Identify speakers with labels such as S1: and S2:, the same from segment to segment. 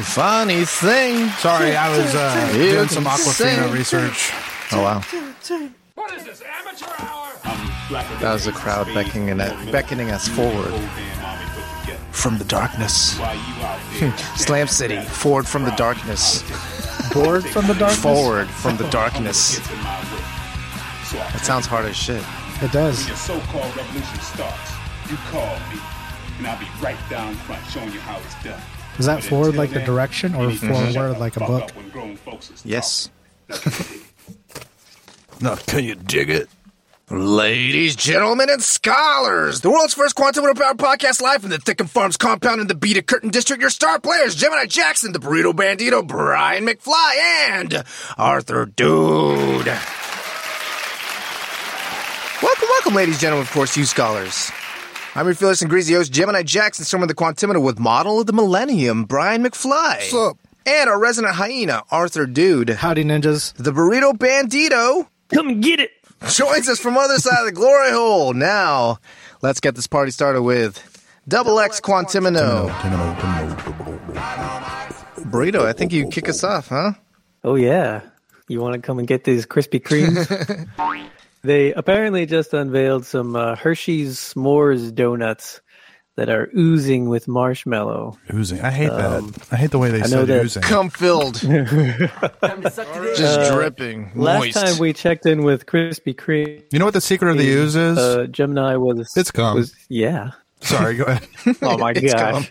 S1: Funny thing.
S2: Sorry, I was uh,
S1: You
S2: doing some
S1: can
S2: Aquafina
S1: sing.
S2: research.
S1: Oh wow,
S3: What is this, amateur hour?
S1: that was the crowd beckoning at, beckoning us forward from the darkness.
S3: Hmm.
S1: Slam City, forward from the darkness,
S4: Bored from the darkness?
S1: forward from the darkness. That sounds hard as shit.
S4: It does.
S3: Your so-called revolution starts. You call me, and I'll be right down front showing you how it's done.
S4: Is that
S3: But
S4: forward
S3: until
S4: like the
S3: then,
S4: direction or
S3: you need to shut
S4: forward
S3: the
S4: like a
S3: fuck
S4: book?
S3: up when grown folks is
S1: Yes.
S3: talking.
S1: Now,
S3: Now, continue.
S1: can you dig it? Ladies, gentlemen, and scholars, the world's first quantum overpowered podcast live from the Thicken Farms compound in the Beta Curtain District. Your star players, Gemini Jackson, the Burrito Bandito, Brian McFly, and Arthur Dude. Welcome, welcome, ladies, gentlemen, of course, you scholars. I'm your fearless and greasy host, Gemini Jackson, storming the Quantimina with model of the millennium, Brian McFly. What's
S2: up?
S1: And our resident hyena, Arthur Dude.
S4: Howdy, ninjas.
S1: The Burrito Bandito
S5: Come get it.
S1: joins us from other side of the glory hole. Now, let's get this party started with Double X Quantimino. Burrito, I think you kick us off, huh?
S5: Oh yeah. You want to come and get these Krispy Kremes? they apparently just unveiled some uh, Hershey's s'mores donuts that are oozing with marshmallow.
S2: Oozing. I hate that. I hate the way they said
S5: that-
S2: oozing.
S1: Cum filled, just dripping,
S5: Uh, Last
S1: moist.
S5: time we checked in with Krispy Kreme,
S2: You know what the secret of the ooze is?
S5: uh, Gemini was
S2: It's cum.
S5: was- yeah.
S2: Sorry, go ahead.
S5: Oh my
S1: It's cum.
S5: gosh.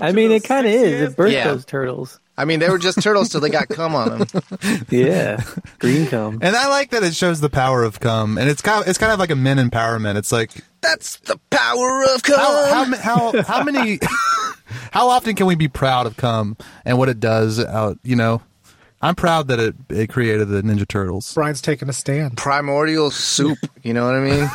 S5: I mean, it kind of is. It birthed
S1: Yeah.
S5: those turtles.
S1: I mean, they were just turtles till they got cum on them.
S5: Yeah, green cum.
S2: And I like that it shows the power of cum, and it's kind of, it's kind of like a men empowerment. It's like
S1: That's the power of cum.
S2: how how how, how many how often can we be proud of cum and what it does out? You know, I'm proud that it it created the Ninja Turtles.
S4: Brian's taking a stand.
S1: Primordial soup. You know what I mean?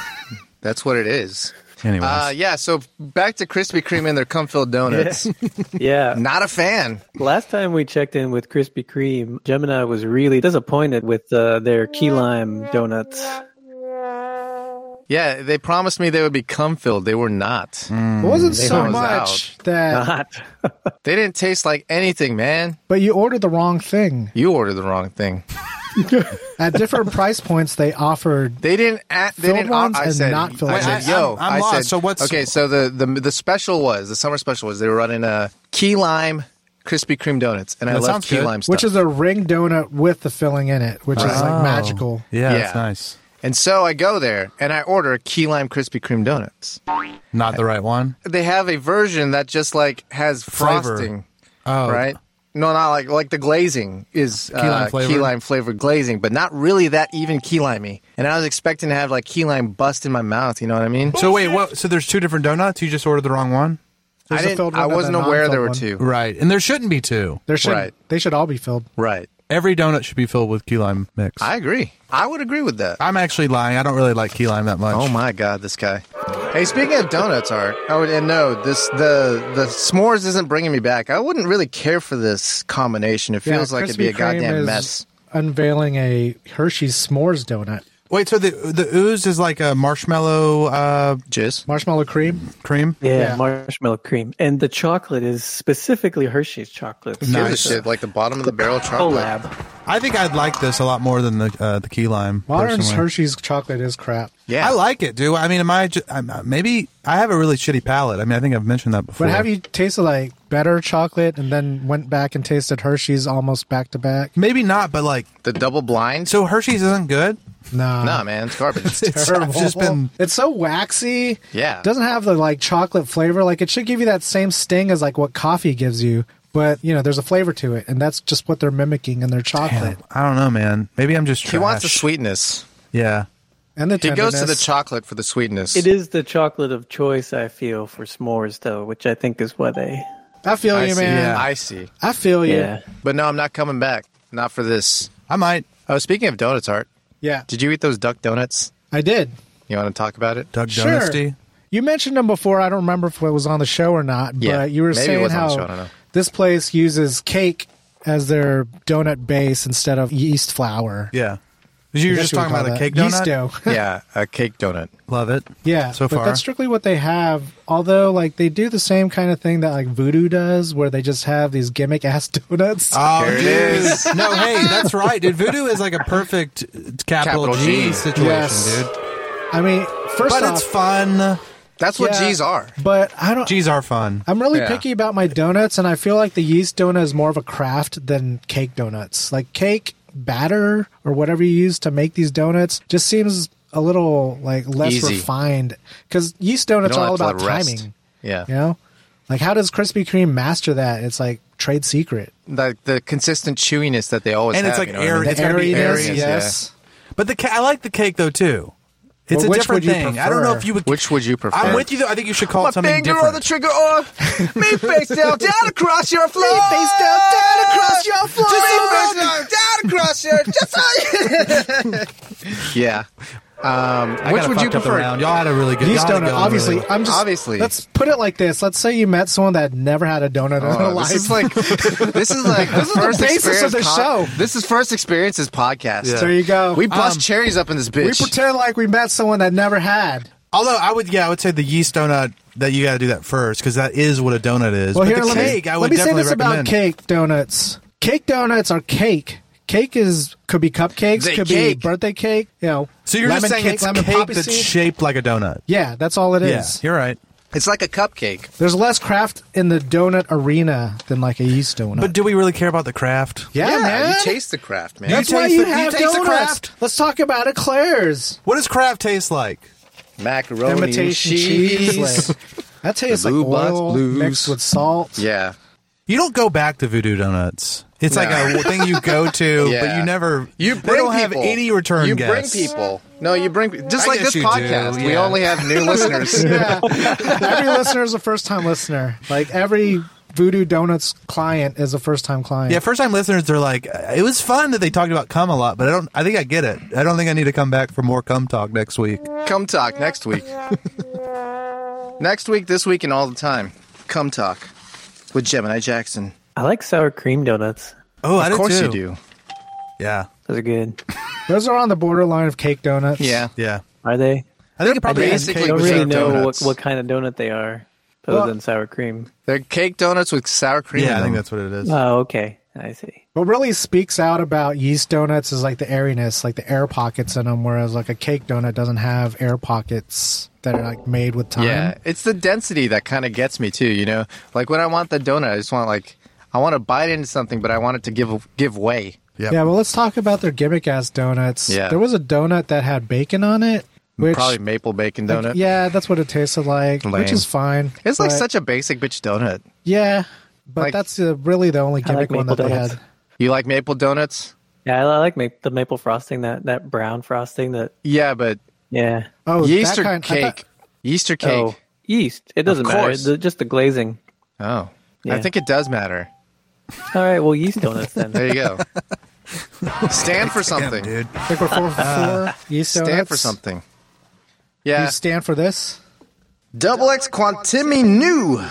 S1: That's what it is.
S2: Anyways,
S1: Uh, yeah. So back to Krispy Kreme and their cum filled donuts.
S5: Yeah.
S1: Not a fan.
S5: Last time we checked in with Krispy Kreme, Gemini was really disappointed with uh, their key lime donuts.
S1: Yeah, they promised me they would be cum filled. They were not.
S2: Mm.
S4: It wasn't
S1: Mm, They Uh-huh.
S4: so
S1: found us
S4: much that,
S5: Not.
S1: They didn't taste like anything, man.
S4: but you ordered the wrong thing.
S1: You ordered the wrong thing.
S4: At different price points, they offered.
S1: They didn't. a they
S4: Filled
S1: didn't.
S4: ones
S1: I
S4: and
S1: said.
S4: not filled
S1: I
S4: ones.
S1: said,
S2: Wait, I-
S1: yo.
S2: I'm- I'm
S1: I
S2: lost.
S1: said.
S2: So what's-
S1: okay? So the, the the special was the summer special was they were running a key lime Krispy Kreme donuts, and I
S2: That
S1: love
S2: sounds
S1: key
S2: good.
S1: lime stuff.
S4: Which is a ring donut with the filling in it, which is like magical.
S2: Yeah,
S1: Oh. Yeah.
S2: that's nice.
S1: and so I go there and I order a key lime Krispy Kreme donuts.
S2: Not the right one.
S1: They have a version that just like has
S2: Flavor.
S1: frosting,
S2: Oh,
S1: right? No, not like like the glazing is key
S2: lime
S1: lime,
S2: flavored?
S1: key lime flavored glazing, but not really that even key limey. And I was expecting to have like key lime bust in my mouth. You know what I mean?
S2: So wait, what? So there's two different donuts. You just ordered the wrong one,
S1: I,
S4: There's a
S1: didn't,
S4: filled one
S1: I
S4: and a
S1: wasn't aware there were
S4: non-filled
S1: two.
S2: right? And there shouldn't be two.
S4: There should
S1: Right.
S4: they should all be filled.
S1: Right.
S2: Every donut should be filled with key lime mix.
S1: I agree. I would agree with that.
S2: I'm actually lying. I don't really like key lime that much.
S1: Oh my god, this guy. Hey, speaking of donuts, Art. Oh, and no, this the the s'mores isn't bringing me back. I wouldn't really care for this combination. It
S4: Yeah,
S1: feels like it'd be
S4: Krispy
S1: a
S4: Kreme
S1: goddamn
S4: is
S1: mess.
S4: Unveiling a Hershey's s'mores donut,
S2: Wait, so the the ooze is like a marshmallow uh,
S1: Jizz.
S4: marshmallow cream.
S1: Mm,
S2: cream?
S5: Yeah,
S4: Yeah.
S5: marshmallow cream. And the chocolate is specifically Hershey's chocolate.
S1: Give a
S2: Nice.
S1: shit like the bottom of the barrel chocolate.
S5: Collab.
S2: I think I'd like this a lot more than the uh, the key lime.
S4: Modern's
S2: personally.
S4: Hershey's chocolate is crap.
S1: Yeah,
S2: I like it, dude. I mean, am I? Ju- I'm, uh, maybe I have a really shitty palate. I mean, I think I've mentioned that before.
S4: But have you tasted like better chocolate and then went back and tasted Hershey's almost back to back?
S2: Maybe not, but like,
S1: the double blind.
S2: so Hershey's isn't good.
S4: No,
S1: nah, man, it's garbage.
S2: It's I've just been.
S4: It's so waxy.
S1: Yeah.
S4: Doesn't have the like chocolate flavor. Like it should give you that same sting as like what coffee gives you. But you know, there's a flavor to it, and that's just what they're mimicking in their chocolate.
S2: Damn, I don't know, man. Maybe I'm just. Trash.
S1: he wants the sweetness.
S2: Yeah.
S4: And the
S1: He goes to the
S4: tenderness.
S1: chocolate for the sweetness.
S5: It is the chocolate of choice, I feel, for s'mores, though, which I think is why they.
S4: I feel
S1: I
S4: you,
S1: see.
S4: man.
S2: Yeah.
S1: I see.
S4: I feel you.
S5: Yeah.
S1: But no, I'm not coming back. Not for this.
S2: I might.
S1: Oh, speaking of donuts, Art,
S4: Yeah,
S1: did you eat those duck donuts?
S4: I did.
S1: You want to talk about it?
S2: Doug
S4: Sure.
S2: Donusty.
S4: You mentioned them before. I don't remember if it was on the show or not,
S1: Yeah,
S4: but you were
S1: maybe it
S4: saying
S1: was on
S4: how
S1: the show, I don't know.
S4: this place uses cake as their donut base instead of yeast flour.
S2: Yeah. You were
S4: That's
S2: just
S4: what we
S2: talking about
S4: call
S2: a
S4: that.
S2: cake
S4: Yeast
S2: donut.
S4: dough.
S1: yeah, a cake donut.
S2: Love it.
S4: Yeah,
S2: So
S4: but
S2: far.
S4: that's strictly what they have. Although, like, they do the same kind of thing that like Voodoo does, where they just have these gimmick ass donuts.
S2: Oh,
S1: There it
S2: dude.
S1: is.
S2: no, hey, that's right, dude. Voodoo is like a perfect uh, capital,
S1: Capital
S2: G,
S1: G.
S2: situation,
S4: Yes.
S2: dude.
S4: I mean, first
S2: But
S4: off,
S2: it's fun.
S1: That's what
S4: yeah,
S1: G's are.
S4: But I don't.
S2: G's are fun.
S4: I'm really
S1: Yeah.
S4: picky about my donuts, and I feel like the yeast donut is more of a craft than cake donuts. Like cake batter or whatever you use to make these donuts just seems a little like less
S1: Easy.
S4: refined because yeast donuts
S1: You
S4: are
S1: don't
S4: all
S1: have to
S4: about
S1: let it rest.
S4: timing.
S1: Yeah.
S4: You know, like how does Krispy Kreme master that? It's like trade secret.
S1: The, the consistent chewiness that they always
S2: And
S1: have.
S2: it's like
S1: you know what I mean?
S2: airy-
S4: The
S2: It's gotta be
S4: airiness,
S1: airiness,
S4: yes.
S2: But the ca- I like the cake though too. It's
S4: Well,
S2: a
S4: which
S2: different
S4: would you
S2: thing. I don't know
S4: prefer?
S2: if you would.
S1: Which would you prefer?
S2: I'm with you though. I think you should call it something
S6: finger
S2: different.
S6: on the trigger or me face down, down across your floor. Me face down, down across your floor. Just me face down, down across your. Just so you.
S1: Yeah. Um,
S2: I
S1: which would you
S2: kinda fucked up the
S1: prefer?
S2: round. Y'all had a really good.
S4: Yeast
S2: y'all had a
S4: donut,
S2: good one
S4: obviously.
S2: really well.
S4: I'm just
S1: Obviously.
S4: Let's put it like this. Let's say you met someone that never had a donut in their
S1: Oh,
S4: life.
S1: this is like this is like the first
S4: basis
S1: experience
S4: of the show.
S1: This is first experience is podcast.
S2: Yeah.
S4: there you go.
S1: We bust
S2: Um,
S1: cherries up in this
S4: we
S1: bitch.
S4: pretend like we met someone that never had.
S2: Although I would, yeah, I would say the yeast donut that you got to do that first because that is what a donut is.
S4: Well,
S2: but
S4: here,
S2: the
S4: let
S2: cake,
S4: me,
S2: I
S4: let
S2: would
S4: me say
S2: definitely
S4: this about
S2: recommend.
S4: cake donuts. Cake donuts are cake. Cake is could be cupcakes,
S1: They
S4: could
S1: cake.
S4: be birthday cake. You know,
S2: So you're
S4: lemon
S2: just saying
S4: cake,
S2: it's
S4: lemon
S2: cake
S4: poppy
S2: that's
S4: seed.
S2: shaped like a donut.
S4: yeah, that's all it
S2: Yeah,
S4: is.
S2: you're right.
S1: it's like a cupcake.
S4: There's less craft in the donut arena than like a yeast donut.
S2: But do we really care about the craft?
S4: yeah, man.
S1: you taste the craft, man.
S4: that's
S2: you
S4: why
S2: taste
S4: you
S2: the- you
S4: have
S2: taste the
S4: donuts.
S2: craft.
S4: Let's talk about eclairs.
S2: What does craft taste like?
S1: Macaroni and
S4: imitation cheese. like- that tastes like
S1: Blue Box
S4: oil
S1: Blues.
S4: mixed with salt.
S1: yeah.
S2: You don't go back to Voodoo Donuts. It's like
S1: No.
S2: a thing you go to, but
S1: Yeah.
S2: you never.
S1: You
S2: they
S1: bring
S2: don't have
S1: people.
S2: any return.
S1: You
S2: guests.
S1: bring people. No, you bring just
S2: I
S1: like
S2: guess
S1: this
S2: you do,
S1: podcast. We
S2: yeah.
S1: only have new listeners.
S4: Yeah. every listener is a first time listener. Like every Voodoo Donuts client is a first time client.
S2: Yeah, first time listeners, they're like, it was fun that they talked about cum a lot, but I don't. I think I get it. I don't think I need to come back for more cum talk next week.
S1: Come talk next week. next week, this week, and all the time. Come talk with Gemini Jackson.
S5: I like sour cream donuts.
S2: Oh, I
S1: Of
S2: did
S1: course
S2: too.
S1: you do.
S2: Yeah,
S5: Those are good.
S4: Those are on the borderline of cake donuts.
S1: Yeah.
S2: yeah.
S5: Are they?
S2: I think it probably is
S1: Basically,
S5: I
S2: cake
S5: don't
S1: with
S5: really
S1: sour
S5: know what,
S1: donuts.
S5: what kind of donut they are, other
S4: Well-
S5: than sour cream.
S1: They're cake donuts with sour cream.
S2: Yeah,
S1: in
S2: I think
S1: them.
S2: that's what it is.
S5: Oh, okay. I see.
S4: What really speaks out about yeast donuts is like the airiness, like the air pockets in them, whereas like a cake donut doesn't have air pockets that are like made with time.
S1: Yeah, it's the density that kind of gets me too. You know, like when I want the donut, I just want like I want to bite into something, but I want it to give give way.
S2: Yep.
S4: Yeah, well, let's talk about their gimmick ass donuts.
S1: Yeah.
S4: There was a donut that had bacon on it, which
S1: Probably maple bacon donut.
S4: yeah, that's what it tasted like, which
S1: Lame.
S4: is fine.
S1: it's like
S4: but-
S1: such a basic bitch donut.
S4: yeah, but
S1: like-
S4: that's uh, really the only
S5: I like
S4: gimmick one
S5: maple
S4: that
S5: donuts.
S4: they had.
S1: You like maple donuts?
S5: Yeah, I like ma- the maple frosting, that, that brown frosting. That
S1: Yeah, but
S5: yeah.
S4: Oh,
S1: yeast
S4: that
S1: or
S4: kind- I thought-
S1: cake? Yeast or cake?
S5: Oh, yeast. It doesn't matter.
S1: course.
S5: The- just the glazing.
S1: Oh, I
S5: Yeah.
S1: think it does matter.
S5: All right. Well, yeast donuts then.
S1: There you go. Stand for something.
S2: dude.
S4: I think we're four for four. Yeast
S1: Uh, Stand
S4: donuts.
S1: for something.
S4: You
S1: Yeah.
S4: stand for this.
S1: Double X Quantimi New.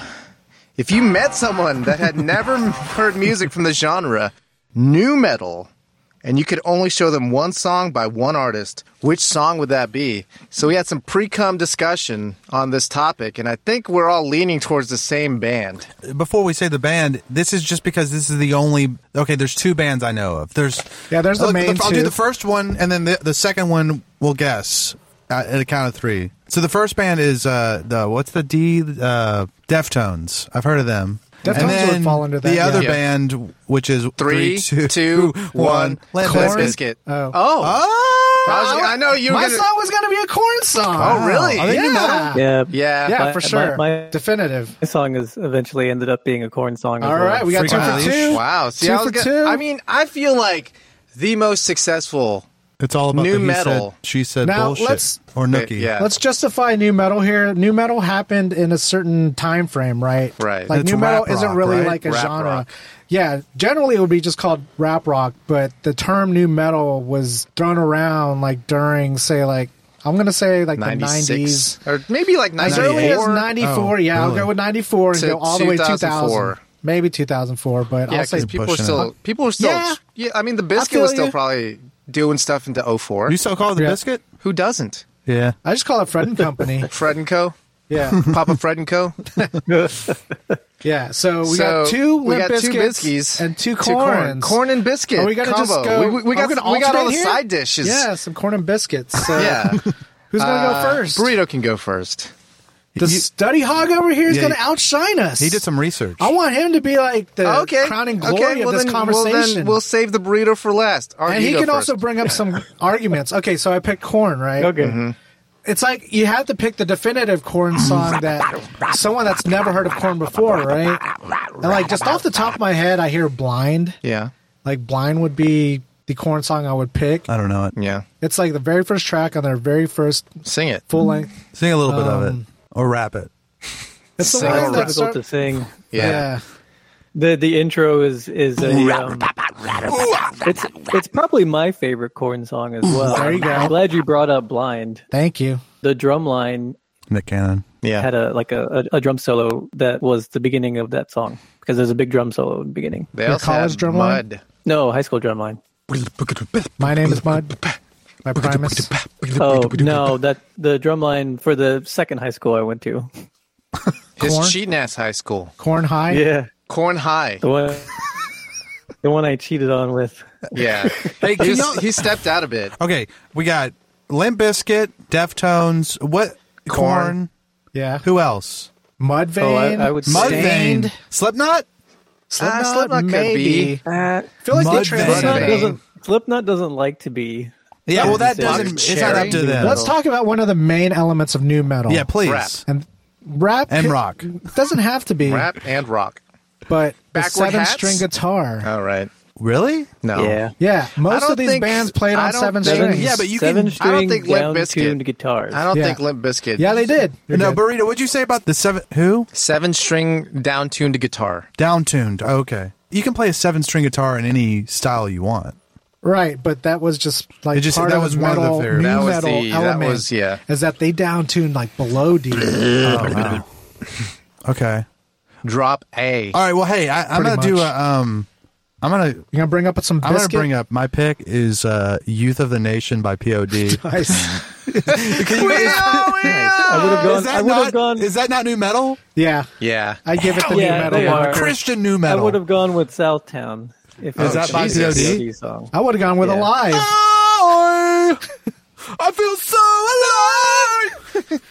S1: If you met someone that had never heard music from the genre, new metal, and you could only show them one song by one artist, which song would that be? So we had some pre-cum discussion on this topic, and I think we're all leaning towards the same band.
S2: Before we say the band, this is just because this is the only. Okay, there's two bands I know of. There's
S4: Yeah, there's the
S2: Look,
S4: main
S2: I'll do
S4: two.
S2: the first one, and then the, the second one we'll guess at, at a count of three. So the first band is uh, the what's the D? Uh, Deftones. I've heard of them.
S4: Deftones
S2: And then
S4: would fall under that,
S2: The
S4: yeah.
S2: other
S1: Yeah.
S2: band, which is
S1: Three,
S2: three,
S1: two,
S2: two,
S1: one.
S2: one. Limp
S1: Limp Bizkit.
S2: Bizkit.
S4: Oh.
S2: Oh,
S1: I, was- I know you were
S4: My
S1: gonna-
S4: song was going to be a corn song.
S1: Oh, really?
S2: Are they new
S4: yeah. yeah,
S5: yeah.
S1: Yeah.
S5: My-
S4: for sure.
S5: my- my-
S4: Definitive.
S5: My song is eventually ended up being a corn song. as
S4: All
S5: well.
S4: right, we got two
S2: Wow.
S4: for two.
S1: Wow. See,
S4: Two
S1: I was
S4: for
S1: gonna-
S4: two.
S1: I mean, I feel like the most successful.
S2: It's all about
S1: New
S2: the he
S1: metal.
S2: Said, she said
S4: Now,
S2: bullshit
S4: let's-
S2: or nookie.
S1: Yeah.
S4: Let's justify new metal here. New metal happened in a certain time frame, right?
S1: Right.
S4: Like
S2: It's
S4: new metal
S2: rap
S4: isn't
S2: rock,
S4: really
S2: right?
S4: like a
S1: Rap
S4: genre.
S1: rock.
S4: Yeah, generally it would be just called rap rock, but the term new metal was thrown around like during say like I'm going to say like the 90s
S1: 96 or maybe like
S4: As early as
S1: 94
S4: 94,
S2: Oh,
S4: yeah, I'll
S2: really?
S4: go with 94 and
S1: To
S4: go all the way
S1: 2004.
S4: 2000. Maybe 2004, but
S1: Yeah,
S4: I'll say
S1: because people were
S2: pushing it.
S1: still people were still
S4: Yeah.
S1: yeah. I mean, the biscuit
S4: feel
S1: was still
S4: you.
S1: probably doing stuff into 04.
S2: You still call it the
S4: Yeah.
S2: biscuit?
S1: Who doesn't?
S2: Yeah.
S4: I just call it Fred and Company.
S1: Fred and Co.
S4: Yeah,
S1: Papa Fred and Co.
S4: yeah. So we
S1: So
S4: got two
S1: we
S4: Limp
S1: got two
S4: Bizkits
S1: biscuits
S4: and two corns.
S1: corn, corn and biscuit.
S4: Are Oh, we gonna
S1: combo.
S4: just go?
S1: We, we- we
S4: are
S1: got
S4: gonna
S1: we got all the
S4: alternate here?
S1: side dishes.
S4: Yeah, some corn and biscuits. So
S1: Yeah.
S4: who's gonna
S1: Uh,
S4: go first?
S1: Burrito can go first.
S4: The study hog over here is
S2: Yeah,
S4: gonna
S2: he-
S4: outshine us.
S2: He did some research.
S4: I want him to be like the
S1: okay.
S4: crowning
S1: Okay,
S4: glory of
S1: well
S4: this
S1: then-
S4: conversation.
S1: Well, then we'll save the burrito for last. All right,
S4: and
S1: you
S4: he
S1: go
S4: can
S1: first.
S4: also bring up some arguments. Okay, so I picked corn, right?
S5: Okay.
S1: Mm-hmm.
S4: It's like you have to pick the definitive
S1: Mm.
S4: corn song that someone that's never heard of corn before, right? And like just off the top of my head, I hear blind.
S1: Yeah.
S4: Like blind would be the corn song I would pick.
S2: I don't know it.
S1: Yeah.
S4: It's like the very first track on their very first
S1: Sing it.
S4: full length.
S2: Sing a little bit of
S4: Um,
S2: it or rap it.
S4: It's the
S1: Sing or
S4: one that
S1: rap.
S5: Difficult
S4: start,
S5: to sing.
S4: yeah.
S5: The the intro is is a, um, it's it's probably my favorite corn song as well.
S4: There you go.
S5: I'm glad you brought up Blind.
S4: Thank you.
S5: The drum line
S2: Nick Cannon.
S1: Yeah.
S5: had a like a, a, a drum solo that was the beginning of that song because there's a big drum solo in the beginning.
S1: they
S4: Your
S1: also
S4: college
S1: had
S4: drum line?
S1: mud.
S5: No, high school drum line.
S4: My name is Mud. My Primus.
S5: Oh no, that the drum line for the second high school I went to.
S4: Corn?
S1: His cheating ass high school.
S4: Corn High.
S5: Yeah,
S1: Corn high.
S5: the one the one I cheated on with.
S1: Yeah.
S2: Hey,
S1: he, was- he stepped out a bit.
S2: Okay, we got Limp Biscuit, Deftones, what
S1: Corn.
S2: Corn?
S4: Yeah.
S2: Who else?
S4: Mudvayne.
S5: Oh, I, I would say
S2: Mudvayne,
S4: Stained.
S2: Slipknot.
S4: Slipknot,
S1: Ah, Slipknot could
S4: maybe.
S1: be.
S4: feel like
S2: Mudvayne.
S4: they
S5: Slipknot
S4: transitioned.
S1: Mudvayne.
S5: doesn't Slipknot doesn't like to be.
S2: Yeah, well, that
S5: Mudvayne.
S2: doesn't. It's not up to
S1: Cherry.
S2: them.
S4: Let's talk about one of the main elements of new metal.
S2: Yeah, please.
S1: Rap.
S4: And rap
S2: And
S4: c-
S2: rock.
S4: doesn't have to be
S1: Rap and rock.
S4: but the
S1: Backward
S4: seven
S1: hats?
S4: string guitar.
S1: All right.
S2: Really?
S1: No.
S5: Yeah.
S4: yeah, most
S1: don't
S4: of these
S1: think-
S4: bands played
S1: I
S4: on
S1: don't
S4: seven
S1: think-
S4: strings.
S2: Yeah, but you can-
S5: seven
S1: I
S5: string
S1: don't think Limp
S5: down
S1: Bizkit.
S5: tuned guitars.
S1: I don't
S4: Yeah.
S1: think Limp Bizkit.
S4: yeah, they did.
S2: no, burrito. What'd you say about the seven? Who?
S1: Seven string down tuned guitar.
S2: Downtuned. Oh, okay. You can play a seven-string guitar in any style you want.
S4: Right, but that was just like
S2: It just-
S4: part
S2: that
S4: of
S2: was
S4: the
S2: one of the
S4: metal,
S2: theories.
S4: new
S1: That was
S4: metal
S1: the- that
S4: element.
S1: was- yeah.
S4: is that they down tuned like below D. Oh,
S2: Okay.
S1: Drop A.
S2: All right. Well, hey, I, I'm
S4: Pretty
S2: gonna do
S4: much.
S2: a. Um, I'm gonna.
S4: You're gonna bring up some
S2: I'm
S4: biscuit.
S2: gonna bring up my pick is uh, "Youth of the Nation" by POD.
S4: Nice.
S5: I would have gone.
S2: Uh, Is
S5: I
S2: that
S5: would
S2: not?
S5: have gone.
S2: Is that not new metal?
S4: yeah,
S1: Yeah.
S4: I give it the
S5: yeah, they
S4: new metal
S5: are.
S4: mark.
S2: Christian new
S5: I
S2: metal.
S5: would have gone with Southtown. If
S2: Is that by
S5: Jesus.
S2: POD?
S5: POD song?
S4: I would have gone with
S5: Yeah.
S4: alive.
S2: I feel so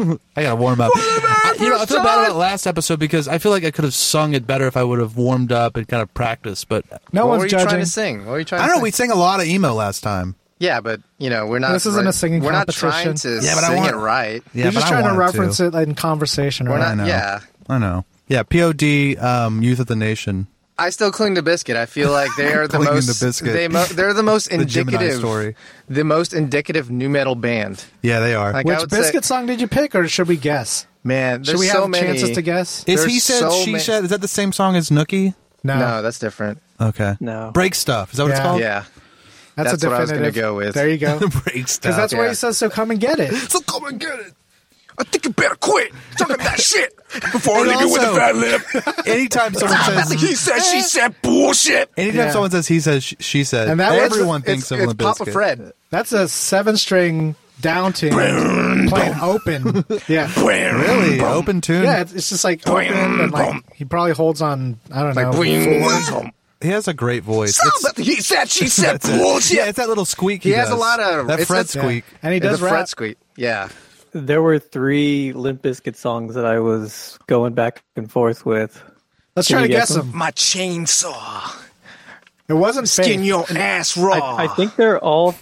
S2: alive. I gotta warm up. I, you know, I feel bad about last episode because I feel like I could have sung it better if I would have warmed up and kind of practiced. But
S4: No
S1: what were
S4: one's
S1: you
S4: judging.
S1: trying to sing? What were you trying
S2: I
S1: to
S2: don't
S1: sing?
S2: know. We sang a lot of emo last time.
S1: yeah, but you know, we're not
S4: This isn't a singing
S1: We're not trying
S4: competition.
S1: to
S2: Yeah, but I
S1: sing
S2: want-
S1: it right.
S2: Yeah,
S4: You're
S2: but
S4: just
S2: I
S4: trying to
S2: wanted
S4: reference it in conversation.
S1: We're
S4: right?
S2: I
S1: not
S2: know.
S1: Uh, yeah.
S2: I know. Yeah, POD, um, Youth of the Nation.
S1: I still cling to biscuit. I feel like they are the
S2: Clinging
S1: most
S2: to Biscuit.
S1: they mo- they're the most
S2: The Gemini
S1: indicative
S2: story.
S1: the most indicative new metal band.
S2: Yeah, they are.
S1: Like, I
S4: Which
S1: would say-
S4: biscuit song did you pick, or should we guess?
S1: Man, there's
S4: Should we
S1: so
S4: have
S1: many.
S4: chances to guess?
S2: is he
S1: there's
S2: said,
S1: so
S2: she
S1: ma-
S2: said? Is that the same song as Nookie?
S1: No, that's different.
S2: Okay.
S5: No.
S2: Break stuff. Is that what it's
S4: Yeah.
S2: called?
S1: Yeah.
S4: that's,
S1: that's
S4: a
S1: what I was
S4: definitive.
S1: gonna go with.
S4: There you go. Because
S2: Break stuff.
S4: that's where
S1: Yeah.
S4: he says, "So come and get it."
S3: So come and get it. I think you better quit talking that shit before I
S2: And
S3: leave you with a
S2: also-
S3: fat lip.
S2: anytime someone says,
S3: he said,
S5: Eh?
S3: she said bullshit.
S2: anytime
S4: Yeah.
S2: someone says, he says, sh- she said,
S4: And that was-
S2: everyone thinks
S1: it's,
S2: of
S1: it's
S2: Limp
S1: Papa
S2: Bizkit.
S1: Fred.
S4: That's a seven-string down tune playing open. Yeah,
S2: Really? Open tune?
S4: yeah. It's, it's just like open, and like he probably holds on. I don't know.
S1: Like wing.
S2: He has a great voice.
S3: Stop
S2: It's-
S3: it. He said, she said
S2: that's it. Yeah,
S3: bullshit.
S2: it's that little squeak.
S1: He has a
S2: does.
S1: lot of-
S2: That
S1: it's
S2: Fred
S1: that-
S2: squeak.
S4: and he
S1: the
S4: does
S1: Fred
S4: rap.
S1: squeak. Yeah.
S5: There were three Limp Bizkit songs that I was going back and forth with.
S4: Let's
S5: Can
S4: try
S5: you
S4: to
S5: guess
S4: guess him.
S3: My chainsaw.
S4: It wasn't
S3: Skin
S4: Faith.
S3: your ass raw.
S5: I think they're all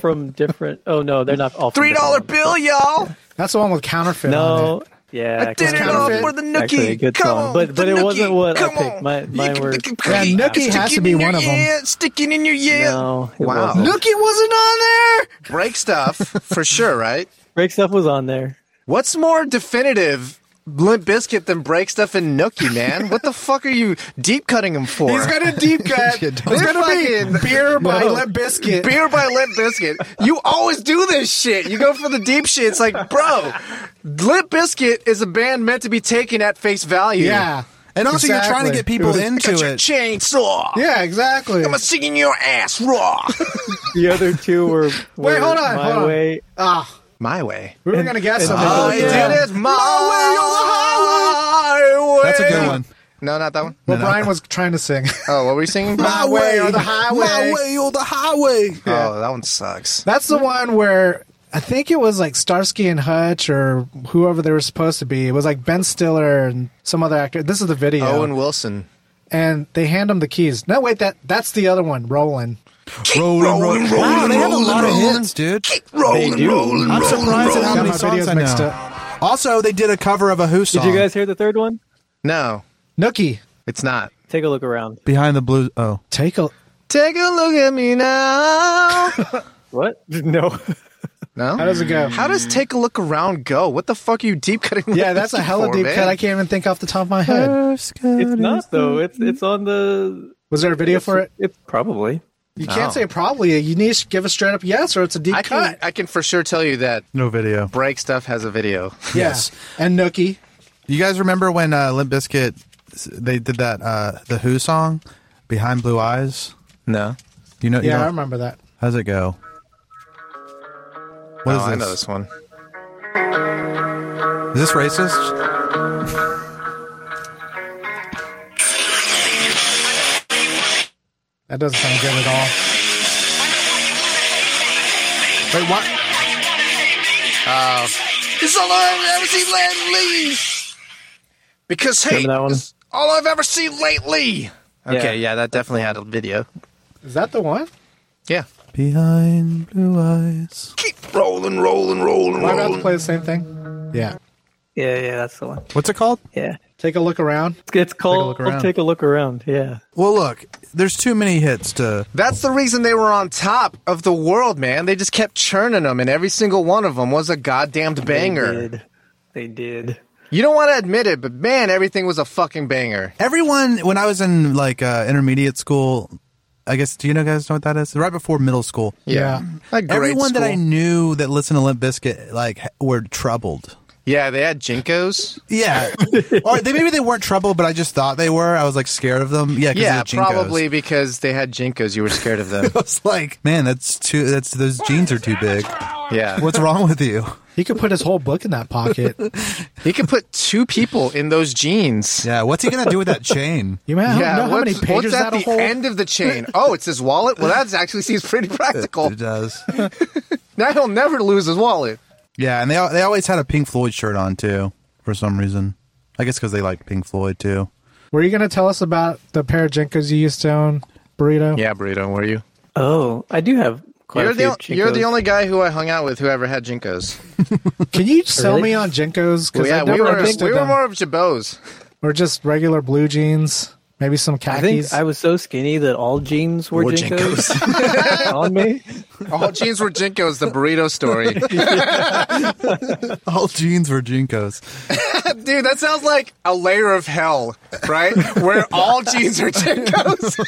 S5: from different. Oh no, they're not all. from
S3: Three dollar
S5: different
S3: bill, y'all.
S4: That's the one with counterfeit. on
S5: No.
S4: it.
S5: Yeah,
S3: I did it
S5: kinda
S3: all
S5: fit.
S3: for the
S5: It's actually a
S3: nookie.
S5: good
S3: Come
S5: song,
S3: on,
S5: but but
S3: the
S5: it
S3: nookie.
S5: wasn't what
S3: Come
S5: I picked.
S3: on.
S5: My
S3: You
S5: mine
S3: can
S5: were
S3: pick a
S4: Yeah,
S3: cookie.
S4: Nookie has to
S3: Sticking
S4: be
S3: in
S4: one
S3: your
S4: of 'em.
S3: ear, Sticking in your ear.
S5: no. It
S1: Wow.
S5: wasn't.
S3: Nookie wasn't on there.
S1: Break stuff for sure, right?
S5: Break stuff was on there.
S1: What's more definitive Limp Biscuit than Break Stuff and Nookie, man? what the fuck are you deep cutting him for?
S4: He's got a deep cut. It's gonna be
S1: fucking-
S4: beer by Limp Biscuit.
S1: Beer by Limp Biscuit. You always do this shit. You go for the deep shit. It's like, bro, Limp Biscuit is a band meant to be taken at face value.
S4: Yeah.
S2: And also, you're trying to get
S4: Exactly.
S2: people
S4: It was-
S2: into
S3: Got your
S2: it.
S3: chainsaw.
S4: Yeah, exactly.
S3: I'm a singing your ass raw.
S5: The other two were, were
S4: Wait, hold on,
S5: my
S4: hold on.
S5: way.
S4: Ah,
S1: My way.
S4: we were gonna guess something.
S5: Oh,
S1: Oh,
S5: yeah.
S1: it is my, way or the highway.
S2: That's a good one.
S1: No, not that one.
S4: Well, Brian was trying to sing.
S1: Oh, what were you singing?
S4: My way or the highway.
S2: My way or the highway.
S1: Oh, that one sucks.
S4: That's the one where I think it was like Starsky and Hutch or whoever they were supposed to be. It was like Ben Stiller and some other actor. This is the video,
S1: Owen Wilson.
S4: and they hand him the keys. No, wait, that that's the other one, Roland.
S2: Rolling, rolling,
S3: rolling,
S2: Wow,
S3: rolling,
S2: they have a
S3: rolling,
S2: lot
S3: rolling.
S2: of hits, dude.
S3: rolling,
S5: They do.
S3: rolling,
S2: I'm
S3: rolling,
S2: surprised at how
S3: rolling.
S2: many
S4: my
S2: songs
S4: videos
S2: I
S4: mixed
S2: know. Also, they did a cover of a Who
S5: Did
S2: song.
S5: you guys hear the third one?
S1: No,
S4: Nookie,
S1: it's not.
S5: Take a look around.
S2: Behind the Blue? Oh,
S4: take a.
S1: Take a look at me now.
S5: What? No.
S1: no.
S4: How does it go?
S1: How does take a look around go? What the fuck are you deep cutting?
S4: yeah, that's a hella deep cut. I can't even think off the top of my head.
S5: It's not though. It's it's on the
S4: Was there a video for it?
S5: It's probably.
S4: You
S1: No.
S4: can't say probably. You need to give a straight up yes, or it's a deep
S1: I
S4: cut.
S1: can, I can for sure tell you that
S2: No video.
S1: Break Stuff has a video.
S4: Yes, and Nookie.
S2: You guys remember when uh, Limp Bizkit they did that uh, the Who song, Behind Blue Eyes?
S1: No.
S2: You know? you
S4: Yeah, I
S2: don't-
S4: remember that.
S2: How's it go? What
S1: Oh,
S2: is
S1: I know this one.
S2: Is this racist?
S4: That doesn't sound good at all.
S2: Wait, what?
S3: It's Uh, all I've ever seen lately. Because hey,
S5: Remember that one?
S3: it's all I've ever seen lately.
S1: Okay, yeah, that definitely had a video.
S4: Is that the one?
S1: Yeah.
S2: Behind Blue Eyes.
S3: Keep rolling, rolling, rolling,
S4: Am I about to
S3: rolling.
S4: play the same thing? Yeah.
S5: Yeah, yeah, that's the one.
S2: What's it called?
S5: Yeah.
S4: Take a look around.
S5: It's, it's called
S2: look
S5: Take a,
S2: around.
S5: look around. Yeah.
S2: Well, look, there's too many hits to.
S1: That's the reason they were on top of the world, man. They just kept churning them, and every single one of them was a goddamned
S5: They
S1: banger.
S5: did. They did.
S1: You don't want to admit it, but man, everything was a fucking banger.
S2: Everyone, when I was in like uh, intermediate school, I guess, do you know guys know what that is? Right before middle school.
S4: Yeah.
S1: A great
S2: Everyone that I
S1: school.
S2: knew that listened to Limp Bizkit like h- were troubled.
S1: Yeah, they had Jinkos.
S2: Yeah, or they maybe they weren't troubled, but I just thought they were. I was like scared of them. Yeah, 'cause
S1: Yeah,
S2: of the Jinkos.
S1: probably because they had Jinkos. You were scared of them.
S2: I was like, man, that's too. That's those jeans are too big.
S1: yeah.
S2: What's wrong with you?
S4: He could put his whole book in that pocket.
S1: He could put two people in those jeans.
S2: Yeah, what's he gonna do with that chain?
S4: You man,
S1: Yeah,
S4: know how
S1: what's-
S4: many
S1: what's
S4: pages
S1: at
S4: that'll
S1: the
S4: hold?
S1: end of the chain? Oh, it's his wallet. Well, that actually seems pretty practical.
S2: It does.
S1: Now he'll never lose his wallet.
S2: Yeah, and they al- they always had a Pink Floyd shirt on too for some reason. I guess because they like Pink Floyd too.
S4: Were you going to tell us about the pair of Jinkos you used to own, Burrito?
S1: Yeah, burrito. Were you?
S5: Oh, I do have quite
S1: You're
S5: a few
S1: the you're the
S5: Chinkos.
S1: only guy who I hung out with who ever had Jinkos.
S4: Can you sell
S5: Really?
S4: me on Jinkos?
S1: Well,
S4: Because
S1: yeah,
S4: I never
S1: we were
S4: understood
S1: we were
S4: them.
S1: more of Jabos.
S4: Or just regular blue jeans, maybe some
S5: I think
S4: khakis.
S5: I was so skinny that all jeans were
S2: Wore
S5: Jinkos, on me.
S1: All jeans were Jinkos. The burrito story,
S2: All jeans were Jinkos.
S1: dude. That sounds like a layer of hell, right? Where all jeans are Jinkos.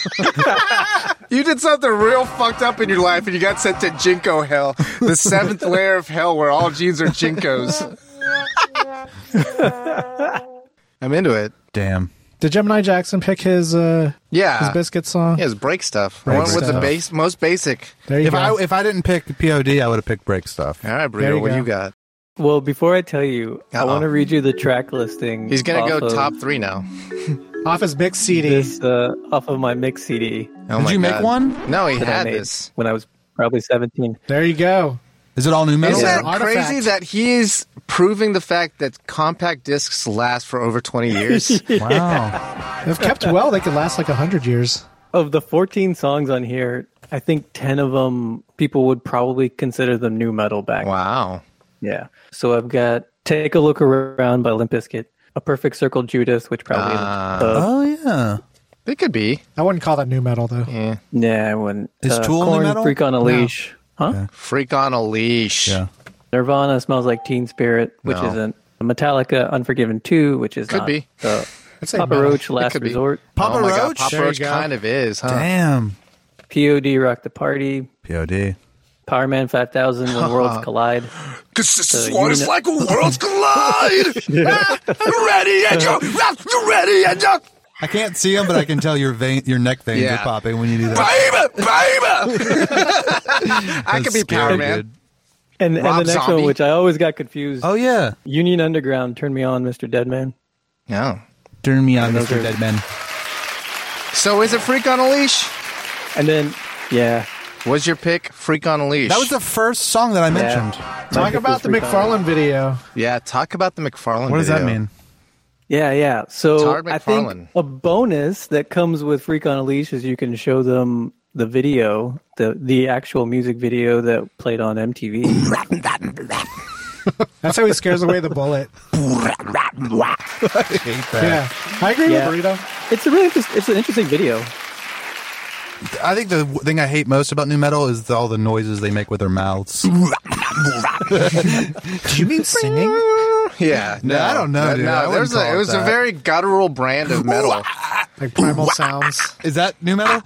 S1: you did something real fucked up in your life, and you got sent to Jinko hell, the seventh layer of hell, where all jeans are Jinkos. I'm into it.
S2: Damn.
S4: Did Gemini Jackson pick his uh,
S1: Yeah,
S4: his biscuit song?
S1: Ah. Yeah, it's break stuff. I
S4: Break
S1: went with the
S4: stuff.
S1: base, most basic.
S4: There you
S2: If
S4: go.
S2: I if I didn't pick POD, I would have picked Break Stuff.
S1: All right,
S4: There
S1: Burrito,
S4: you
S1: what
S4: go.
S1: you got?
S5: Well, before I tell you, I
S1: Uh-oh.
S5: want to read you the track listing.
S1: He's gonna
S5: off
S1: go
S5: of
S1: top three now.
S4: off his big CD.
S5: This uh, off of my mix CD
S1: Oh
S2: Did
S1: my
S2: you make
S1: God.
S2: one?
S1: No, he
S5: that I
S1: had
S5: made
S1: this.
S5: when I was probably seventeen.
S4: There you go.
S2: Is it all new metal?
S1: Isn't
S4: Yeah.
S1: that
S4: Artifact.
S1: crazy that he is proving the fact that compact discs last for over 20 years?
S2: Wow.
S4: If kept well, they could last like 100 years.
S5: Of the fourteen songs on here, I think ten of them people would probably consider them new metal back.
S1: wow.
S5: Yeah. So I've got "Take a Look Around" by Limp Bizkit, "A Perfect Circle" Judas, which probably
S1: Ah.
S5: isn't. Uh,
S2: Oh yeah.
S1: It could be.
S4: I wouldn't call that new metal, though.
S5: nah, I wouldn't.
S2: Is
S5: uh,
S2: Tool new
S5: Korn,
S2: metal?
S5: Freak on a
S4: No.
S5: Leash, huh?
S1: Freak on a leash.
S2: Yeah.
S5: Nirvana smells like Teen Spirit, which
S1: No.
S5: isn't. Metallica, Unforgiven two, which is
S1: Could
S5: not.
S1: be.
S5: Uh,
S4: I'd say
S5: Papa
S4: metal.
S5: Roach, Last
S1: could be.
S5: Resort,
S2: Papa
S1: oh my God,
S2: Roach?
S1: Papa
S4: There you
S1: Roach
S4: go.
S1: kind of is, huh?
S2: Damn.
S5: POD, Rock the Party,
S2: POD.
S5: Power Man 5000, When Worlds Collide.
S3: Cause this is
S5: Uh,
S3: what
S5: you
S3: it's
S5: know-
S3: like when worlds collide. Ah, you're ready, and you're, ah, you're ready, and you're,
S2: I can't see them, but I can tell your vein, your neck veins
S1: Yeah.
S2: are popping when you do that.
S3: baby, baby.
S1: I could be Power Man.
S5: And, and the
S1: Rob
S5: next
S1: Zombie.
S5: one, which I always got confused.
S7: Oh yeah,
S5: Union Underground, Turn Me On, Mr. Deadman.
S1: No.
S7: turn me on, Mr. Dead Men.
S1: So is it Freak on a Leash?
S5: And then, yeah.
S1: Was your pick Freak on a Leash?
S2: That was the first song that I mentioned.
S4: Talk about the McFarlane video.
S1: yeah. Talk about the McFarlane.
S2: What does that
S1: video.
S2: mean?
S5: Yeah, yeah. So
S1: Todd
S5: I think
S1: McFarlane.
S5: a bonus that comes with Freak on a Leash is you can show them the video, the the actual music video that played on MTV.
S4: That's how he scares away the bullet.
S2: Hate
S4: Yeah,
S2: that.
S4: I agree
S5: Yeah.
S4: with Burrito.
S5: it's a really interest, it's an interesting video.
S2: I think the w- thing I hate most about new metal is all the noises they make with their mouths. No,
S4: Do you mean singing?
S1: Yeah. No,
S2: I don't know, dude. I
S1: No,
S2: wouldn't
S1: there's
S2: call
S1: a, it
S2: it
S1: was a
S2: that.
S1: very guttural brand of metal.
S4: Like primal sounds.
S2: Is that new metal?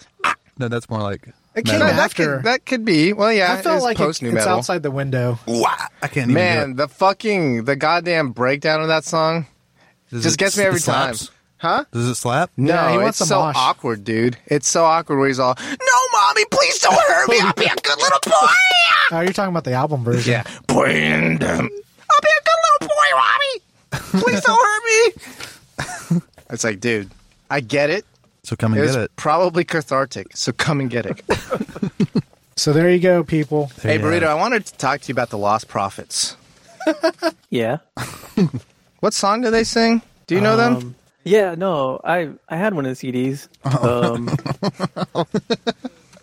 S2: No, that's more like.
S4: It
S1: No,
S4: came
S2: metal.
S4: out.
S1: that
S4: After.
S1: could that could be. Well, yeah.
S4: I felt
S1: it's
S4: like it-
S1: post new
S4: it's
S1: metal.
S4: outside the window.
S2: I can't even.
S1: Man,
S2: do
S1: the fucking the goddamn breakdown of that song
S2: it. Does
S1: just
S2: it-
S1: gets me
S2: it
S1: every time.
S2: slaps?
S1: Huh?
S2: Does it slap?
S1: No,
S4: Yeah, he wants
S1: it's
S4: a
S1: so
S4: mosh.
S1: awkward, dude. It's so awkward where he's all, "No, mommy, please don't hurt me. I'll be a good little boy."
S4: Oh, you're talking about the album version.
S1: Yeah, Brandon. I'll be a good little boy, mommy. Please don't hurt me. it's like, dude, I get it.
S2: So come
S1: It
S2: and
S1: was
S2: get it.
S1: probably cathartic, so come and get it.
S4: So there you go, people.
S1: hey,
S2: Yeah.
S1: burrito, I wanted to talk to you about the Lost Prophets.
S5: Yeah.
S1: What song do they sing? Do you know them?
S5: Um, yeah, no, I I had one of the CDs. Um,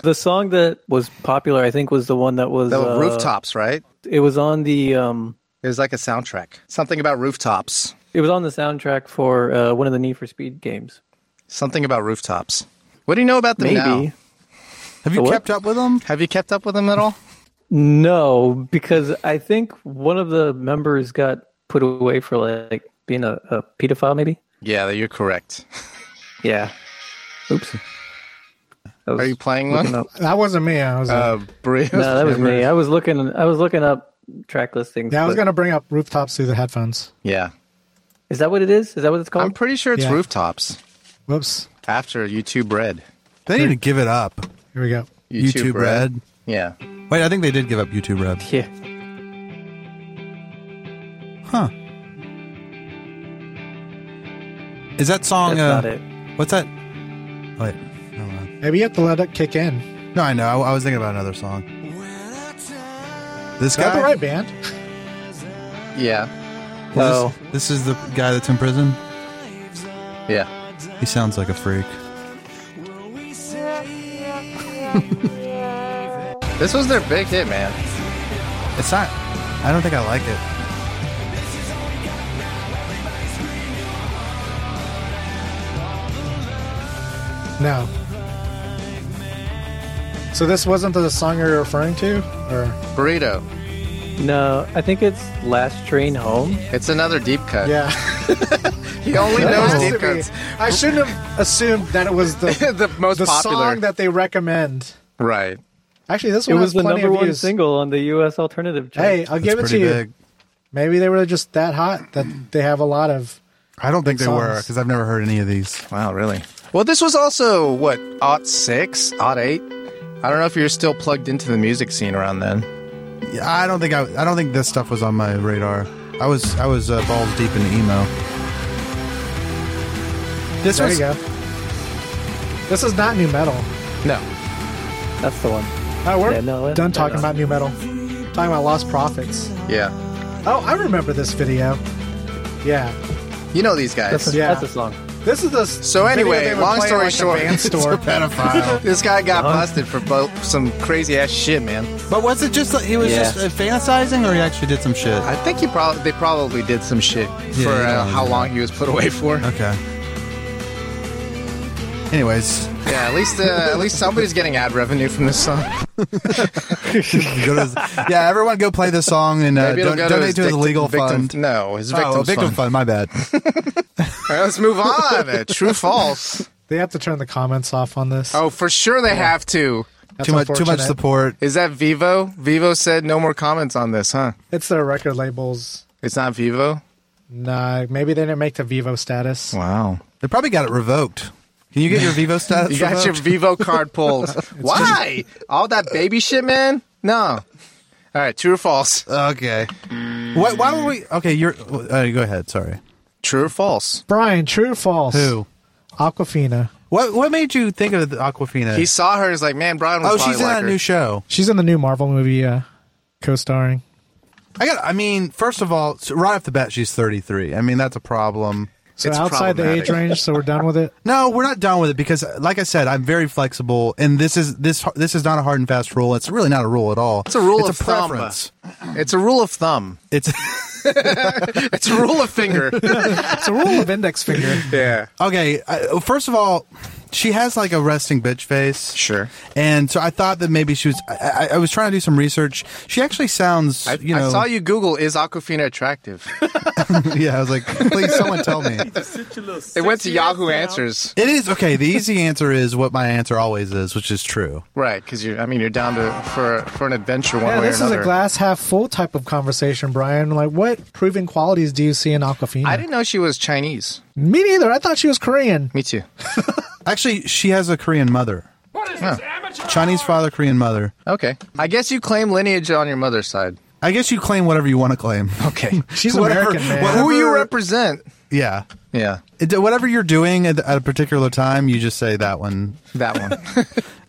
S5: the song that was popular, I think, was the one that was
S1: The
S5: uh,
S1: rooftops, right?
S5: It was on the um,
S1: There's like a soundtrack. Something about rooftops.
S5: it was on the soundtrack for uh, one of the Need for Speed games.
S1: Something about rooftops. What do you know about them
S5: Maybe.
S1: now?
S2: Have you
S5: what?
S2: kept up with them?
S1: Have you kept up with them at all?
S5: No, because I think one of the members got put away for like being a, a pedophile, maybe.
S1: Yeah, you're correct.
S5: Yeah. Oops. That was-
S1: Are you playing one?
S5: up.
S4: That wasn't me. I was.
S1: Uh, Burrito.
S5: No, that was me. I was looking. I was looking up track listings.
S4: yeah, I was
S5: but-
S4: gonna bring up rooftops through the headphones.
S1: Yeah.
S5: Is that what it is? Is that what it's
S1: I'm
S5: called?
S1: pretty sure it's
S4: Yeah.
S1: rooftops
S4: Whoops.
S1: after YouTube Red.
S2: They need to give it up.
S4: Here we go.
S2: YouTube, Red.
S1: Yeah.
S2: Wait, I think they did give up YouTube Red.
S5: yeah.
S2: Huh. Is that song?
S5: That's
S2: uh,
S5: not it.
S2: What's that? Oh, Wait. Hold on.
S4: Maybe you have to let it kick in. Is
S2: No, I know. I, I was thinking about another song. This
S4: that
S2: guy.
S4: the right band?
S1: Yeah.
S2: Is
S5: Oh.
S2: This, this is the guy that's in prison.
S1: Yeah.
S2: He sounds like a freak.
S1: This was their big hit, man.
S2: It's not. I don't think I like it.
S4: No. So this wasn't the song you're referring to, or
S1: Burrito.
S5: No, I think it's Last Train Home.
S1: It's another deep cut.
S4: yeah?
S1: He only
S4: That
S1: knows
S4: has
S1: deep
S4: to be-
S1: cuts.
S4: I shouldn't have assumed that it was the
S1: the most
S4: the
S1: popular.
S4: song that they recommend.
S1: right.
S4: Actually, this
S5: It
S4: one
S5: was
S4: has
S5: the
S4: plenty
S5: number
S4: of
S5: one
S4: views.
S5: single on the U.S. alternative chart.
S4: Hey, I'll
S2: It's
S4: give it to
S2: pretty
S4: you.
S2: big.
S4: Maybe they were just that hot that they have a lot of.
S2: I don't think they were
S4: songs.
S2: because I've never heard any of these.
S1: Wow, really? Well, this was also, what, aught six, aught eight? I don't know if you're still plugged into the music scene around then.
S2: Yeah, I don't think I. I don't think this stuff was on my radar. I was I was uh, balls deep in emo. This
S4: There
S2: was
S4: you go. This is not new metal.
S1: No.
S5: that's the one.
S4: Uh, we're
S5: Yeah, no, it-
S4: done
S5: no,
S4: talking
S5: no.
S4: about new metal. Talking about lost profits.
S1: Yeah.
S4: Oh, I remember this video. Yeah,
S1: You know these guys.
S5: That's a,
S4: Yeah.
S5: that's a song.
S4: this is the.
S1: So anyway, long story short.
S4: store.
S2: pedophile.
S1: This guy got busted for both some crazy ass shit, man.
S2: but was it just like he was
S5: Yeah.
S2: just uh, fantasizing, or he actually did some shit?
S1: I think he probably they probably did some shit
S2: you
S1: for uh,
S2: know,
S1: how
S2: yeah.
S1: long he was put away for.
S2: okay. Anyways,
S1: Yeah, at least uh, at least somebody's getting ad revenue from this song.
S2: Uh, go to his- yeah, everyone go play this song and uh,
S1: Maybe it'll
S2: don-
S1: go to
S2: donate
S1: his
S2: to his
S1: victim-
S2: legal
S1: victim-
S2: fund.
S1: No, his victim
S2: oh, victim
S1: fund.
S2: fund. My bad.
S1: All right, let's move on. Uh, True, false.
S4: They have to turn the comments off on this.
S1: Oh, for sure they have to.
S4: That's
S2: too much, too much
S4: unfortunate.
S2: support.
S1: Is that Vivo? Vivo said no more comments on this, huh?
S4: It's their record labels.
S1: It's not Vivo.
S4: Nah, maybe they didn't make the Vivo status.
S1: Wow.
S2: They probably got it revoked. Can you get your Vivo status?
S1: You got your
S2: revoked?
S1: Vivo card pulled. Why? All that baby shit, man? No. All right, true or false?
S2: okay. Why, why don't we? Okay, you're. Uh, go ahead. Sorry.
S1: True or false?
S4: Brian, true or false?
S2: Who?
S4: Aquafina.
S2: What? What made you think of the Aquafina?
S1: He saw her and was like, man, Brian was
S2: oh,
S1: probably
S2: she's in
S1: like
S2: that
S1: her.
S2: new show.
S4: She's in the new Marvel movie, uh, co-starring.
S2: I got. I mean, first of all, so right off the bat, she's 33. I mean, that's a problem.
S4: So
S1: It's
S4: outside the age
S1: problematic.
S4: range, so we're done with it.
S2: No, we're not done with it because, like I said, I'm very flexible, and this is this this is not a hard and fast rule. It's really not a rule at all. It's
S1: a rule
S2: It's
S1: of
S2: a
S1: thumb.
S2: preference.
S1: It's a rule of thumb.
S2: It's
S1: It's a rule of finger.
S4: It's a rule of index finger.
S1: yeah.
S2: okay. I, first of all, she has like a resting bitch face.
S1: Sure.
S2: And so I thought that maybe she was. I, I, I was trying to do some research. She actually sounds.
S1: I,
S2: you know,
S1: I saw you Google, is Aquafina attractive?
S2: yeah, I was like, please, someone tell me.
S1: It went to Yahoo Answers.
S2: It is okay. The easy answer is what my answer always is, which is true.
S1: Right, because you're, I mean, you're down to for for an adventure one
S4: Yeah,
S1: way or
S4: this is
S1: another.
S4: a glass half full type of conversation, Brian. Like, what proven qualities do you see in Aquafina?
S1: I didn't know she was Chinese.
S4: Me neither. I thought she was Korean.
S1: Me too.
S2: Actually, she has a Korean mother,
S8: What is this amateur?
S2: Chinese father, Korean mother.
S1: Okay. I guess you claim lineage on your mother's side.
S2: I guess you claim whatever you want to claim.
S1: Okay.
S4: She's
S2: Whatever-
S4: American, man.
S2: whatever-
S1: Who you represent?
S2: Yeah.
S1: Yeah,
S2: It- Whatever you're doing at, at a particular time, you just say that one.
S1: that one.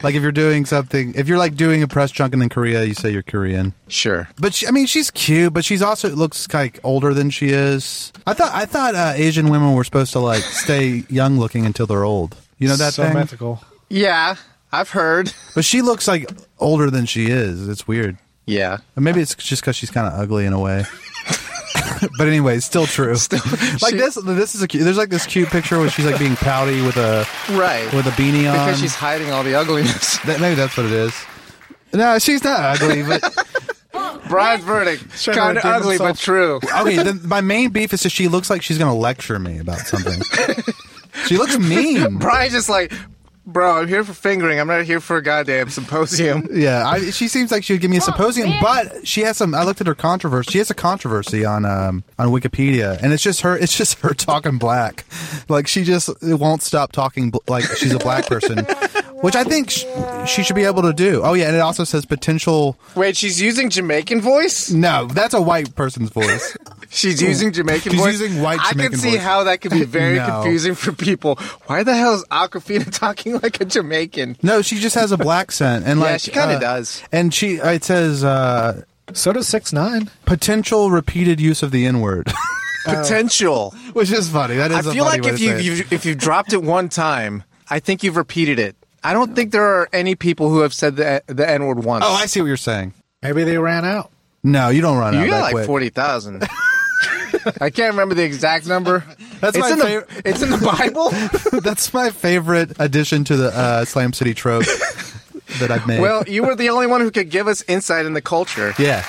S2: Like if you're doing something, if you're like doing a press junket in Korea, you say you're Korean.
S1: sure.
S2: But she, I mean, she's cute, but she's also looks like older than she is. I thought I thought uh, Asian women were supposed to like stay young looking until they're old. You know that
S4: so
S2: thing.
S4: mythical.
S1: Yeah, I've heard.
S2: But she looks like older than she is. It's weird.
S1: Yeah.
S2: Or maybe it's just because she's kind of ugly in a way. but anyway, it's still true. like
S1: she-
S2: this, this is a cute, there's like this cute picture where she's like being pouty with a
S1: Right.
S2: with a beanie on.
S1: because she's hiding all the ugliness.
S2: That- maybe that's what it is. No, she's not ugly, but
S1: Brian's verdict.
S4: trying to
S1: Kind of
S4: redeem
S1: ugly, but true.
S2: okay. Then my main beef is that she looks like she's going to lecture me about something. she looks mean.
S1: Brian's just like, bro, I'm here for fingering. I'm not here for a goddamn symposium.
S2: Yeah, I, she seems like she would give me a symposium, but she has some. I looked at her controversy. She has a controversy on um, on Wikipedia, and it's just her. It's just her talking black. Like she just won't stop talking bl- like she's a black person, which I think sh- she should be able to do. Oh yeah, and it also says potential.
S1: Wait, she's using Jamaican voice?
S2: No, that's a white person's voice.
S1: She's using Jamaican
S2: She's
S1: voice.
S2: using white
S1: I can
S2: Jamaican
S1: see
S2: voice.
S1: how that could be very
S2: No.
S1: confusing for people. Why the hell is Aquafina talking like a Jamaican?
S2: No, she just has a black accent, and
S1: Yeah,
S2: like
S1: she kinda
S2: uh,
S1: does.
S2: And she, it says uh,
S4: So does six nine.
S2: potential repeated use of the N word,
S1: Potential.
S2: which is funny. That
S1: I
S2: Oh. is. a
S1: feel
S2: funny
S1: like
S2: way
S1: if
S2: to
S1: you,
S2: say it.
S1: you if you dropped it one time, I think you've repeated it. I don't think there are any people who have said the the N word once.
S2: Oh, I see what you're saying.
S4: Maybe they ran out.
S2: No, you don't run out.
S1: You
S2: Uh, that
S1: got like
S2: quick.
S1: forty thousand. I can't remember the exact number.
S2: That's
S1: it's
S2: my
S1: in
S2: favorite-
S1: the it's in the Bible.
S2: That's my favorite addition to the uh, Slam City trope that I've made.
S1: well, you were the only one who could give us insight in the culture.
S2: yeah.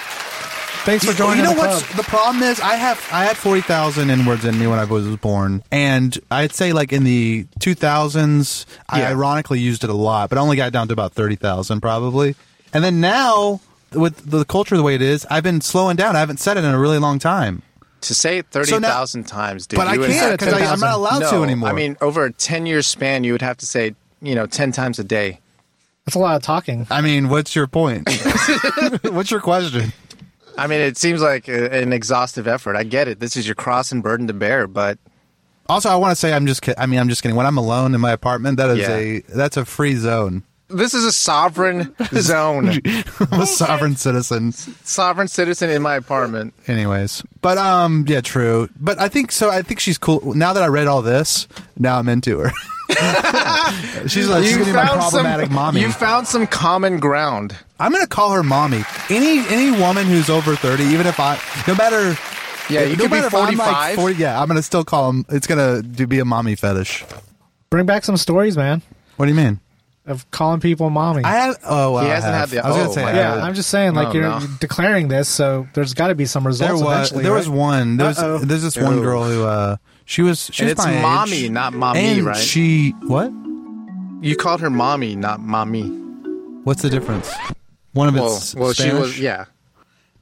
S4: Thanks for
S2: you
S4: joining
S2: know
S4: the club.
S2: what's the problem is? I have I had forty thousand N words in me when I was born, and I'd say like in the two thousands, I
S1: Yeah.
S2: ironically used it a lot, but I only got down to about thirty thousand probably. And then now, with the culture the way it is, I've been slowing down. I haven't said it in a really long time.
S1: To say it thirty
S2: So now-
S1: thousand times, dude.
S2: but I
S1: you would
S2: can't,
S1: have to-
S2: 'cause I- I'm not allowed to
S1: No,
S2: anymore.
S1: I mean, over a ten year span, you would have to say you know ten times a day.
S4: That's a lot of talking.
S2: I mean, what's your point? what's your question?
S1: I mean, it seems like a, an exhaustive effort. I get it. This is your cross and burden to bear, but
S2: Also, I want to say I'm just. ki- I mean, I'm just kidding. When I'm alone in my apartment, that is
S1: Yeah.
S2: a that's a free zone.
S1: this is a sovereign zone,
S2: I'm a sovereign citizen,
S1: sovereign citizen in my apartment.
S2: anyways. But um, yeah, true. But I think so. I think she's cool. Now that I read all this, now I'm into her. she's like she's gonna be my problematic
S1: some,
S2: mommy.
S1: You found some common ground.
S2: I'm gonna call her mommy. Any any woman who's over thirty, even if I, no matter.
S1: Yeah, you
S2: no
S1: could be
S2: matter if I'm,
S1: 45.
S2: like, 40 yeah, I'm gonna still call him. It's gonna do, be a mommy fetish.
S4: Bring back some stories, man,
S2: What do you mean?
S4: of calling people mommy.
S2: I have. Oh, well,
S1: He
S2: I
S1: hasn't had
S2: have.
S1: the-
S2: I was gonna
S1: oh,
S2: say.
S1: my
S2: I
S4: yeah,
S2: have.
S4: I'm just saying, like
S1: No,
S4: you're
S1: no.
S4: declaring this, so there's got to be some results
S2: There was
S4: eventually.
S2: there was
S4: right?
S2: one. There was,
S4: Uh-oh.
S2: there's this one
S1: Ew.
S2: girl who uh she was she
S1: And it's
S2: was my age.
S1: mommy, not mommy,
S2: and
S1: right?
S2: She what?
S1: You called her mommy, not mommy.
S2: What's the difference? One of
S1: Well,
S2: it's
S1: well, she
S2: Spanish?
S1: was yeah.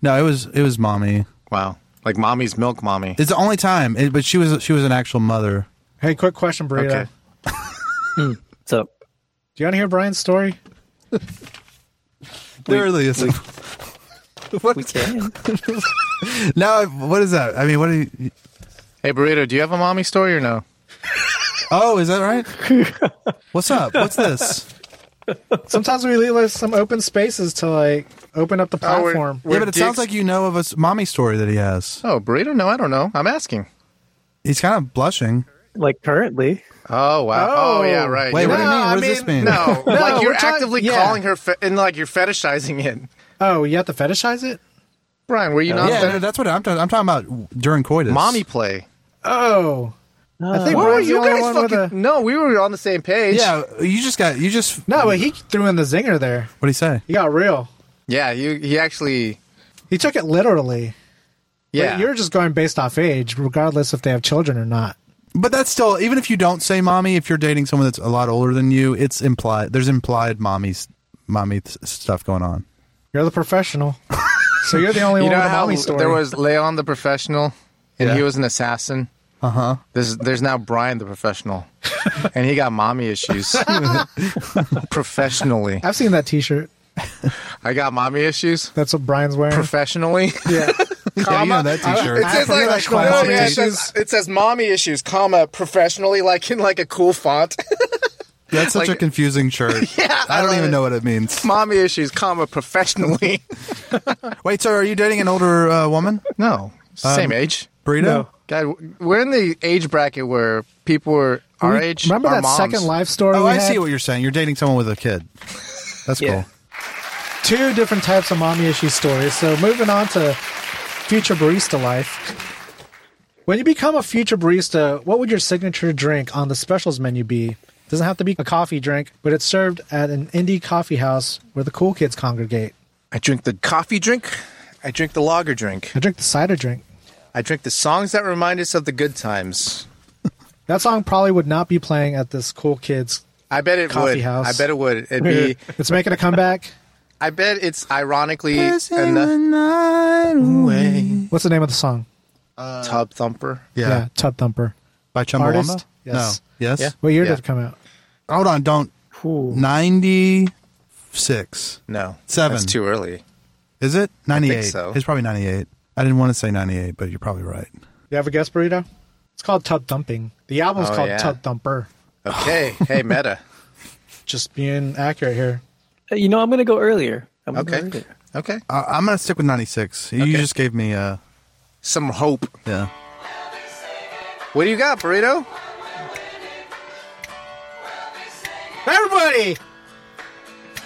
S2: No, it was it was mommy.
S1: Wow, like mommy's milk, mommy.
S2: It's the only time, it, but she was she was an actual mother.
S4: Hey, quick question, Burrito.
S1: Okay.
S5: So
S4: Do you want to hear Brian's story?
S2: There really isn't.
S5: we can.
S2: Now, what is that? I mean, what? Are you,
S1: Hey burrito, do you have a mommy story or no?
S2: oh, is that right? What's up? What's this?
S4: Sometimes we leave like, some open spaces to like open up the
S1: Oh, we're-
S4: platform.
S1: we're
S2: yeah, but it sounds
S1: dicks.
S2: like you know of a s- mommy story that he has.
S1: Oh burrito, no, I don't know. I'm asking.
S2: He's kind of blushing.
S5: Like currently,
S1: Oh wow! Oh,
S4: Oh.
S1: yeah, right.
S2: Wait,
S1: no,
S2: what do you mean?
S1: I
S2: What does this mean?
S1: No,
S4: No,
S1: like you're
S4: we're trying-
S1: actively
S4: yeah.
S1: calling her fe- and like you're fetishizing it.
S4: oh, you have to fetishize it?
S1: Brian, were you not?
S2: yeah,
S1: fet-
S2: no, that's what I'm talking. I'm talking about during coitus.
S1: mommy play.
S4: Oh. I think
S1: Where were
S4: Brian's the
S1: you
S4: only
S1: guys
S4: one with
S1: fucking?
S4: a-
S1: No, we were on the same page.
S2: Yeah, you just got you just.
S4: No, but he threw in the zinger there.
S2: What do you say?
S4: He got real.
S1: yeah. You he actually.
S4: He took it literally.
S1: Yeah,
S4: But you're just going based off age, regardless if they have children or not.
S2: But that's still even if you don't say mommy, if you're dating someone that's a lot older than you, it's implied. There's implied mommy's mommy th- stuff going on.
S4: You're the professional. so you're the only
S1: You
S4: one
S1: know
S4: with a
S1: how
S4: mommy story.
S1: there was Leon the professional, and
S2: Yeah.
S1: he was an assassin.
S4: Uh-huh.
S1: Uh huh. There's there's now Brian the professional, and he got mommy issues. professionally,
S4: I've seen that t shirt.
S1: I got mommy issues.
S4: That's what Brian's wearing.
S1: Professionally,
S4: yeah.
S2: Yeah, you know that T-shirt.
S1: It says
S4: I
S1: like,
S4: like
S1: no,
S4: mommy
S1: yeah, it, says, it says mommy issues, comma professionally, like in like a cool font.
S2: that's such a confusing shirt.
S1: Yeah,
S2: I don't
S1: I love
S2: even
S1: it.
S2: know what it means.
S1: mommy issues, comma professionally.
S2: Wait, so are you dating an older uh, woman?
S1: No, same
S2: Um,
S1: age.
S2: Burrito.
S4: No.
S1: God, we're in the age bracket where people were our
S4: We-
S1: age.
S4: Remember
S1: our
S4: that
S1: moms.
S4: second life story?
S2: Oh,
S4: we
S2: I
S4: had?
S2: see what you're saying. You're dating someone with a kid. That's
S5: Yeah.
S2: cool.
S4: Two different types of mommy issue stories. So moving on to future barista life. When you become a future barista, what would your signature drink on the specials menu be? Doesn't have to be a coffee drink, but it's served at an indie coffee house where the cool kids congregate.
S1: I drink the coffee drink. I drink the lager drink.
S4: I drink the cider drink.
S1: I drink the songs that remind us of the good times.
S4: That song probably would not be playing at this cool kids.
S1: I bet it
S4: Coffee
S1: would.
S4: house.
S1: I bet it would. It'd be.
S4: it's making a comeback.
S1: I bet it's ironically
S2: Passing the
S1: enough.
S2: night away.
S4: What's the name of the song?
S1: Tub thumper.
S2: Yeah.
S4: Tub Thumper.
S2: By Chumbawamba?
S4: Artist? Yes.
S2: No. Yes.
S1: Yeah.
S4: What year
S1: Yeah.
S4: did it come out?
S2: Hold on. Don't.
S5: Ooh.
S2: 96.
S1: No,
S2: Seven.
S1: That's too early.
S2: Is it? 98.
S1: so.
S2: It's probably 98. I didn't want to say 98, but you're probably right.
S4: You have a guess, Burrito? It's called Tub Thumping. The album's
S1: Oh,
S4: called
S1: yeah.
S4: Tub Thumper.
S1: Okay. hey, meta.
S4: Just being accurate here.
S5: Uh, you know, I'm going to go earlier. I'm gonna
S1: Okay.
S5: Go earlier.
S1: Okay.
S2: I, I'm going to stick with 96. You just gave me a.
S1: Some hope.
S2: Yeah.
S1: What do you got, burrito?
S4: Everybody!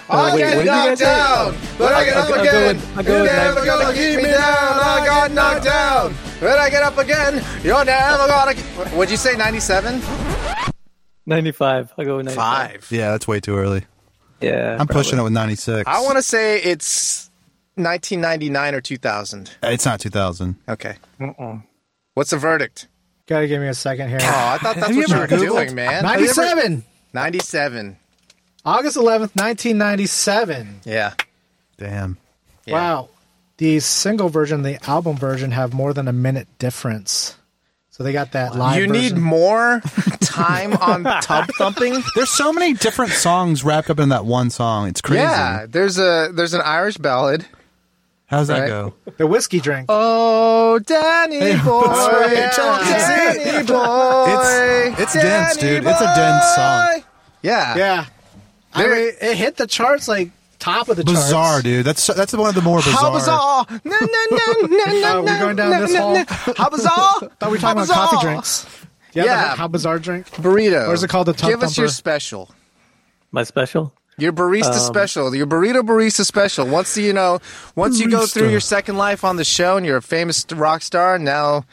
S1: I
S5: Oh,
S1: got
S5: wait, what did you
S1: knocked
S5: guys say?
S1: down, but I get
S5: I-
S1: up
S5: I- I
S1: again.
S5: go with- I go
S1: You're
S5: with
S1: never
S5: nine.
S1: gonna keep me down. I got knocked down, but I get up again. You're never gonna. ke- What'd you say? Ninety-seven.
S5: 95. I'll go with 95.
S2: Yeah, that's way too early.
S5: Yeah.
S2: I'm pushing it with 96.
S1: I want to say it's 1999 or 2000.
S2: It's not 2000.
S1: Okay. What's the verdict?
S4: Gotta give me a second here.
S1: Oh, I thought that's
S2: you
S1: what you were
S2: ever Googled?
S1: doing, man.
S4: 97!
S1: 97.
S4: August 11th, 1997.
S1: Yeah.
S2: Damn.
S1: Yeah.
S4: Wow. The single version and the album version have more than a minute difference. So they got that live
S1: You need
S4: version.
S1: more time on tub thumping?
S2: There's so many different songs wrapped up in that one song. It's crazy.
S1: Yeah, there's a there's an Irish ballad.
S2: How's that
S1: Right.
S2: go?
S4: the whiskey drink.
S1: Oh, Danny boy,
S2: right.
S1: oh, Danny boy,
S2: It's- it's dense,
S1: Danny
S2: dude. It's a dense song.
S1: boy. Yeah,
S4: yeah. I
S1: There-
S4: mean, it hit the charts like top of the charts.
S2: Bizarre, dude. That's that's one of the more bizarre.
S1: How bizarre! No, no, no, no, no,
S4: Oh, we're going down
S1: no,
S4: this
S1: no,
S4: hall?
S1: no. How bizarre!
S4: Thought we were talking
S1: How
S4: about coffee
S1: bizarre.
S4: drinks. Yeah,
S1: Yeah.
S4: the- how bizarre drink.
S1: Burrito.
S4: Or is it called the Tub
S1: Give us your
S4: Thumper?
S1: special.
S5: My special.
S1: Your barista special, your burrito barista special. Once you know, once you go through
S2: Barista.
S1: your second life on the show and you're a famous rock star, now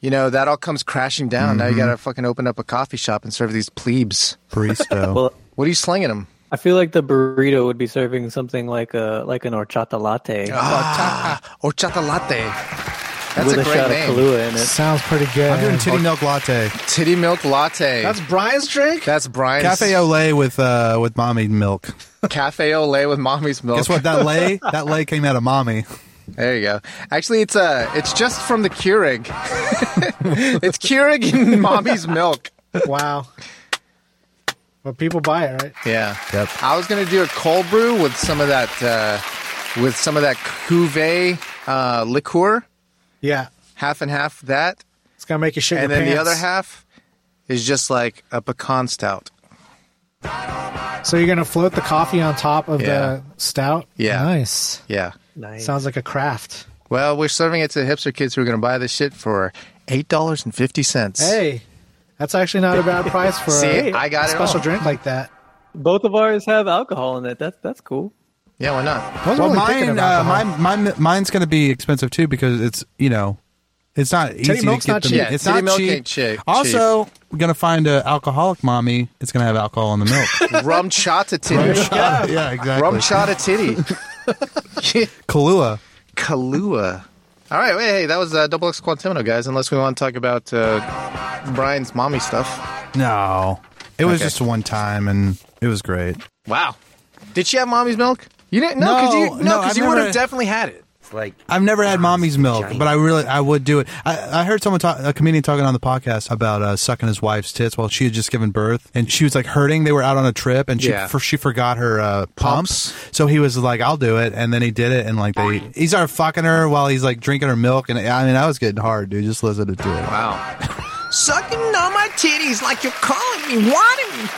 S1: you know that all comes crashing down. Now you gotta fucking open up a coffee shop and serve these plebes.
S2: Baristo.
S5: Well,
S1: What are you slinging them?
S5: I feel like the burrito would be serving something like a like an horchata latte.
S1: Horchata latte. Oh, That's
S5: with
S1: a
S5: a,
S1: great
S5: shot
S1: name.
S5: of Kahlua in it.
S4: Sounds pretty good.
S2: I'm doing titty milk latte,
S1: Titty milk latte.
S4: That's Brian's drink.
S1: That's Brian's
S2: cafe au lait with uh with mommy milk.
S1: cafe au lait with mommy's milk.
S2: Guess what? That lay that lay came out of mommy.
S1: There you go. Actually, it's uh, it's just from the Keurig. it's Keurig in mommy's milk.
S4: wow. But people buy it, right?
S1: Yeah.
S2: Yep.
S1: I was gonna do a cold brew with some of that, uh, with some of that cuvee uh, liqueur,
S4: Yeah.
S1: half and half that,
S4: It's gonna make you shit
S1: and
S4: your
S1: then the
S4: pants.
S1: other half is just like a pecan stout.
S4: So you're gonna float the coffee on top of
S1: Yeah.
S4: the stout.
S1: Yeah.
S4: Nice.
S1: Yeah.
S5: Nice.
S4: Sounds like a craft.
S1: Well, we're serving it to hipster kids who are gonna buy this shit for eight dollars and fifty cents.
S4: Hey, that's actually not a bad price for
S1: See,
S4: a
S1: I got it.
S4: special
S1: all.
S4: drink like that.
S5: Both of ours have alcohol in it. That's that's cool.
S1: Yeah, why not?
S4: I
S2: Well,
S4: wasn't really thinking
S2: mine,
S4: of
S2: uh,
S4: alcohol.
S2: mine, mine, mine's going to be expensive too because it's you know, it's not easy to
S4: milk's
S2: get
S4: not
S2: them.
S4: cheap.
S1: Yeah,
S2: it's
S1: titty
S2: not
S1: milk
S2: cheap.
S1: ain't cheap-
S2: Also, we're going to find an alcoholic mommy. It's going to have alcohol in the milk.
S1: Rum chata titty.
S2: yeah, exactly.
S1: Rum chata titty.
S2: Kahlua.
S1: Kahlua. All right, wait, hey, that was uh, Double X Quantimino, guys. Unless we want to talk about uh, Brian's mommy stuff.
S2: No, it was
S1: Okay.
S2: just one time and it was great.
S1: Wow, did she have mommy's milk? You didn't? No, because you
S2: No,
S1: no,
S2: no,
S1: because
S2: I've
S1: you would have
S2: never-
S1: definitely had it.
S9: It's like
S2: I've never had mommy's milk,
S9: Giant.
S2: but I really I would do it. I, I heard someone talk, a comedian talking on the podcast about uh, sucking his wife's tits while she had just given birth, and she was like hurting. They were out on a trip, and she
S1: Yeah.
S2: for, she forgot her uh, pumps.
S1: Pumps.
S2: So he was like, "I'll do it," and then he did it, and like they he started fucking her while he's like drinking her milk, and I mean I was getting hard, dude. Just listen to it.
S1: Wow, sucking on my titties like you're calling me, wanting me.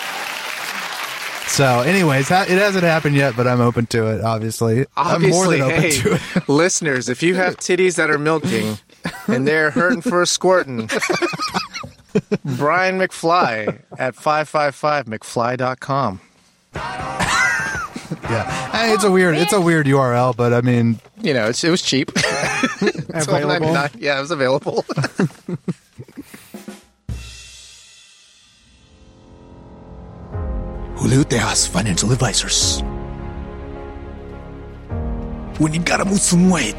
S2: So, anyways, ha- it hasn't happened yet, but I'm open to it. Obviously, I'm more
S1: Obviously,
S2: than open
S1: hey,
S2: to it.
S1: listeners, if you have titties that are milking and they're hurting for a squirting, Brian McFly at 555mcfly.com.
S2: Yeah, Hey, it's a weird it's a weird URL, but I mean,
S1: You know, it's, it was cheap. It's
S4: Available.
S1: $1.99. Yeah, it was available.
S3: Huluteas Financial Advisors. When you gotta move some weight,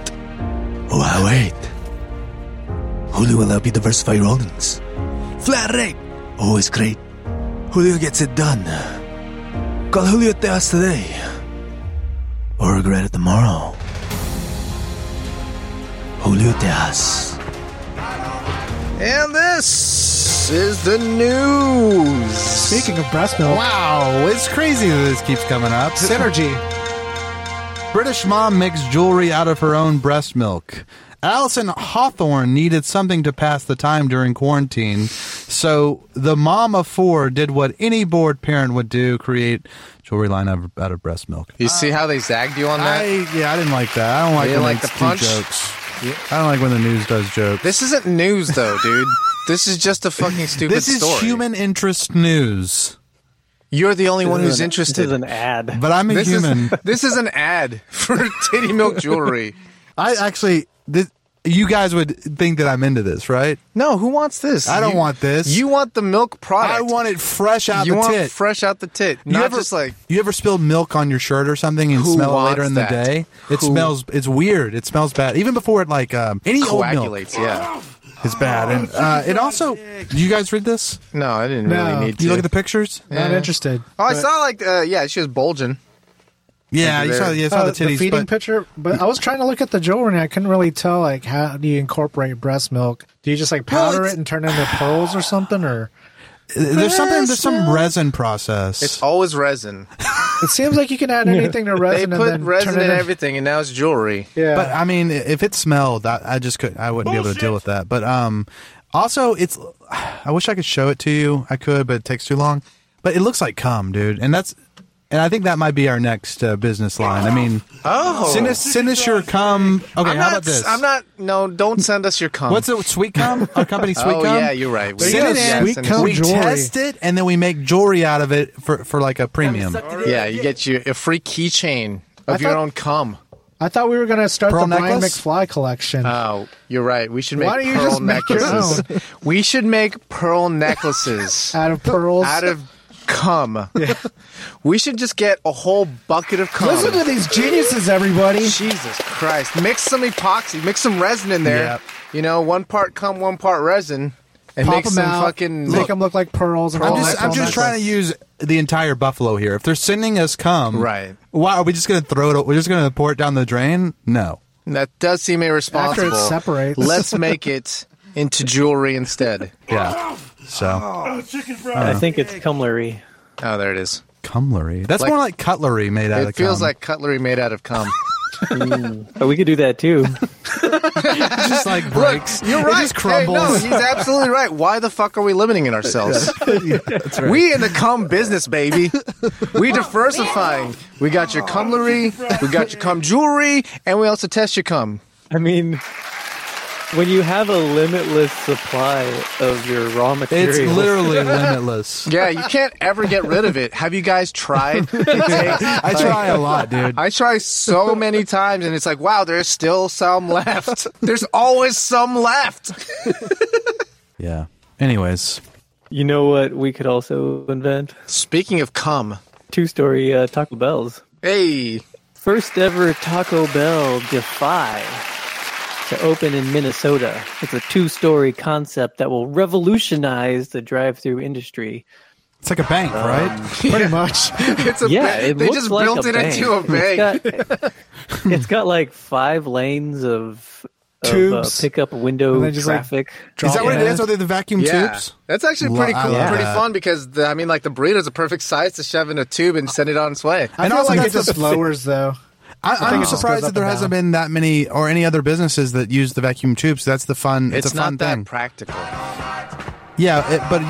S3: oh, I wait. Hulu will help you diversify your holdings. Flat rate, always Oh, great. Hulu gets it done. Call Julio Tejas today, or regret it tomorrow. Julio Tejas.
S1: And this is the news.
S4: Speaking of breast milk,
S2: wow, it's crazy that this keeps coming up.
S4: synergy.
S2: British mom makes jewelry out of her own breast milk. Allison Hawthorne needed something to pass the time during quarantine, so the mom of four did what any bored parent would do: create jewelry line out of, out of breast milk.
S1: you see how they zagged you on that?
S2: I yeah, I didn't like that. I don't like
S1: You
S2: when
S1: like
S2: they
S1: the
S2: do
S1: punch?
S2: jokes. I don't like when the news does jokes.
S1: this isn't news, though, dude. this is just a fucking stupid
S2: This is
S1: story.
S2: human interest news,
S1: You're the only one
S5: This is
S1: who's
S5: an-
S1: interested.
S5: This is an ad.
S2: but I'm a
S1: This is-
S2: human.
S1: this is an ad for titty milk jewelry.
S2: I actually, this, you guys would think that I'm into this, right?
S1: No, who wants this?
S2: I don't
S1: You-
S2: want this.
S1: You want the milk product.
S2: I want it fresh out
S1: you
S2: the
S1: want
S2: tit.
S1: fresh out the tit,
S2: you
S1: not
S2: ever,
S1: just like
S2: you ever spill milk on your shirt or something and
S1: Who
S2: smell it later
S1: wants
S2: in the
S1: that?
S2: day? It
S1: Who-
S2: smells. It's weird. It smells bad. Even before it like um, any old milk
S1: coagulates. Yeah.
S2: is bad.
S1: Oh,
S2: And uh, it also, do you guys read this?
S1: No, I didn't
S4: No.
S1: really need to.
S2: Do you look at the pictures?
S4: Not interested.
S1: oh, I saw like uh, yeah, she was bulging.
S2: Yeah, you saw, you saw
S4: Uh,
S2: the titties.
S4: feeding
S2: but
S4: picture, but I was trying to look at the jewelry and I couldn't really tell like how do you incorporate breast milk? Do you just like
S2: Well,
S4: powder
S2: it's-
S4: it and turn it into pearls or something? Or
S2: there's something. There's some resin process.
S1: It's always resin.
S4: it seems like you can add anything to
S1: They
S4: resin.
S1: put
S4: and then
S1: resin
S4: turn it
S1: in
S4: in-
S1: everything, and now it's jewelry.
S4: Yeah,
S2: But I mean, if it smelled, I, I just could, I wouldn't be able to deal with that. But um, also, it's. I wish I could show it to you. I could, but it takes too long. But it looks like cum, dude, and that's, and I think that might be our next uh, business line. I mean,
S1: Oh,
S2: send us, send us your cum. Okay,
S1: I'm
S2: how
S1: not.
S2: about this?
S1: I'm not. No, don't send us your cum.
S2: What's it? Sweet cum? Our company, sweet
S1: oh
S2: cum.
S1: yeah, you're right. We
S2: Send it
S1: yeah,
S2: in.
S4: Sweet
S1: send
S4: cum
S1: us-
S2: We
S4: Jewelry.
S2: test it, and then we make jewelry out of it for for like a premium.
S1: Yeah, you get you a free keychain of your
S4: thought-
S1: own cum.
S4: I thought we were gonna start
S2: Pearl
S4: the Brian
S2: necklace?
S4: McFly collection.
S1: Oh, you're right. We should make
S4: Why don't you
S1: pearl
S4: just make your
S1: necklaces. we should make pearl necklaces
S4: out of pearls.
S1: out of cum. We should just get a whole bucket of cum.
S4: Listen to these geniuses, everybody.
S1: Jesus Christ. Mix some epoxy, mix some resin in there,
S2: Yep.
S1: you know, one part cum, one part resin, and
S4: Pop
S1: make
S4: them
S1: some
S4: out,
S1: fucking.
S4: make them look like pearls. And
S2: I'm
S4: all
S2: just,
S4: that
S2: I'm
S4: all
S2: just
S4: that
S2: trying to
S4: stuff.
S2: use the entire buffalo here. If they're sending us cum,
S1: Right.
S2: Why are we just going to throw it? We're just going to pour it down the drain? No.
S1: That does seem irresponsible.
S4: After it separates.
S1: let's make it into jewelry instead.
S2: Yeah. So
S5: I
S1: uh,
S5: think it's cumlery.
S1: Oh, there it is.
S2: cumlery. That's
S1: Like-
S2: more like cutlery made out
S1: It
S2: of.
S1: feels
S2: cum.
S1: like cutlery made out of cum.
S5: But we could do that too.
S2: It just like breaks.
S1: You're
S2: It
S1: right.
S2: just crumbles.
S1: Hey, no, he's absolutely right. Why the fuck are we limiting ourselves? We in the cum business, baby. We diversifying. We got your cumlery, we got your cum jewelry, and we also test your cum.
S5: I mean, when you have a limitless supply of your raw material,
S2: It's literally limitless.
S1: Yeah, you can't ever get rid of it. Have you guys tried? It takes-
S2: I try a lot, dude.
S1: I try so many times, and it's like, wow, there's still some left. There's always some left.
S2: Yeah. Anyways,
S5: you know what we could also invent?
S1: Speaking of cum,
S5: Two-story uh, Taco Bells.
S1: hey,
S5: First ever Taco Bell Defy to open in Minnesota. It's a two-story concept that will revolutionize the drive-through industry.
S2: it's like a bank,
S1: Uh,
S2: right?
S4: pretty much.
S1: it's a
S5: Yeah,
S1: ba-
S5: it
S1: they
S5: looks
S1: just
S5: like
S1: built
S5: a
S1: it
S5: bank.
S1: into a
S5: It's
S1: bank.
S5: got, it's got like five lanes of, of uh,
S4: Tubes.
S5: pickup window
S4: And they just, like,
S5: traffic.
S2: Is that what it
S4: Yeah.
S2: is? Are they the vacuum
S1: Yeah,
S2: tubes?
S1: that's actually
S2: Lo-
S1: pretty
S2: I
S1: cool,
S2: love
S1: pretty
S2: that.
S1: fun because the, I mean, like the burrito's a perfect size to shove in a tube and send it on its way.
S4: I
S2: And
S4: feel
S2: also
S4: like it
S2: that's
S4: just
S2: the-
S4: lowers though.
S2: I, I'm
S4: it just
S2: surprised
S4: goes
S2: that
S4: up
S2: there
S4: and
S2: hasn't been that many or any other businesses that use the vacuum tubes. That's the fun. It's,
S1: It's,
S2: a
S1: not
S2: fun
S1: that
S2: thing.
S1: practical.
S2: yeah, it, but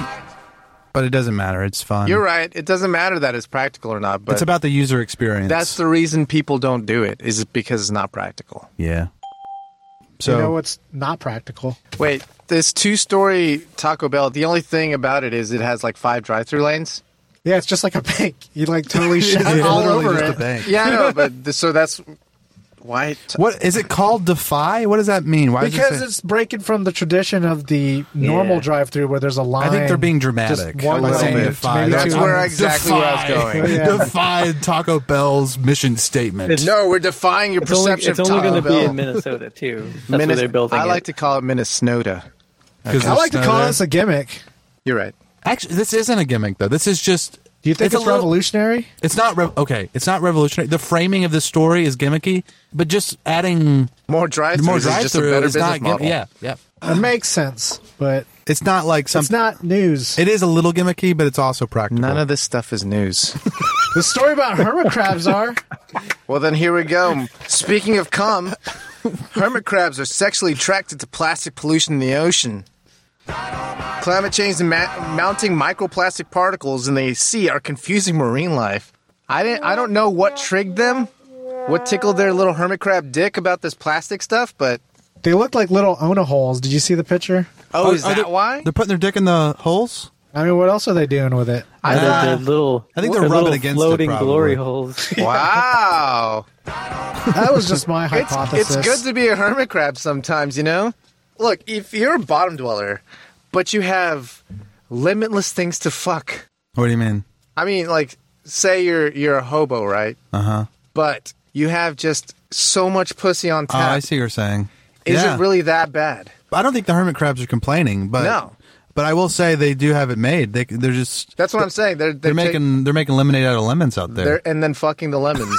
S2: but it doesn't matter. It's fun.
S1: You're right. It doesn't matter that it's practical or not, but
S2: It's about the user experience.
S1: that's the reason people don't do it is because it's not practical.
S2: yeah. So
S4: you know what's not practical?
S1: Wait, this two-story Taco Bell. The only thing about it is it has like five drive-through lanes.
S4: Yeah, it's just like a bank. You like totally shit
S2: it's
S4: all
S2: literally
S4: over
S2: just
S4: it.
S2: a bank.
S1: Yeah, I know, but th- so that's why. t-
S2: What is it called? Defy? What does that mean? Why? does it
S4: Because
S2: say-
S4: it's breaking from the tradition of the normal
S5: Yeah.
S4: drive-through where there's a line.
S2: I think they're being
S4: Just
S2: dramatic
S4: one
S1: little
S2: by
S4: lane,
S2: saying
S1: bit.
S2: defy.
S4: maybe
S1: That's
S4: two
S1: where
S4: lanes.
S1: I- exactly where I was going.
S4: Yeah.
S2: Defy Taco Bell's mission statement.
S1: no, we're defying your
S5: It's only,
S1: perception
S5: it's only
S1: of Taco
S5: going to be
S1: Bell.
S5: in Minnesota too. That's
S1: Minnes-
S5: where they're building.
S1: I like
S5: it.
S1: to call it Minnesota.
S4: I like to call this a gimmick.
S1: You're right.
S2: Actually, this isn't a gimmick though. This is just.
S4: Do you think it's,
S2: a little-
S4: revolutionary?
S2: It's not rev okay. It's not revolutionary. The framing of this story is gimmicky, but just adding
S1: More drive-through.
S2: more
S1: is just a
S2: drive-through
S1: better
S2: is
S1: business
S2: not. Gim-
S1: model.
S2: yeah, yeah.
S4: It makes sense, but
S2: It's not like some.
S4: it's not news.
S2: Um, It is a little gimmicky, but it's also practical.
S1: None of this stuff is news.
S4: the story about hermit crabs are
S1: well, then here we go. Speaking of cum, hermit crabs are sexually attracted to plastic pollution in the ocean. Climate change and ma- mounting microplastic particles in the sea are confusing marine life. I didn't. I don't know what triggered them, what tickled their little hermit crab dick about this plastic stuff, but
S4: they look like little ona holes. Did you see the picture?
S1: oh, is
S2: Are
S1: that
S2: they-
S1: why?
S2: they're putting their dick in the holes?
S4: I mean, what else are they doing with it?
S5: I the, the little.
S2: Ah. I think they're
S5: the
S2: rubbing
S5: little
S2: against it,
S5: floating
S2: probably.
S5: glory holes.
S1: Wow.
S4: That was just my
S1: It's,
S4: hypothesis.
S1: it's good to be a hermit crab sometimes, you know? Look, if you're a bottom dweller, but you have limitless things to fuck.
S2: What do you mean?
S1: I mean, like, say you're you're a hobo, right? Uh
S2: Uh-huh.
S1: huh. But you have just so much pussy on
S2: Oh,
S1: tap.
S2: I see what you're saying.
S1: Is
S2: Yeah.
S1: it really that bad?
S2: I don't think the hermit crabs are complaining, but
S1: No.
S2: But I will say they do have it made. They they're just
S1: That's what I'm saying. They're
S2: they're
S1: they're, ta-
S2: making they're making lemonade out of lemons out there.
S1: they're and then fucking the lemons.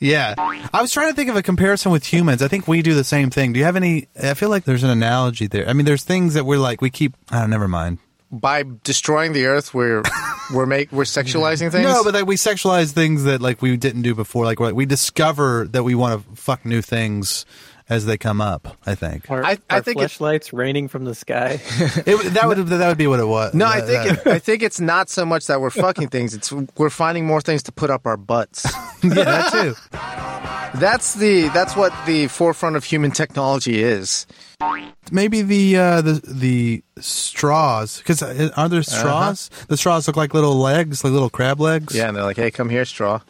S2: Yeah. I was trying to think of a comparison with humans. I think we do the same thing. Do you have any? I feel like there's an analogy there. I mean, there's things that we're like, we keep. Oh, never mind.
S1: By destroying the earth, we're we're make we're sexualizing things.
S2: No, but like we sexualize things that like we didn't do before. Like, we're, like we discover that we want to fuck new things as they come up. I think
S5: Are,
S1: I- I
S5: are
S1: think it-
S5: flashlights raining from the sky.
S2: it, that would that would be what it was.
S1: no, I
S2: That-
S1: think
S2: that-
S1: it, I think it's not so much that we're fucking things. It's we're finding more things to put up our butts.
S2: yeah, that too.
S1: That's the that's what the forefront of human technology is.
S2: Maybe the uh, the the straws because are there
S1: Uh-huh.
S2: straws? The straws look like little legs, like little crab legs.
S1: Yeah, and they're like, "Hey, come here, straw."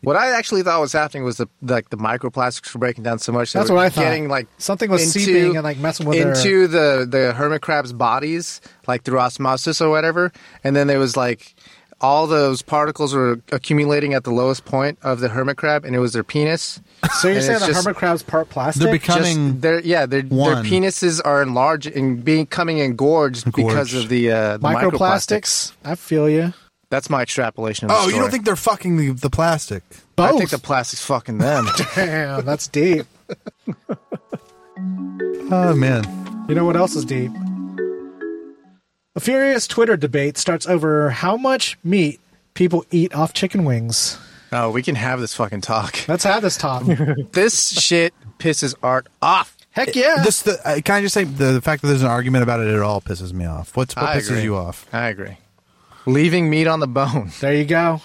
S1: What I actually thought was happening was the like the microplastics were breaking down so much. they
S4: That's
S1: were
S4: what I thought.
S1: Getting like
S4: Something was seeping and, like, messing with their-
S1: into the the hermit crabs' bodies, like through osmosis or whatever. And then there was like all those particles were accumulating at the lowest point of the hermit crab, and it was their penis.
S4: So you're
S1: And
S4: saying
S1: it's
S4: the
S1: just-
S4: hermit crab's part plastic?
S2: They're become- Coming
S1: Just their yeah, their their
S2: one.
S1: penises are enlarged and becoming engorged, because
S2: Engorged.
S1: of the, uh, the microplastics.
S4: microplastics. I feel you.
S1: That's my extrapolation. Of the
S2: Oh, you
S1: story.
S2: don't think they're fucking the, the plastic?
S4: Both.
S1: I think the plastic's fucking them.
S4: Damn, that's deep.
S2: Oh man,
S4: You know what else is deep? A furious Twitter debate starts over how much meat people eat off chicken wings.
S1: no, Oh, we can have this fucking talk.
S4: Let's have this talk.
S1: This shit pisses art off.
S4: Heck yeah.
S2: this the, uh, can I just say the, the fact that there's an argument about it at all pisses me off. What's what
S1: I
S2: pisses
S1: agree.
S2: you off?
S1: I agree. Leaving meat on the bone.
S4: there you go.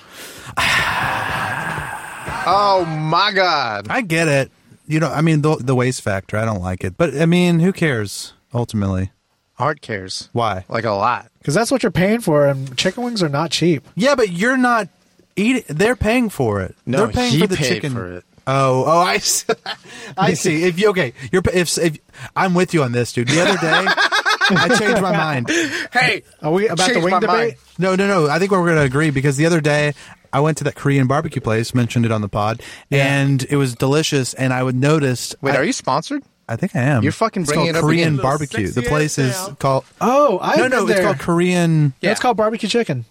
S1: Oh my god.
S2: I get it. You know, I mean the the waste factor. I don't like it, but I mean, who cares ultimately?
S1: Art cares.
S2: Why?
S1: Like a lot.
S4: Because that's what you're paying for, and chicken wings are not cheap.
S2: Yeah, but you're not eating. They're paying for it.
S1: No,
S2: they're paying
S1: he
S2: for the
S1: paid
S2: chicken.
S1: for it.
S2: Oh, oh, I, s- I see. If you okay, you're pa- if, if I'm with you on this, dude. The other day, I changed my mind.
S1: Hey,
S4: Are we about the
S1: Changed
S4: wing
S1: my
S4: debate?
S1: mind.
S2: No, no, no. I think we're going to agree because the other day I went to that Korean barbecue place, mentioned it on the pod, and it was delicious. And I would noticed.
S1: wait,
S2: I,
S1: are you sponsored?
S2: I think I am.
S1: You're fucking
S2: it's
S1: bringing
S2: called
S1: it up
S2: Korean
S1: again.
S2: barbecue. The place is called.
S4: Oh, I
S2: no, no,
S4: there.
S2: it's called Korean.
S4: No, it's called barbecue chicken.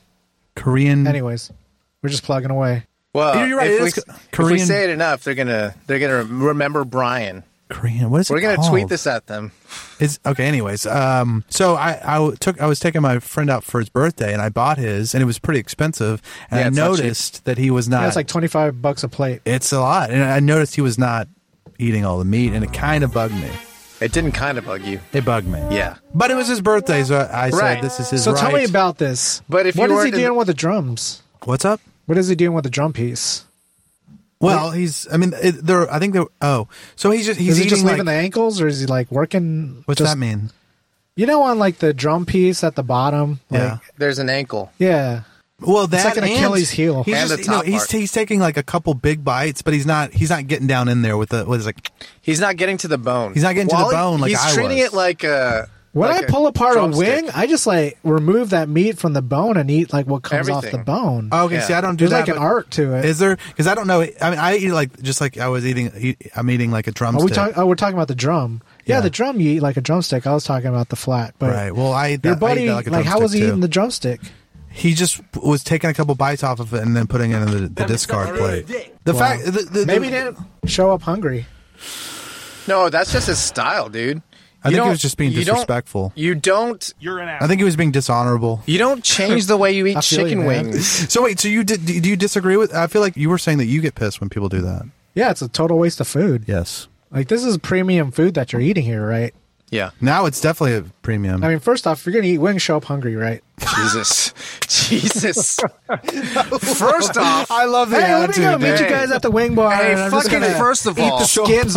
S2: Korean.
S4: Anyways, we're just plugging away.
S1: Well,
S2: You're right,
S1: If,
S2: it
S1: we,
S2: is
S1: if we
S2: Korean-
S1: say it enough, they're gonna they're gonna remember Brian.
S2: Korean. What is it
S1: We're gonna
S2: called?
S4: Oh.
S1: tweet this at them.
S2: It's okay. Anyways, um, so I, I w- took I was taking my friend out for his birthday, and I bought his, and it was pretty expensive. And
S1: Yeah,
S2: I
S1: it's not cheap.
S2: noticed that he was not.
S4: Yeah, it's like 25 bucks a plate.
S2: it's a lot, and I noticed he was not eating all the meat, and it kind of bugged me.
S1: It didn't kind of bug you,
S2: It bugged me.
S1: yeah.
S2: but it was his birthday, so I, I
S1: Right.
S2: said this is his.
S4: So tell
S2: right."
S4: me about this.
S1: But if
S4: what
S1: you
S4: is he
S1: weren't in-
S4: doing with the drums?
S2: what's up.
S4: What is he doing with the drum piece?
S2: Well, he's. I mean, it, there. I think there. Oh, so he's just. He's
S4: Is he
S2: eating,
S4: just
S2: like,
S4: leaving the ankles, or is he like working?
S2: What's
S4: just-
S2: that mean?
S4: You know, on like the drum piece at the bottom. Like,
S1: There's an ankle.
S4: yeah.
S2: Well, that
S4: like an
S2: and-
S4: Achilles heel.
S2: He's
S1: And
S2: just,
S1: the
S2: you know,
S1: top
S2: he's,
S1: part.
S2: he's taking like a couple big bites, but he's not. He's not getting down in there with the. What is it?
S1: He's not getting to the bone.
S2: He's not getting to the
S1: Wally-
S2: bone like
S1: he's
S2: I
S1: treating
S2: was.
S1: it like a.
S4: When
S1: like
S4: I pull apart a
S1: drumstick.
S4: wing, I just like remove that meat from the bone and eat like what comes off the
S1: Everything.
S4: bone.
S2: Oh, okay,
S1: Yeah.
S2: see, I don't do
S4: There's
S2: that.
S4: like an
S2: but-
S4: art to it.
S2: Is there? Because I don't know. I mean, I eat like just like I was eating. eat- I'm eating like a
S4: Are
S2: drumstick.
S4: we talking? Oh, we're talking about the drum. Yeah,
S2: Yeah.
S4: the drum you eat like a drumstick. I was talking about the flat, but
S2: right. Well, I ate that,
S4: oh, your
S2: I
S4: buddy,
S2: ate that
S4: like,
S2: a
S4: how was he
S2: drumstick,
S4: eating
S2: too.
S4: the drumstick?
S2: He just was taking a couple bites off of it and then putting it in the, the discard plate. The fact, the, the,
S4: Maybe he
S2: the,
S4: didn't show up hungry.
S1: No, that's just his style, dude.
S2: I
S1: You
S2: think he
S1: don't-
S2: was just being
S1: you don't-
S2: disrespectful.
S1: You don't.
S2: I think he was being dishonorable.
S1: You don't change the way you eat
S4: I feel you,
S1: chicken
S4: man.
S1: wings.
S2: So wait, so you did? Do you disagree with? I feel like you were saying that you get pissed when people do that.
S4: Yeah, it's a total waste of food.
S2: Yes.
S4: Like this is premium food that you're eating here, right?
S1: Yeah.
S2: Now it's definitely a premium.
S4: I mean, first off, if you're gonna eat wings, show up hungry, right?
S1: Jesus. Jesus. First off,
S2: I love the
S4: Hey, let me
S2: attitude.
S4: go meet
S2: dude.
S4: you guys at the wing bar.
S1: Hey,
S4: and I'm just
S1: fucking
S4: gonna
S1: first of
S4: eat
S1: all-
S4: the skins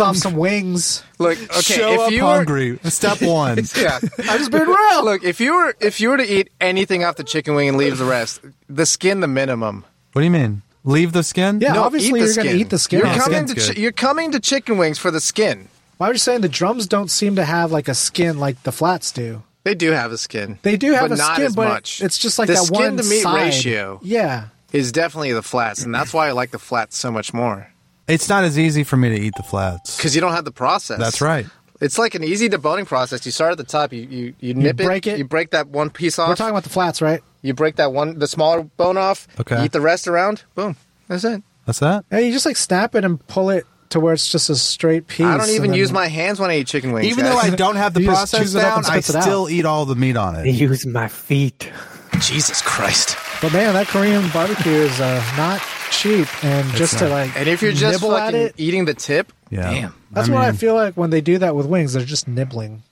S4: off some wings.
S1: look. Okay,
S2: Show
S1: if
S2: up
S1: you were-
S2: hungry. Step one.
S1: yeah, I just been real. Look, if you were if you were to eat anything off the chicken wing and leave the rest, the skin the minimum.
S2: What do you mean? Leave the skin?
S4: Yeah,
S1: No,
S4: obviously
S1: eat the
S4: you're gonna
S1: skin.
S4: eat the skin.
S1: You're
S2: Yeah,
S1: coming
S2: skin's
S1: to
S2: good.
S1: chi- you're coming to chicken wings for the skin.
S4: Well, I was saying the drums don't seem to have like a skin like the flats do.
S1: They do have a skin.
S4: They do have
S1: but
S4: a
S1: not
S4: skin,
S1: as
S4: but
S1: much.
S4: it's just like
S1: the
S4: that
S1: skin
S4: one
S1: to meat
S4: side.
S1: ratio
S4: Yeah,
S1: is definitely the flats, and that's why I like the flats so much more
S2: It's not as easy for me to eat the flats.
S1: because you don't have the process.
S2: That's right.
S1: It's like an easy deboning process. You start at the top, you you, you nip
S4: break it.
S1: you break that one piece
S4: we're
S1: off,
S4: talking about the flats, right?
S1: you break that one the smaller bone off,
S2: Okay.
S1: you eat the rest around, boom, that's it.
S2: That's that?
S4: Yeah, you just like snap it and pull it to where it's just a straight piece.
S1: I don't even
S4: and
S1: use
S4: then-
S1: my hands when I eat chicken wings.
S2: Even
S1: guys.
S2: though I don't have the
S4: You just
S2: process
S4: chews it up
S2: down,
S4: and
S2: I
S4: spits it out.
S2: still eat all the meat on
S5: I
S2: it.
S5: use my feet.
S1: Jesus Christ.
S4: But man, that Korean barbecue is uh, not cheap, and just to
S2: not.
S4: like
S1: And if you're just
S4: nibble at
S1: fucking
S4: it,
S1: eating the tip,
S2: Yeah.
S1: damn.
S4: that's what I feel like when they do that with wings. They're just nibbling.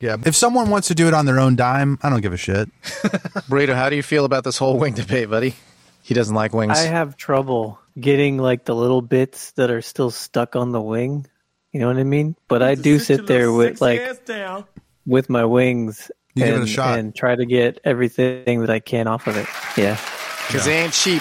S2: Yeah. If someone wants to do it on their own dime, I don't give a shit.
S1: Burrito, how do you feel about this whole wing debate, buddy? He doesn't like wings.
S5: I have trouble getting like the little bits that are still stuck on the wing. You know what I mean? But I do sit there with like with my wings
S2: You
S5: and,
S2: give it a shot.
S5: and try to get everything that I can off of it. Yeah.
S1: Because they ain't cheap.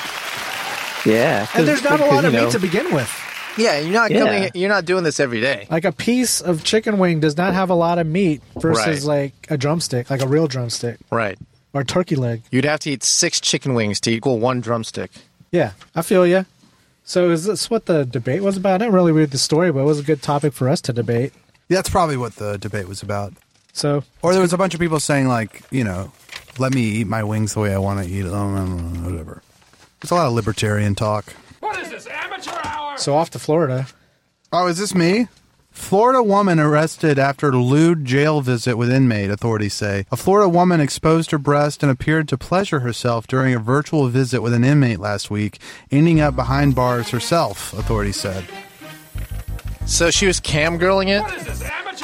S5: Yeah.
S4: And there's not a
S5: because,
S4: lot of
S5: you know,
S4: meat to begin with.
S1: Yeah, you're not
S5: Yeah.
S1: coming you're not doing this every day.
S4: Like a piece of chicken wing does not have a lot of meat versus
S1: Right.
S4: like a drumstick, like a real drumstick.
S1: Right.
S4: or turkey leg.
S1: You'd have to eat six chicken wings to equal one drumstick.
S4: Yeah, I feel you. So is this what the debate was about? I didn't really read the story, but it was a good topic for us to debate.
S2: That's probably what the debate was about.
S4: So
S2: Or there was a bunch of people saying like, you know, let me eat my wings the way I want to eat them, whatever. There's a lot of libertarian talk.
S4: so off to Florida.
S2: Oh, is this me? Florida woman arrested after lewd jail visit with inmate, authorities say. A Florida woman exposed her breast and appeared to pleasure herself during a virtual visit with an inmate last week, ending up behind bars herself, authorities said.
S1: So she was camgirling it?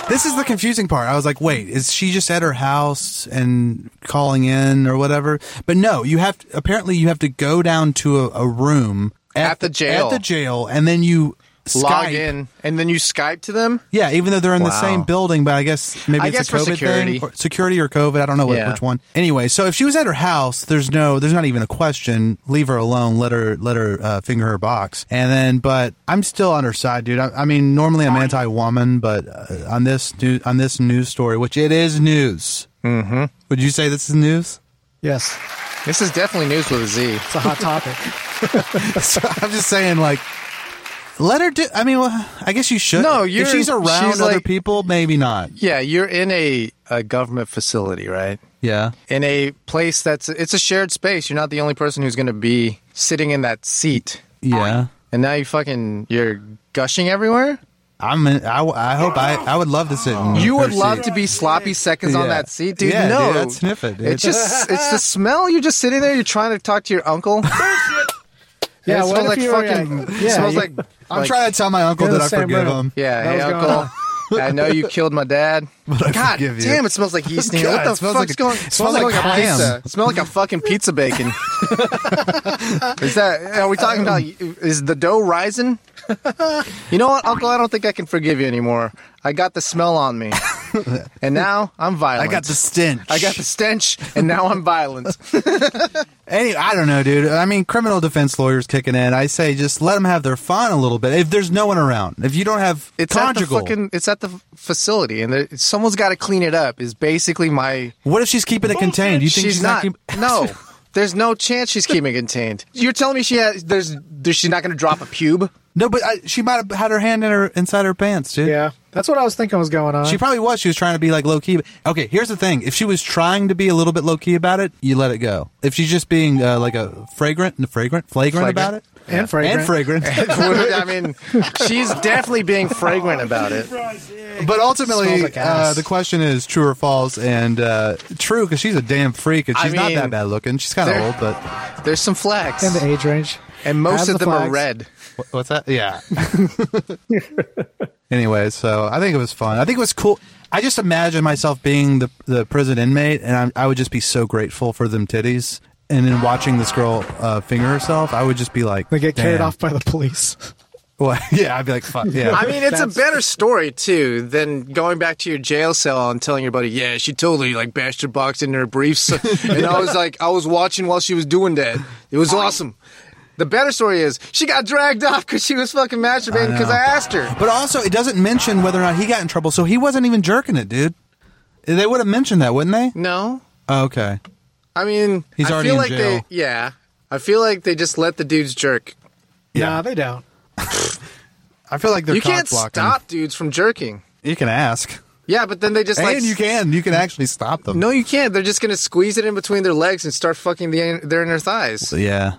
S2: This is the confusing part. I was like, wait, is she just at her house and calling in or whatever? But no, you have to, apparently you have to go down to a, a room
S1: At the jail.
S2: at the jail, and then you Skype.
S1: Log in. And then you Skype to them?
S2: Yeah, even though they're in the
S1: Wow.
S2: same building, but I guess maybe
S1: I
S2: it's
S1: guess
S2: a
S1: for
S2: COVID
S1: security.
S2: thing, or security or COVID. I don't know what,
S1: Yeah.
S2: which one. Anyway, so if she was at her house, there's no, there's not even a question. Leave her alone. Let her, let her uh, finger her box. And then, but I'm still on her side, dude. I, I mean, normally I'm anti-woman, but uh, on this new, on this news story, which it is news. Mm-hmm. Would you say this is news?
S4: Yes,
S1: This is definitely news with a Z.
S4: it's a hot topic.
S2: So I'm just saying, like. Let her do. I mean, well, I guess you should.
S1: No,
S2: if
S1: you're-
S2: she's around
S1: she's
S2: other
S1: like-
S2: people, maybe not.
S1: Yeah, you're in a, a government facility, right?
S2: Yeah.
S1: In a place that's it's a shared space. You're not the only person who's going to be sitting in that seat.
S2: Yeah.
S1: And now you fucking you're gushing everywhere.
S2: I'm. In, I, w- I hope I. I would love to sit. In
S1: You would
S2: her
S1: love
S2: seat.
S1: to be sloppy seconds on
S2: Yeah.
S1: that seat, dude.
S2: Oh, Yeah,
S1: no,
S2: dude, I'd sniff it, dude.
S1: It's just it's the smell. You're just sitting there. You're trying to talk to your uncle.
S4: Yeah,
S1: it
S4: what
S1: smells
S4: if
S1: like
S4: you were,
S1: fucking.
S4: like-
S1: it
S4: yeah,
S1: smells
S4: you-
S1: like.
S2: I'm
S1: like,
S2: trying to tell my uncle
S4: You're
S2: that
S4: the
S2: I
S4: same
S2: forgive
S4: room.
S2: him.
S1: Yeah,
S4: That
S1: hey
S4: was going
S1: uncle. I know you killed my dad.
S2: I
S1: God
S2: forgive you.
S1: damn, it smells like yeast. Neil.
S2: God,
S1: what the
S2: it smells
S1: fuck's
S2: like a-
S1: going?
S2: it smells like
S1: a
S2: ham.
S1: pizza. It smells like a fucking pizza bacon. is that? Are we talking about? Is the dough rising? You know what, Uncle? I don't think I can forgive you anymore. I got the smell on me, and now I'm
S2: I
S1: violent.
S2: got the stench.
S1: I got the stench, and now I'm violent.
S2: Any, I don't know, dude. I mean, criminal defense lawyers kicking in. I say just let them have their fun a little bit. If there's no one around, if you don't have
S1: It's
S2: conjugal,
S1: at the fucking. It's at the facility, and there, someone's got to clean it up. Is basically my
S2: what if she's keeping it contained? You think she's, not? keep-
S1: no, there's no chance she's keeping it contained. You're telling me she has? There's? there's she's not going to drop a pube?
S2: no, but I, she might have had her hand in her inside her pants, dude.
S4: Yeah, that's what I was thinking was going on.
S2: She probably was. She was trying to be like low key. Okay, here's the thing: if she was trying to be a little bit low key about it, you let it go. If she's just being uh, like a fragrant, fragrant, flagrant, about it,
S4: and fragrant.
S2: and fragrant.
S1: I mean, she's definitely being fragrant about it.
S2: But ultimately,
S4: Smells like
S2: uh,
S4: ass.
S2: the question is true or false, and uh, true because she's a damn freak and
S1: I
S2: she's not
S1: mean,
S2: that bad looking. She's kind of
S1: there-
S2: old, but
S1: There's some flags,
S4: in
S1: and,
S4: the age range.
S1: most
S4: Have
S1: of
S4: the
S1: them are
S4: flags.
S1: red.
S2: Wh- what's that? Yeah. anyway, so I think it was fun. I think it was cool. I just imagine myself being the the prison inmate, and I'm, I would just be so grateful for them titties. And then watching this girl uh, finger herself, I would just be like,
S4: They get carried
S2: "Damn."
S4: off by the police.
S2: Well, yeah, I'd be like, fuck, yeah.
S1: I mean, it's a
S4: That's-
S1: better story too than going back to your jail cell and telling your buddy, "Yeah, she totally like bashed her box in her briefs," and I was like, I was watching while she was doing that. It was awesome. The better story is she got dragged off because she was fucking masturbating because I, asked her.
S2: But also, it doesn't mention whether or not he got in trouble, so he wasn't even jerking it, dude. They would have mentioned that, wouldn't they?
S1: No,
S2: Oh, okay.
S1: I mean,
S2: He's
S1: I
S2: already
S1: feel
S2: in
S1: like
S2: jail.
S1: they, yeah, I feel like they just let the dudes jerk.
S2: Yeah.
S4: Nah, they don't.
S2: I feel like they're
S1: you can't
S2: cock blocking.
S1: stop dudes from jerking.
S2: You can ask,
S1: Yeah, but then they just like
S2: and you can. You can actually stop them.
S1: no, you can't. They're just gonna squeeze it in between their legs and start fucking the, their inner thighs.
S2: Yeah.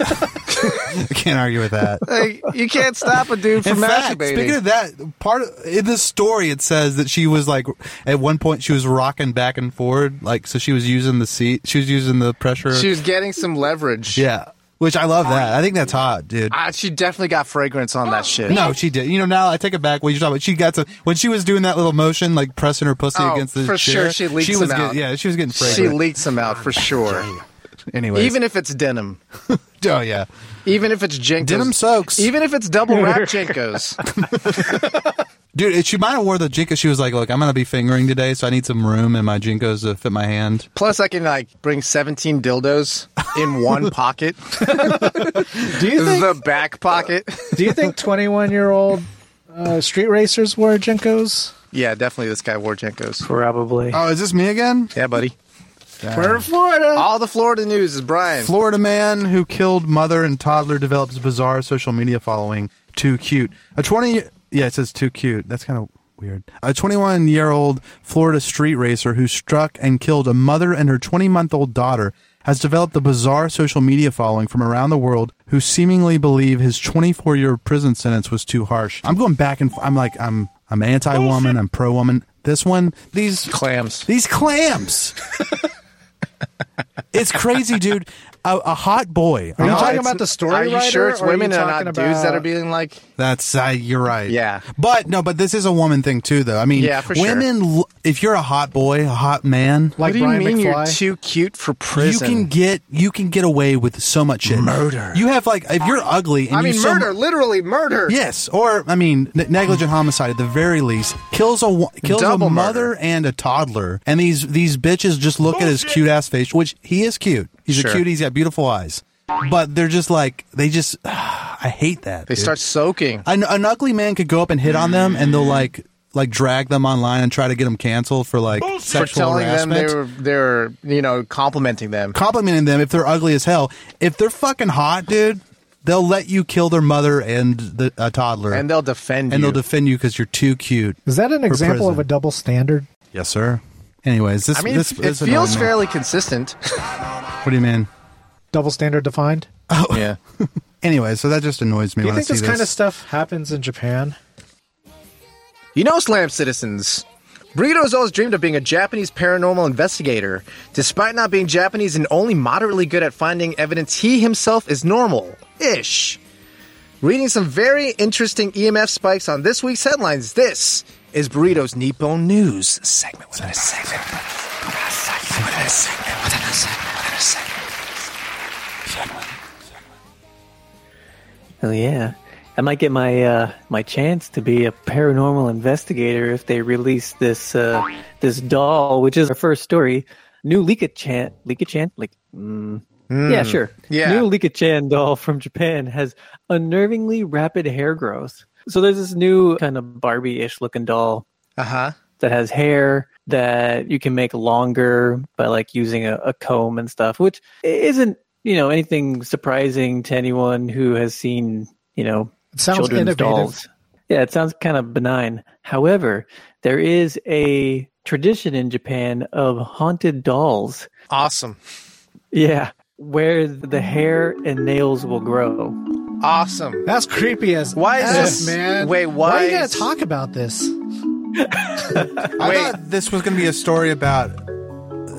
S2: I can't argue with that.
S1: Like you can't stop a dude
S2: In
S1: from
S2: fact,
S1: masturbating.
S2: speaking of that, part of, in the story it says that she was like at one point she was rocking back and forward, like so she was using the seat, she was using the pressure.
S1: she was getting some leverage.
S2: yeah, which I love that. I think that's hot, dude.
S1: Ah, she definitely got fragrance on that shit.
S2: No, she did. You know, now I take it back. What you're talking about? She got some when she was doing that little motion, like pressing her pussy
S1: Oh,
S2: against the
S1: for
S2: chair.
S1: sure she leaked
S2: was
S1: them
S2: get-
S1: out.
S2: yeah, she was getting
S1: she
S2: fragrant.
S1: leaks them out for sure.
S2: anyway,
S1: Even if it's denim,
S2: oh yeah,
S1: even if it's Jenkos,
S2: Denim soaks.
S1: even if it's double wrap Jenkos.
S2: dude, it- she might have wore the jinko. She was like, "Look, I'm gonna be fingering today, so I need some room in my jinkos to fit my hand."
S1: Plus, I can like bring seventeen dildos in one pocket,
S4: Do you think?
S1: the back pocket.
S4: do you think twenty-one-year-old uh, street racers wear jinkos?
S1: Yeah, definitely. This guy wore Jenkos.
S5: Probably.
S2: Oh, is this me again?
S1: Yeah, buddy.
S4: We're in Florida.
S1: All the Florida news is Brian.
S2: Florida man who killed mother and toddler develops bizarre social media following. Too cute. A 20 yeah, it says too cute. That's kind of weird. A 21-year-old Florida street racer who struck and killed a mother and her 20-month-old daughter has developed a bizarre social media following from around the world who seemingly believe his 24-year prison sentence was too harsh. I'm going back and f- I'm like I'm I'm anti-woman, I'm pro-woman. This one, these
S7: Clams.
S2: these clams. it's crazy, dude. A, a hot boy.
S4: Are you
S1: No,
S4: talking
S1: it's-
S4: about the story
S1: Are you
S4: writer,
S1: sure it's
S4: or are you
S1: women and not
S4: talking
S1: dudes that
S4: about-
S1: are being like?
S2: That's uh, you're right.
S1: Yeah.
S2: but no, but this is a woman thing too, though. I mean,
S1: Yeah, for sure.
S2: women. l- If you're a hot boy, a hot man,
S4: Like
S1: what do you
S4: Brian
S1: mean you're
S4: McFly.
S1: too cute for
S2: you
S1: prison?
S2: can get you can get away with so much shit. Murder. You have like if you're ugly. And
S1: I
S2: you
S1: mean,
S2: so-
S1: murder, literally murder.
S2: Yes, or I mean, n- negligent homicide at the very least kills a wo- kills
S1: Double
S2: a mother
S1: murder.
S2: and a toddler, and these these bitches just look at his cute ass face, which he is cute. He's
S1: Sure.
S2: a cutie. He's got beautiful eyes, but they're just like they just. I hate that.
S1: They
S2: dude.
S1: start soaking.
S2: An, an ugly man could go up and hit on them, and they'll like like drag them online and try to get them canceled for like
S1: For
S2: sexual
S1: telling them
S2: harassment.
S1: they were they were you know complimenting them.
S2: complimenting them if they're ugly as hell. If they're fucking hot, dude, they'll let you kill their mother and the a toddler,
S1: And they'll defend you.
S2: and they'll defend you because you're too cute.
S4: Is that an example of
S2: prison.
S4: a double standard?
S2: Yes, sir. Anyways, this
S1: I mean,
S2: this,
S1: it,
S2: this
S1: it
S2: annoyed
S1: feels
S2: me.
S1: fairly consistent.
S2: What do you mean?
S4: Double standard defined?
S1: yeah.
S2: Anyway, so that just annoys me.
S4: Do you
S2: when
S4: think
S2: I
S4: this
S2: see
S4: kind of stuff happens in Japan?
S1: You know, Slam Citizens. Burrito has always dreamed of being a Japanese paranormal investigator, despite not being Japanese and only moderately good at finding evidence he himself is normal ish. Reading some very interesting EMF spikes on this week's headlines, this is Burrito's Nippon News segment within a segment. Within a segment. Within a segment. Within a segment.
S5: Oh yeah, I might get my uh, my chance to be a paranormal investigator if they release this uh, this doll, which is our first story. New Lika Chan, Lika Chan, like mm, yeah, sure,
S1: Yeah.
S5: New Lika Chan doll from Japan has unnervingly rapid hair growth. So there's this new kind of Barbie-ish looking doll
S1: Uh huh.
S5: that has hair that you can make longer by like using a, a comb and stuff, which isn't you know anything surprising to anyone who has seen you know
S4: It sounds
S5: children's
S4: innovative.
S5: dolls. Yeah, it sounds kind of benign. However, there is a tradition in Japan of haunted dolls.
S1: Awesome.
S5: Yeah, where the hair and nails will grow.
S1: Awesome.
S4: That's creepy as
S1: Why is
S4: F,
S1: this-
S4: man?
S1: wait, why
S4: are you gonna
S1: is-
S4: talk about this?
S2: I
S1: Wait.
S2: thought this was going to be a story about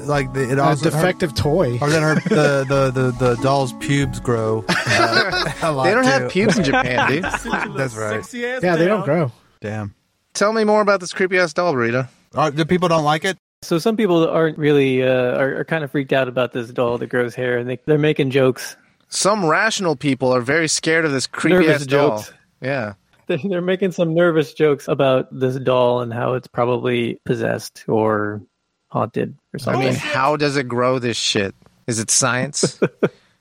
S2: like the,
S1: Oh,
S2: it
S4: A
S2: also
S4: defective toy.
S2: Or that her the, the, the, the doll's pubes grow. uh, a lot
S1: They don't have
S2: too.
S1: pubes in Japan, dude.
S2: That's right.
S4: Yeah, they don't grow.
S2: Damn.
S1: Tell me more about this creepy ass doll, Burrito.
S2: Are, the people don't like it.
S5: So some people aren't really uh, are, are kind of freaked out about this doll that grows hair, and they, they're making jokes.
S1: some rational people are very scared of this creepy
S5: Nervous
S1: ass doll.
S5: jokes.
S1: Yeah.
S5: They- They're making some nervous jokes about this doll and how it's probably possessed or haunted or
S1: I
S5: something.
S1: mean, how does it grow this shit? Is it science?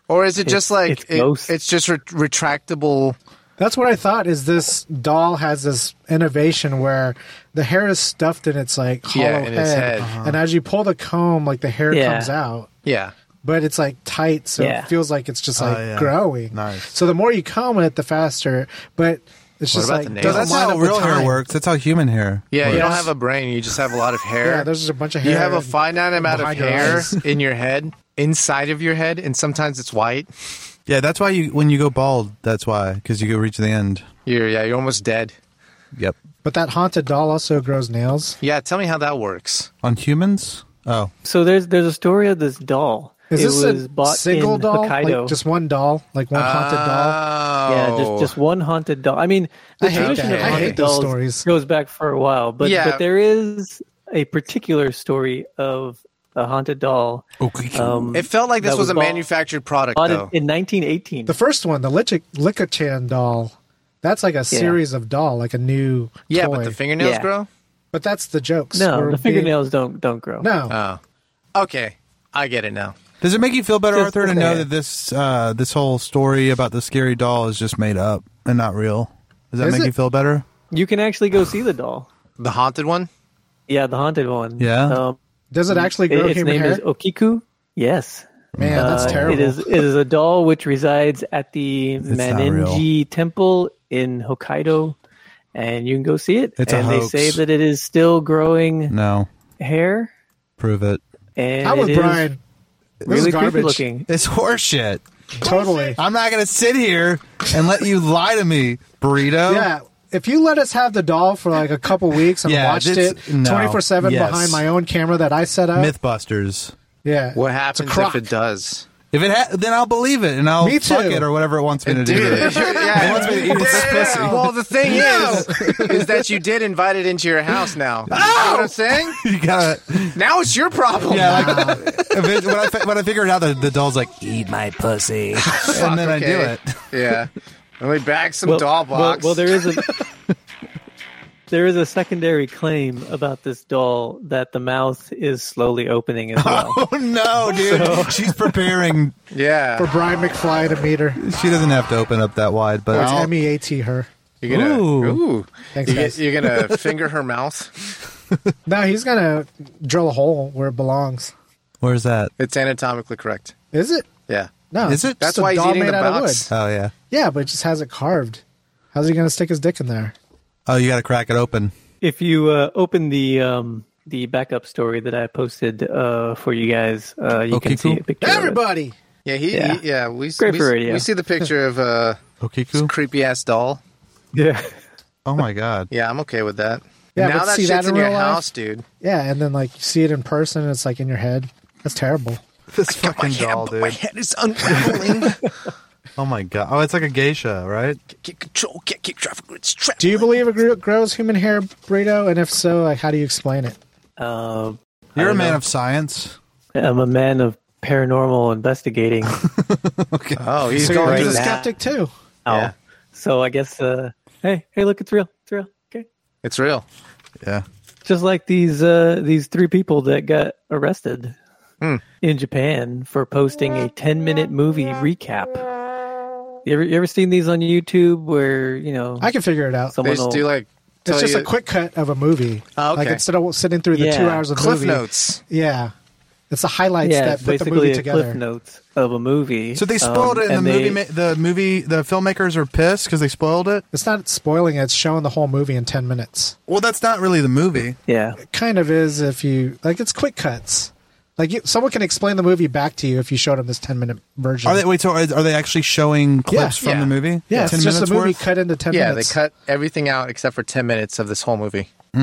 S1: or is it just like
S5: it's
S1: it-
S5: ghosts.
S1: it's just re- retractable?
S4: That's what I thought. Is this doll has this innovation where the hair is stuffed in its like hollow
S1: Yeah, in
S4: head,
S1: its head.
S4: and as you pull the comb, like the hair
S5: Yeah.
S4: comes out,
S1: Yeah.
S4: but it's like tight, so
S5: Yeah.
S4: it feels like it's
S1: Oh,
S4: just like
S2: yeah.
S4: growing.
S2: Nice.
S4: So the more you comb it, the faster. But it's just
S1: about
S4: like
S1: the nails?
S4: doesn't
S2: that's
S4: line
S2: how
S4: up with
S2: real hair
S4: time.
S2: works. That's how human hair.
S1: Yeah, you
S2: works.
S1: don't have a brain, you just have a lot of hair.
S4: Yeah, there's just a bunch of hair.
S1: you have a
S4: and-
S1: finite amount of
S4: behind your
S1: hair
S4: eyes.
S1: in your head, inside of your head, and sometimes it's white.
S2: Yeah, that's why you when you go bald. That's why because you go reach the end.
S1: You're yeah, you're almost dead.
S2: Yep.
S4: But that haunted doll also grows nails.
S1: Yeah, tell me how that works.
S2: On humans. Oh,
S5: so there's there's a story of this doll.
S4: Is
S5: it
S4: this
S5: was
S4: a
S5: bought
S4: single
S5: in
S4: doll?
S5: Hokkaido.
S4: Like just one doll, like one haunted doll.
S5: yeah, just just one haunted doll. I mean, the
S4: I hate
S5: tradition
S4: that.
S5: of
S4: I
S5: haunted
S4: hate those
S5: dolls
S4: stories.
S5: goes back for a while, but
S1: Yeah.
S5: but there is a particular story of a haunted doll.
S2: okay.
S5: Um,
S1: It felt like this
S5: that
S1: was,
S5: was
S1: a
S5: bought-
S1: manufactured product
S5: bought in,
S1: though.
S5: in 1918.
S4: The first one, the Licha, Licka-chan doll, that's like a series of doll, like a new
S1: yeah,
S4: toy.
S1: but the fingernails
S5: Yeah.
S1: grow?
S4: But that's the jokes.
S5: no,
S4: We're
S5: the
S4: being-
S5: fingernails don't don't grow.
S4: No,
S1: Oh. Okay. I get it now.
S2: Does it make you feel better,
S5: Just-
S2: Arthur, to know
S5: okay.
S2: that this uh, this whole story about the scary doll is just made up and not real? Does that
S4: Is
S2: make
S4: it?
S2: you feel better?
S5: You can actually go see the doll.
S1: The haunted one?
S5: Yeah, the haunted one.
S2: Yeah?
S5: Um,
S4: Does it actually
S5: It-
S4: grow
S5: its
S4: human
S5: name
S4: hair?
S5: is Okiku. Yes.
S4: Man, that's
S5: Uh,
S4: terrible.
S5: It is, it is a doll which resides at the
S2: not real.
S5: Manenji Temple in Hokkaido, and you can go see it.
S2: It's a
S5: and
S2: hoax.
S5: they say that it is still growing
S2: No,
S5: hair.
S2: prove it.
S5: And
S4: I'm
S5: it
S4: with
S5: is
S4: Brian. This
S5: really
S4: is garbage.
S5: creepy looking.
S2: It's horseshit.
S4: Totally.
S2: I'm not gonna sit here and let you lie to me, burrito.
S4: Yeah. If you let us have the doll for like a couple weeks and
S2: Yeah,
S4: watched
S2: this-
S4: it
S2: no.
S4: 24 7
S2: Yes.
S4: behind my own camera that I set up,
S2: MythBusters.
S4: yeah.
S1: What
S4: It's a
S1: happens
S4: crock.
S1: if it does?
S2: If it ha- then I'll believe it and I'll
S4: Me
S2: fuck
S4: too.
S2: it or whatever it wants me to do.
S1: yeah.
S2: It wants me to eat this pussy.
S1: Well, the thing is, is that you did invite it into your house now. You know what I'm saying?
S2: You gotta,
S1: Now it's your problem.
S2: Oh! yeah. Like, if it- when I fi- when I figured out that the doll's like eat my pussy, and then I do
S1: okay.
S2: it.
S1: Yeah. Let me bag some
S5: Well,
S1: doll
S5: well-
S1: box.
S5: well, there is a there is a secondary claim about this doll that the mouth is slowly opening as well.
S2: Oh no, dude! She's preparing.
S1: yeah.
S4: For Brian McFly to meet her.
S2: She doesn't have to open up that wide, but
S4: It's
S2: I'll-
S4: M E A T her.
S1: You're gonna,
S2: Ooh.
S1: ooh.
S4: Thanks,
S1: You,
S4: guys.
S1: are gonna finger her mouth.
S4: No, he's going to drill a hole where it belongs.
S2: where's that?
S1: It's anatomically correct.
S4: Is it?
S1: Yeah.
S4: No.
S2: Is it?
S4: It's
S1: That's
S4: a
S1: why he's
S4: doll
S1: eating
S4: made
S1: the
S4: out of
S1: box.
S4: wood.
S2: Oh yeah.
S4: Yeah, but it just has it carved. How's he going to stick his dick in there?
S2: Oh, you got to crack it open.
S5: if you uh, open the um, the backup story that I posted uh, for you guys, uh, you
S2: Okay,
S5: can see
S2: cool.
S5: a picture. of it.
S4: Everybody.
S1: Yeah. He.
S5: Yeah.
S1: Yeah. He, yeah we,
S5: Great
S1: we,
S5: for radio.
S1: we see the picture of uh,
S2: Okay,
S1: this creepy ass doll.
S5: yeah.
S2: Oh my god.
S1: Yeah, I'm okay with that.
S4: Yeah,
S1: now
S4: but
S1: that
S4: see
S1: shit's
S4: that
S1: in
S4: in
S1: your
S4: real life?
S1: house, dude.
S4: Yeah, and then like you see it in person, and it's like in your head. That's terrible.
S2: This fucking doll, dude.
S1: head is unraveling.
S2: Oh my god. Oh, it's like a geisha, right?
S1: get control. Get keep traffic. It's trapped.
S4: Do you believe it gr- grows human hair, burrito? And if so, like how do you explain it?
S5: Uh,
S2: You're a
S5: don't
S2: man
S5: know.
S2: of science.
S5: I'm a man of paranormal investigating.
S1: Oh, he's
S4: So
S1: going
S4: you're
S1: through
S4: a
S1: the.
S5: now.
S4: skeptic too.
S1: Yeah.
S5: Ow. So I guess, uh, hey, hey, look, it's real. It's real. Okay.
S1: It's real.
S2: Yeah.
S5: Just like these uh, these three people that got arrested in Japan for posting a 10 minute movie recap. You ever, you ever seen these on YouTube where, you know,
S4: I can figure it out.
S1: They
S5: someone
S1: just
S5: will,
S1: do like.
S4: It's
S1: tell
S4: just
S1: you-
S4: a quick cut of a movie.
S1: Oh, okay.
S4: Like instead of sitting through the
S5: Ah, Yeah.
S4: two hours of
S1: cliff
S4: movie,
S1: notes.
S4: Yeah, it's the highlights
S5: yeah,
S4: that
S5: it's
S4: put the
S5: basically
S4: movie
S5: a cliff
S4: together.
S5: notes of a movie.
S2: So they spoiled
S5: Um,
S2: it, and
S5: and
S2: the
S5: they-
S2: movie, ma- the movie, the filmmakers are pissed because they spoiled it.
S4: It's not spoiling; it, it's showing the whole movie in ten minutes.
S2: Well, that's not really the movie.
S5: yeah.
S4: It kind of is if you like. It's quick cuts. Like you, someone can explain the movie back to you if you showed them this ten minute version.
S2: Are they? Wait, so are, are they actually showing clips from
S1: Yeah.
S2: the movie?
S4: yeah, it's just a
S2: minutes
S4: movie
S2: worth?
S4: cut into ten
S1: Yeah,
S4: minutes.
S1: they cut everything out except for ten minutes of this whole movie.
S5: Yeah.
S2: I,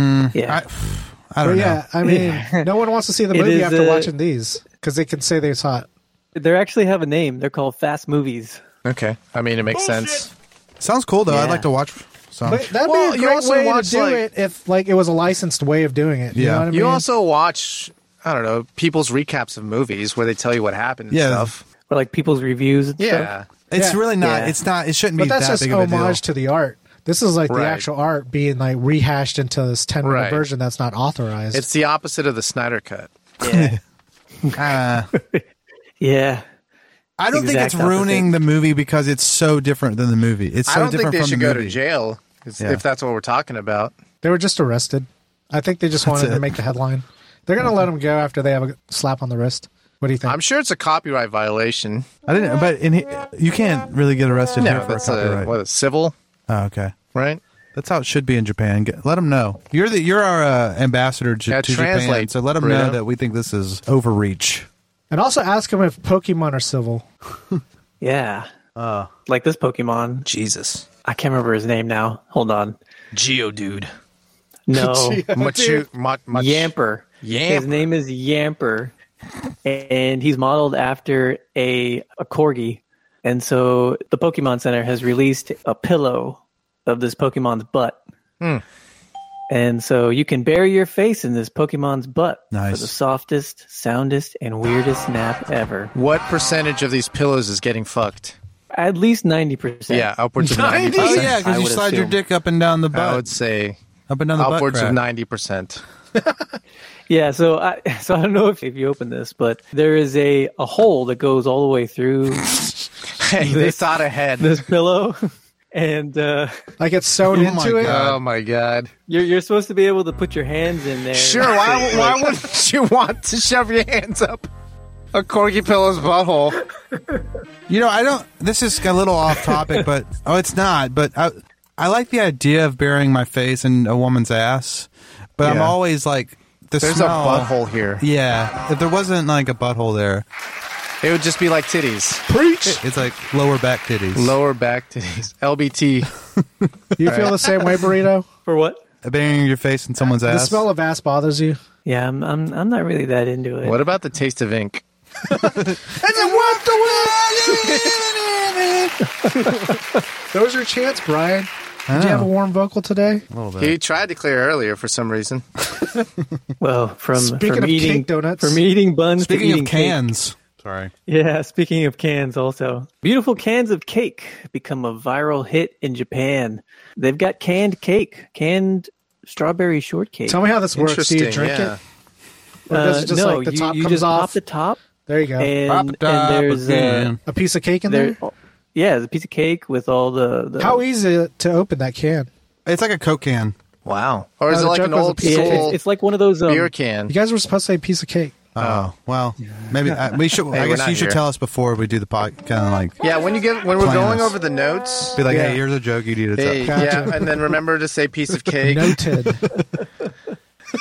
S2: I don't know.
S4: But yeah, I mean, no one wants to see the
S5: It
S4: movie
S5: is,
S4: after
S5: uh,
S4: watching these because they can say they saw it.
S5: They actually have a name. They're called Fast Movies.
S1: Okay, I mean it makes sense.
S2: Sounds cool though. I'd
S5: Yeah.
S2: like to watch some.
S4: But that'd
S1: Well,
S4: be a
S1: you
S4: great
S1: also
S4: way
S1: watch,
S4: to do
S1: like-
S4: it if like it was a licensed way of doing it. You
S2: Yeah.
S4: know what I mean?
S1: You also watch, I don't know, people's recaps of movies where they tell you what happened and
S2: Yeah.
S1: stuff.
S5: Or like people's reviews and
S1: Yeah,
S5: stuff.
S2: it's
S4: Yeah.
S2: really not.
S5: Yeah.
S2: It's not. It shouldn't
S4: but
S2: be
S4: that's
S2: that
S4: just
S2: big of a deal.
S4: homage to the art. This is like the
S1: Right.
S4: actual art being like rehashed into this ten minute
S1: Right.
S4: version that's not authorized.
S1: it's the opposite of the Snyder cut.
S5: Yeah.
S2: Uh,
S5: yeah.
S2: I don't think
S5: Exact
S2: it's ruining
S5: opposite.
S2: the movie because it's so different than the movie. It's so
S1: I don't think
S2: different
S1: they
S2: from
S1: should
S2: the
S1: go
S2: movie.
S1: to jail 'cause
S2: Yeah.
S1: if that's what we're talking about.
S4: they were just arrested. I think they just wanted
S2: it.
S4: to make the headline. They're gonna let them go after they have a slap on the wrist. What do you think?
S1: I'm sure it's a copyright violation.
S2: I didn't. But in he- you can't really get arrested
S1: No,
S2: here for
S1: that's a,
S2: copyright.
S1: what a civil,
S2: oh, okay.
S1: right?
S2: That's how it should be in Japan. Get- Let them know you're the you're our uh, ambassador to,
S1: Yeah,
S2: to Japan.
S1: translate,
S2: So let them know
S1: Bruno.
S2: that we think this is overreach.
S4: and also ask them if Pokemon are civil.
S5: Yeah.
S2: Oh.
S5: like this Pokemon.
S1: Jesus,
S5: I can't remember his name now. Hold on.
S1: Geodude,
S5: No.
S1: Machu, Ma- Mach-
S5: Yamper. His
S1: Yamper.
S5: name is Yamper. And he's modeled after a, a corgi. And so the Pokemon Center has released a pillow of this Pokemon's butt.
S1: Hmm.
S5: And so you can bury your face in this Pokemon's butt
S2: Nice.
S5: for the softest, soundest, and weirdest nap ever.
S1: What percentage of these pillows is getting fucked?
S5: At least 90%.
S1: Yeah, upwards of ninety.
S2: Oh
S1: percent
S2: yeah,
S5: I
S2: because you
S5: would
S2: slide your
S5: assume.
S2: dick up and down the
S1: I
S2: butt,
S1: would say
S2: up and down the
S1: upwards
S2: butt
S1: of
S2: crack.
S1: ninety percent.
S5: Yeah, so I so I don't know if, if you open this, but there is a, a hole that goes all the way through
S1: Hey, they
S5: This-
S1: thought ahead.
S5: this pillow. and uh,
S4: Like it's sewn
S2: Oh my
S4: into it.
S2: God.
S1: Oh my god.
S5: you're you're supposed to be able to put your hands in there.
S1: Sure, why, why wouldn't you want to shove your hands up a corgi pillow's butthole?
S2: You know, I don't. This is a little off topic, but oh, it's not. But I, I like the idea of burying my face in a woman's ass, but I'm
S1: Yeah.
S2: always like the
S1: There's
S2: smell-
S1: a butthole here.
S2: Yeah, if there wasn't like a butthole there,
S1: It would just be like titties.
S4: Preach.
S2: it's like lower back titties.
S1: Lower back titties. LBT.
S4: You feel the same way, burrito?
S5: For what?
S2: burying your face in someone's
S4: The
S2: ass.
S4: smell of ass bothers you.
S5: Yeah, I'm I'm I'm not really that into it.
S1: What about the taste of ink?
S4: That was your chance, Brian. Did you have a warm vocal today?
S1: He tried to clear earlier for some reason.
S5: Well, from
S4: Speaking
S5: from
S4: of
S5: eating
S4: cake donuts.
S5: from eating buns. to
S2: Speaking
S5: eating
S2: of
S5: cake.
S2: cans, sorry.
S5: Yeah, speaking of cans, also beautiful cans of cake become a viral hit in Japan. They've got canned cake, canned strawberry shortcake.
S4: Tell me how this works. Do you
S1: Interesting,
S4: drink
S1: yeah.
S4: it? Or does it just
S5: Uh, no,
S4: like the
S5: you,
S4: top
S5: you
S4: comes
S5: just pop
S4: off?
S5: the top,
S4: there you go.
S5: and, and there's uh,
S4: a piece of cake in there.
S5: there, yeah, there's a piece of cake with all the, the
S4: How easy is it to open that can?
S2: it's like a coke can.
S1: Wow. Or is it
S4: Oh, the
S1: like
S4: joke
S1: an
S4: was a
S1: old
S4: piece
S5: yeah,
S4: of
S1: school
S5: it's, it's like one of those um,
S1: beer can?
S4: You guys were supposed to say piece of cake.
S2: Oh well, maybe I, we should. I
S1: we're
S2: guess
S1: not
S2: you should
S1: here.
S2: tell us before we do the pot. Kind of like
S1: Yeah, when you get when we're
S2: Plans.
S1: going over the notes,
S2: be like,
S4: Yeah.
S2: hey, here's a joke. You need to
S1: hey,
S2: tell.
S4: Gotcha.
S1: yeah, and then remember to say piece of cake.
S4: Noted.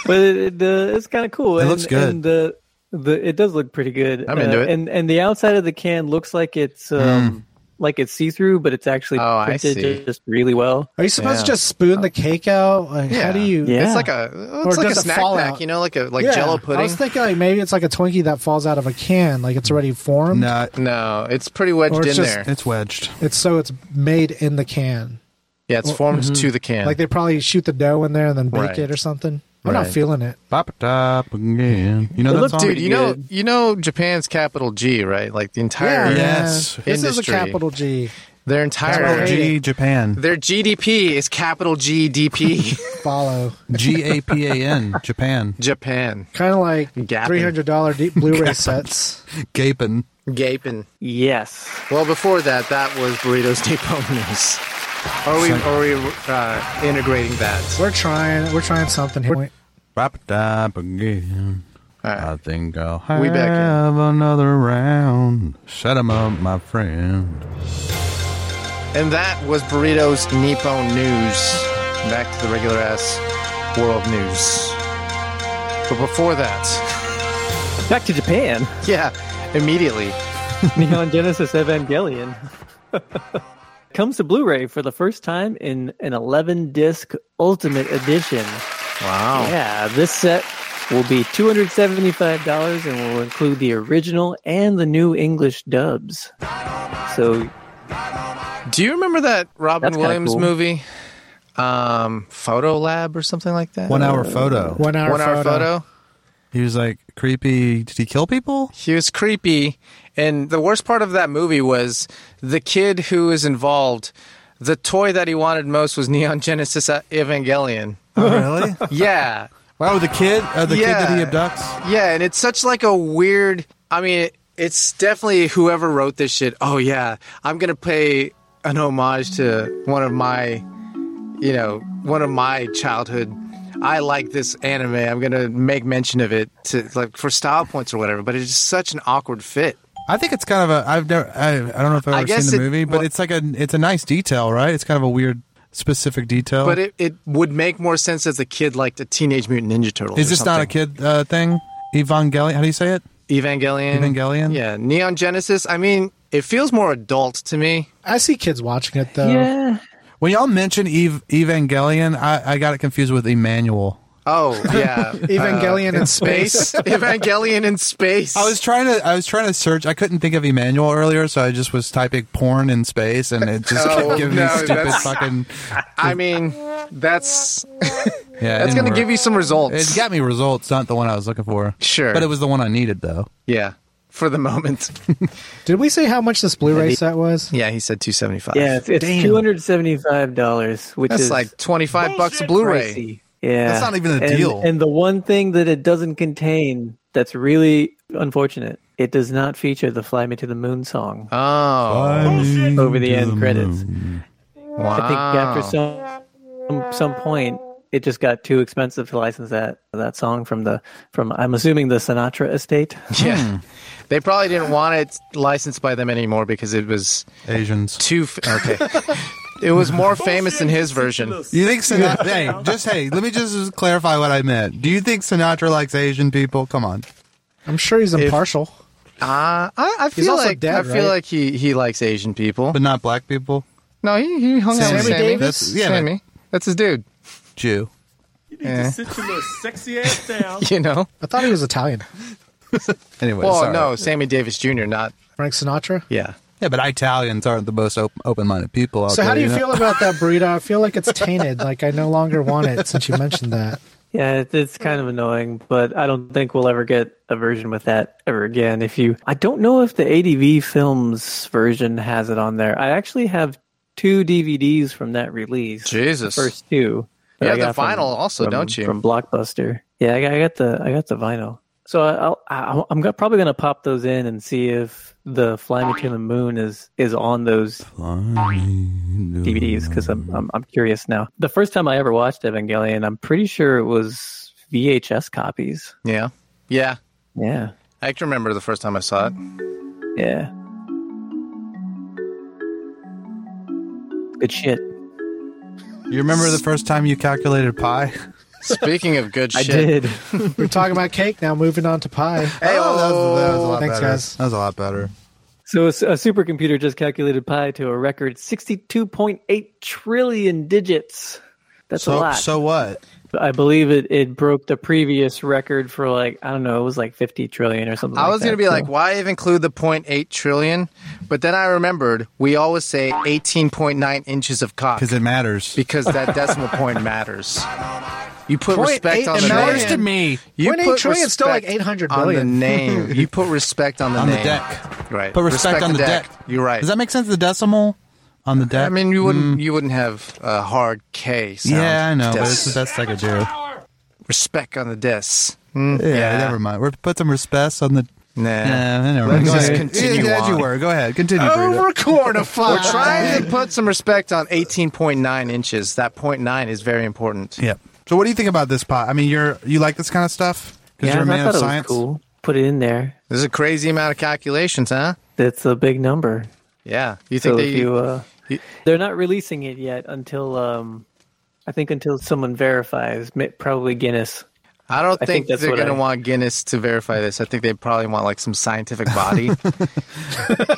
S5: but it, it, uh, it's kind of cool.
S2: It
S5: and,
S2: looks good.
S5: And the, the it does look pretty good.
S1: I'm into
S5: Uh,
S1: it. Hmm.
S5: And and the outside of the can looks like it's um like it's see through, but it's actually
S1: Oh, I
S5: printed
S1: see.
S5: just really well.
S4: Are you supposed to
S1: Yeah.
S4: just spoon the cake out? Like, How do you?
S5: Yeah.
S1: It's like a
S4: Or
S1: it's like a
S4: does it
S1: snack
S4: fall
S1: pack,
S4: out?
S1: you know, like a like
S4: Yeah.
S1: jello
S4: I
S1: pudding.
S4: was thinking like maybe it's like a Twinkie that falls out of a can, like it's already formed.
S2: No,
S1: no, it's pretty wedged
S4: Or it's
S1: in
S4: just-
S1: there.
S2: it's wedged.
S4: It's so it's made in the can.
S1: Yeah, it's formed to the can.
S4: Mm-hmm. Like they probably shoot the dough in there and then bake
S1: Right.
S4: it or something. I'm not
S1: Right.
S4: feeling it.
S2: Pop it up again. You know that
S5: look,
S2: song?
S1: Dude,
S5: pretty
S1: you know
S5: good.
S1: you know Japan's capital G, right? Like the entire
S4: Yeah.
S2: Yes.
S4: This is a
S1: Industry.
S4: capital G.
S1: their
S2: Capital
S1: entire
S2: G Japan.
S1: their GDP is capital GDP
S4: Follow.
S2: G A P A N Japan.
S1: Japan.
S4: Kind of like
S1: Gapping.
S4: three hundred dollar deep Blu-ray sets.
S2: Gaping.
S1: Gaping.
S5: Yes.
S1: Well, before that, that was Burritos Depot News. Are we are we uh, integrating that?
S4: We're trying. We're trying something here.
S2: Pop it up again.
S1: All right.
S2: I think I'll
S1: We
S2: have
S1: back in.
S2: another round. Shut 'em up, my friend.
S1: And that was Burritos Nippon News. Back to the regular ass world news. But before that,
S5: Back to Japan.
S1: yeah, immediately.
S5: Neon Genesis Evangelion comes to Blu-ray for the first time in an 11 disc Ultimate Edition.
S1: Wow.
S5: Yeah, this set will be $275 and will include the original and the new English dubs. So,
S1: Do you remember that Robin
S5: That's kinda
S1: Williams
S5: cool.
S1: movie? Um, Photo Lab or something like that?
S2: One hour photo.
S4: One hour.
S1: Uh, One hour photo.
S2: He was like creepy. Did he kill people?
S1: He was creepy. And the worst part of that movie was the kid who was involved, the toy that he wanted most was Neon Genesis uh, Evangelion.
S2: Oh, really?
S1: Yeah.
S2: Wow, the kid? Uh, the kid that he
S1: Yeah.
S2: abducts?
S1: Yeah, and it's such like a weird. I mean, it, it's definitely whoever wrote this shit. Oh yeah, I'm gonna pay an homage to one of my, you know, one of my childhood. I like this anime. I'm gonna make mention of it to like for style points or whatever. But it's just such an awkward fit.
S2: I think it's kind of a. I've never. I, I don't know if I've
S1: I
S2: ever
S1: guess
S2: seen the
S1: it-
S2: movie, but
S1: well-
S2: it's like a. It's a nice detail, right? It's kind of a weird, specific detail.
S1: But it, it would make more sense as a kid like the Teenage Mutant Ninja Turtles.
S2: is
S1: or
S2: this not a
S1: something.
S2: kid uh, thing? Evangelion. How do you say it?
S1: Evangelion?
S2: Evangelion?
S1: Yeah, Neon Genesis. I mean, it feels more adult to me.
S4: I see kids watching it though.
S1: Oh.
S5: yeah.
S2: When y'all mentioned Eve, Evangelion, I, I got it confused with Emmanuel.
S1: Oh yeah,
S4: Evangelion in
S1: space.
S4: space.
S1: Evangelion in space.
S2: I was trying to I was trying to search. I couldn't think of Emmanuel earlier, so I just was typing porn in space, and it just
S1: Oh,
S2: kept giving
S1: no,
S2: me stupid
S1: that's-
S2: fucking.
S1: I mean, that's
S2: Yeah,
S1: that's gonna give you some results.
S2: It got me results, not the one I was looking for.
S1: Sure.
S2: but it was the one I needed though.
S1: yeah, for the moment.
S4: Did we say how much this Blu-ray set was?
S1: yeah, he said two seventy five.
S5: Yeah, it's, it's
S4: Damn.
S5: $275, which
S1: that's
S5: is
S1: like twenty five bucks a Blu-ray.
S5: pricey. Yeah.
S2: That's not even a
S5: And-
S2: deal.
S5: And the one thing that it doesn't contain that's really unfortunate, it does not feature the Fly Me to the Moon song
S1: Oh,
S5: over the end credits. I think after
S2: Oh.
S5: some some- some point, it just got too expensive to license that that song from the from I'm assuming the Sinatra estate.
S1: Yeah. They probably didn't want it licensed by them anymore because it was
S2: Asians.
S1: too. F- okay. it was more famous in his version.
S2: You think Sinatra? hey, just hey, let me just clarify what I meant. Do you think Sinatra likes Asian people? Come on.
S4: I'm sure he's impartial.
S1: Uh, I, I feel
S4: also
S1: like
S4: dead,
S1: I feel
S4: right?
S1: like he, he likes Asian people.
S2: But not black people?
S1: no, he, he hung out with
S2: Sammy
S1: Sammy.
S2: Davis?
S1: That's,
S2: That's- yeah,
S1: Sammy. That's his dude. Eh,
S2: Jew.
S9: You need to sit your little sexy ass down.
S1: You know.
S4: I thought he was Italian.
S2: Anyway,
S1: Well,
S2: sorry.
S1: Oh, no, Sammy Davis Jr. Not.
S4: Frank Sinatra.
S1: Yeah.
S2: Yeah, but Italians aren't the most op- open-minded people out
S4: So
S2: there.
S4: how do you
S2: know?
S4: feel about that burrito? I feel like it's tainted. Like I no longer want it since you mentioned that.
S5: Yeah, it, it's kind of annoying, but I don't think we'll ever get a version with that ever again. If you, I don't know if the ADV Films version has it on there. I actually have two DVDs from that release.
S1: Jesus.
S5: the first two. that
S1: You
S5: I
S1: have the
S5: got from-
S1: vinyl also,
S5: from-
S1: don't you?
S5: From Blockbuster. Yeah, I got, I got the I got the vinyl. So I- I'll, I, I'm go- probably gonna pop those in and see if the Fly Me to the Moon is is on those DVDs because I'm, I'm I'm curious now. The first time I ever watched Evangelion, I'm pretty sure it was VHS copies.
S1: Yeah. Yeah.
S5: Yeah,
S1: I can remember the first time I saw it.
S5: yeah. Good shit.
S2: You remember the first time you calculated pi?
S1: Speaking of good
S5: I
S1: shit,
S5: did.
S4: We're talking about cake now. Moving on to pie.
S1: Hey,
S2: Oh, that was, that was a lot
S4: Thanks,
S2: better.
S4: guys.
S2: That was a lot better.
S5: So a, s- a supercomputer just calculated pi to a record 62.8 trillion digits. That's a
S2: So,
S5: lot.
S2: so what?
S5: I believe it, it broke the previous record for like, I don't know, it was like 50 trillion or something.
S1: I was
S5: going
S1: gonna
S5: to
S1: be like, why even include the 0.8 trillion? But then I remembered we always say 18.9 inches of cock
S2: Because it matters.
S1: because that decimal point matters. You put
S4: 0.8
S1: respect on the
S4: trillion.
S1: name.
S4: Matters to
S2: me.
S1: You
S4: 0.8
S1: put
S4: trillion is still like
S1: respect
S4: 800
S1: on the
S4: billion.
S1: name. You put respect on the
S2: On the
S1: name.
S2: deck.
S1: Right.
S2: Put respect on the deck.
S1: You're right.
S2: Does that make sense? The decimal on the deck?
S1: I mean, you wouldn't you wouldn't have a hard K sound.
S2: yeah, I know. But
S1: Des.
S2: it's the best I could do. Yeah,
S1: respect on the des.
S5: Hmm.
S1: Mm,
S2: never mind. We're put some respect on the.
S1: Nah.
S2: Nah, never
S1: Let's
S2: mind. Go
S1: just
S2: ahead.
S1: continue
S2: Yeah, as you
S1: on.
S2: were. Go ahead. Continue. Burrito.
S1: We're trying to put some respect on 18.9 inches. That 0.9 is very important.
S2: Yeah. So, what do you think about this pot? I mean, you're you like this kind of stuff? Because
S5: yeah,
S2: you're a
S5: I
S2: man
S5: thought
S2: of
S5: it
S2: science.
S5: was cool. Put it in there.
S1: This is a crazy amount of calculations, huh?
S5: That's a big number.
S1: Yeah. You think
S5: So
S1: they
S5: if you, uh,
S1: you-
S5: they're not releasing it yet until, um, I think until someone verifies, ma- probably Guinness.
S1: I don't
S5: I
S1: think,
S5: think that's
S1: they're
S5: what
S1: going to
S5: I-
S1: want Guinness to verify this. I think they probably want like some scientific body,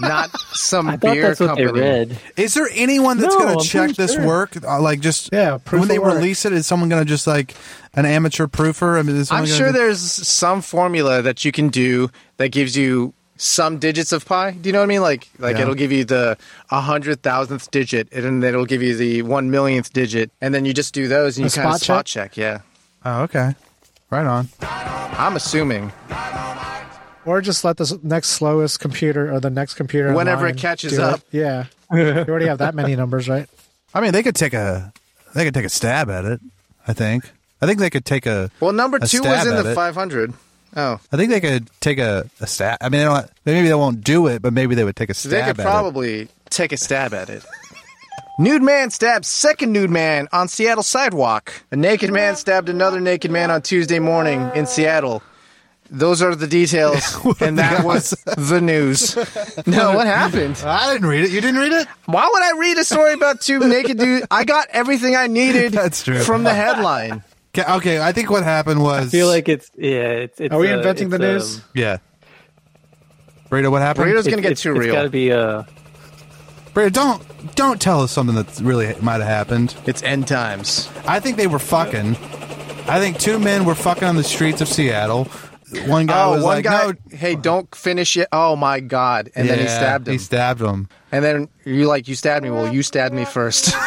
S1: not some
S5: I thought
S1: beer
S5: that's what
S1: company.
S5: they read.
S2: Is there anyone that's
S5: No,
S2: going
S5: I'm
S2: to check
S5: pretty
S2: this
S5: sure.
S2: work? Uh, like, just
S4: Yeah, proof
S2: when they
S4: of work.
S2: release it, is someone going to just like an amateur proofer? I mean, is
S1: I'm
S2: someone
S1: sure
S2: gonna
S1: there's some formula that you can do that gives you some digits of pi. Do you know what I mean? Like, like
S2: Yeah.
S1: it'll give you the a hundred thousandth digit, and then it'll give you the one millionth digit, and then you just do those and
S4: A
S1: you kind of spot
S4: spot
S1: check. Yeah,
S2: do- Oh, okay. Right on.
S1: I'm assuming
S4: Or just let the next slowest computer or the next computer
S1: Whenever it
S4: online
S1: catches
S4: do it.
S1: up.
S4: Yeah, you already have that many numbers, right?
S2: I mean, they could take a they could take a stab at it. I think. I think they could take a.
S1: Well, number
S2: a
S1: two was
S2: stab
S1: in
S2: at
S1: the
S2: it.
S1: 500. Oh,
S2: I think they could take a, a stab. I mean, they don't, maybe they won't do it, but maybe they would take a stab
S1: they could
S2: at it.
S1: probably take a stab at it. Nude man stabs second nude man on Seattle sidewalk. A naked man stabbed another naked man on Tuesday morning in Seattle. Those are the details, and that was the news. No, what happened?
S2: I didn't read it. You didn't read it?
S1: Why would I read a story about two naked dudes? I got everything I needed
S2: That's true.
S1: from the headline.
S2: Okay, okay, I think what happened was.
S5: I feel like it's, yeah, it's, it's
S4: Are we
S5: uh,
S4: inventing the
S5: it's,
S4: news?
S5: um,
S2: Yeah. Burrito, what happened?
S1: Burrito's gonna get
S5: it's-
S1: too
S5: it's
S1: real.
S5: gotta be, uh,
S2: Burrito, don't don't tell us something that really might have happened.
S1: It's end times.
S2: I think they were fucking. I think two men were fucking on the streets of Seattle. One guy
S1: Oh, one
S2: was like,
S1: guy.
S2: "No."
S1: Hey, don't finish it. Oh my god! And then he
S2: Yeah,
S1: stabbed him.
S2: He stabbed him.
S1: And then you like you stabbed me. Well, you stabbed me first.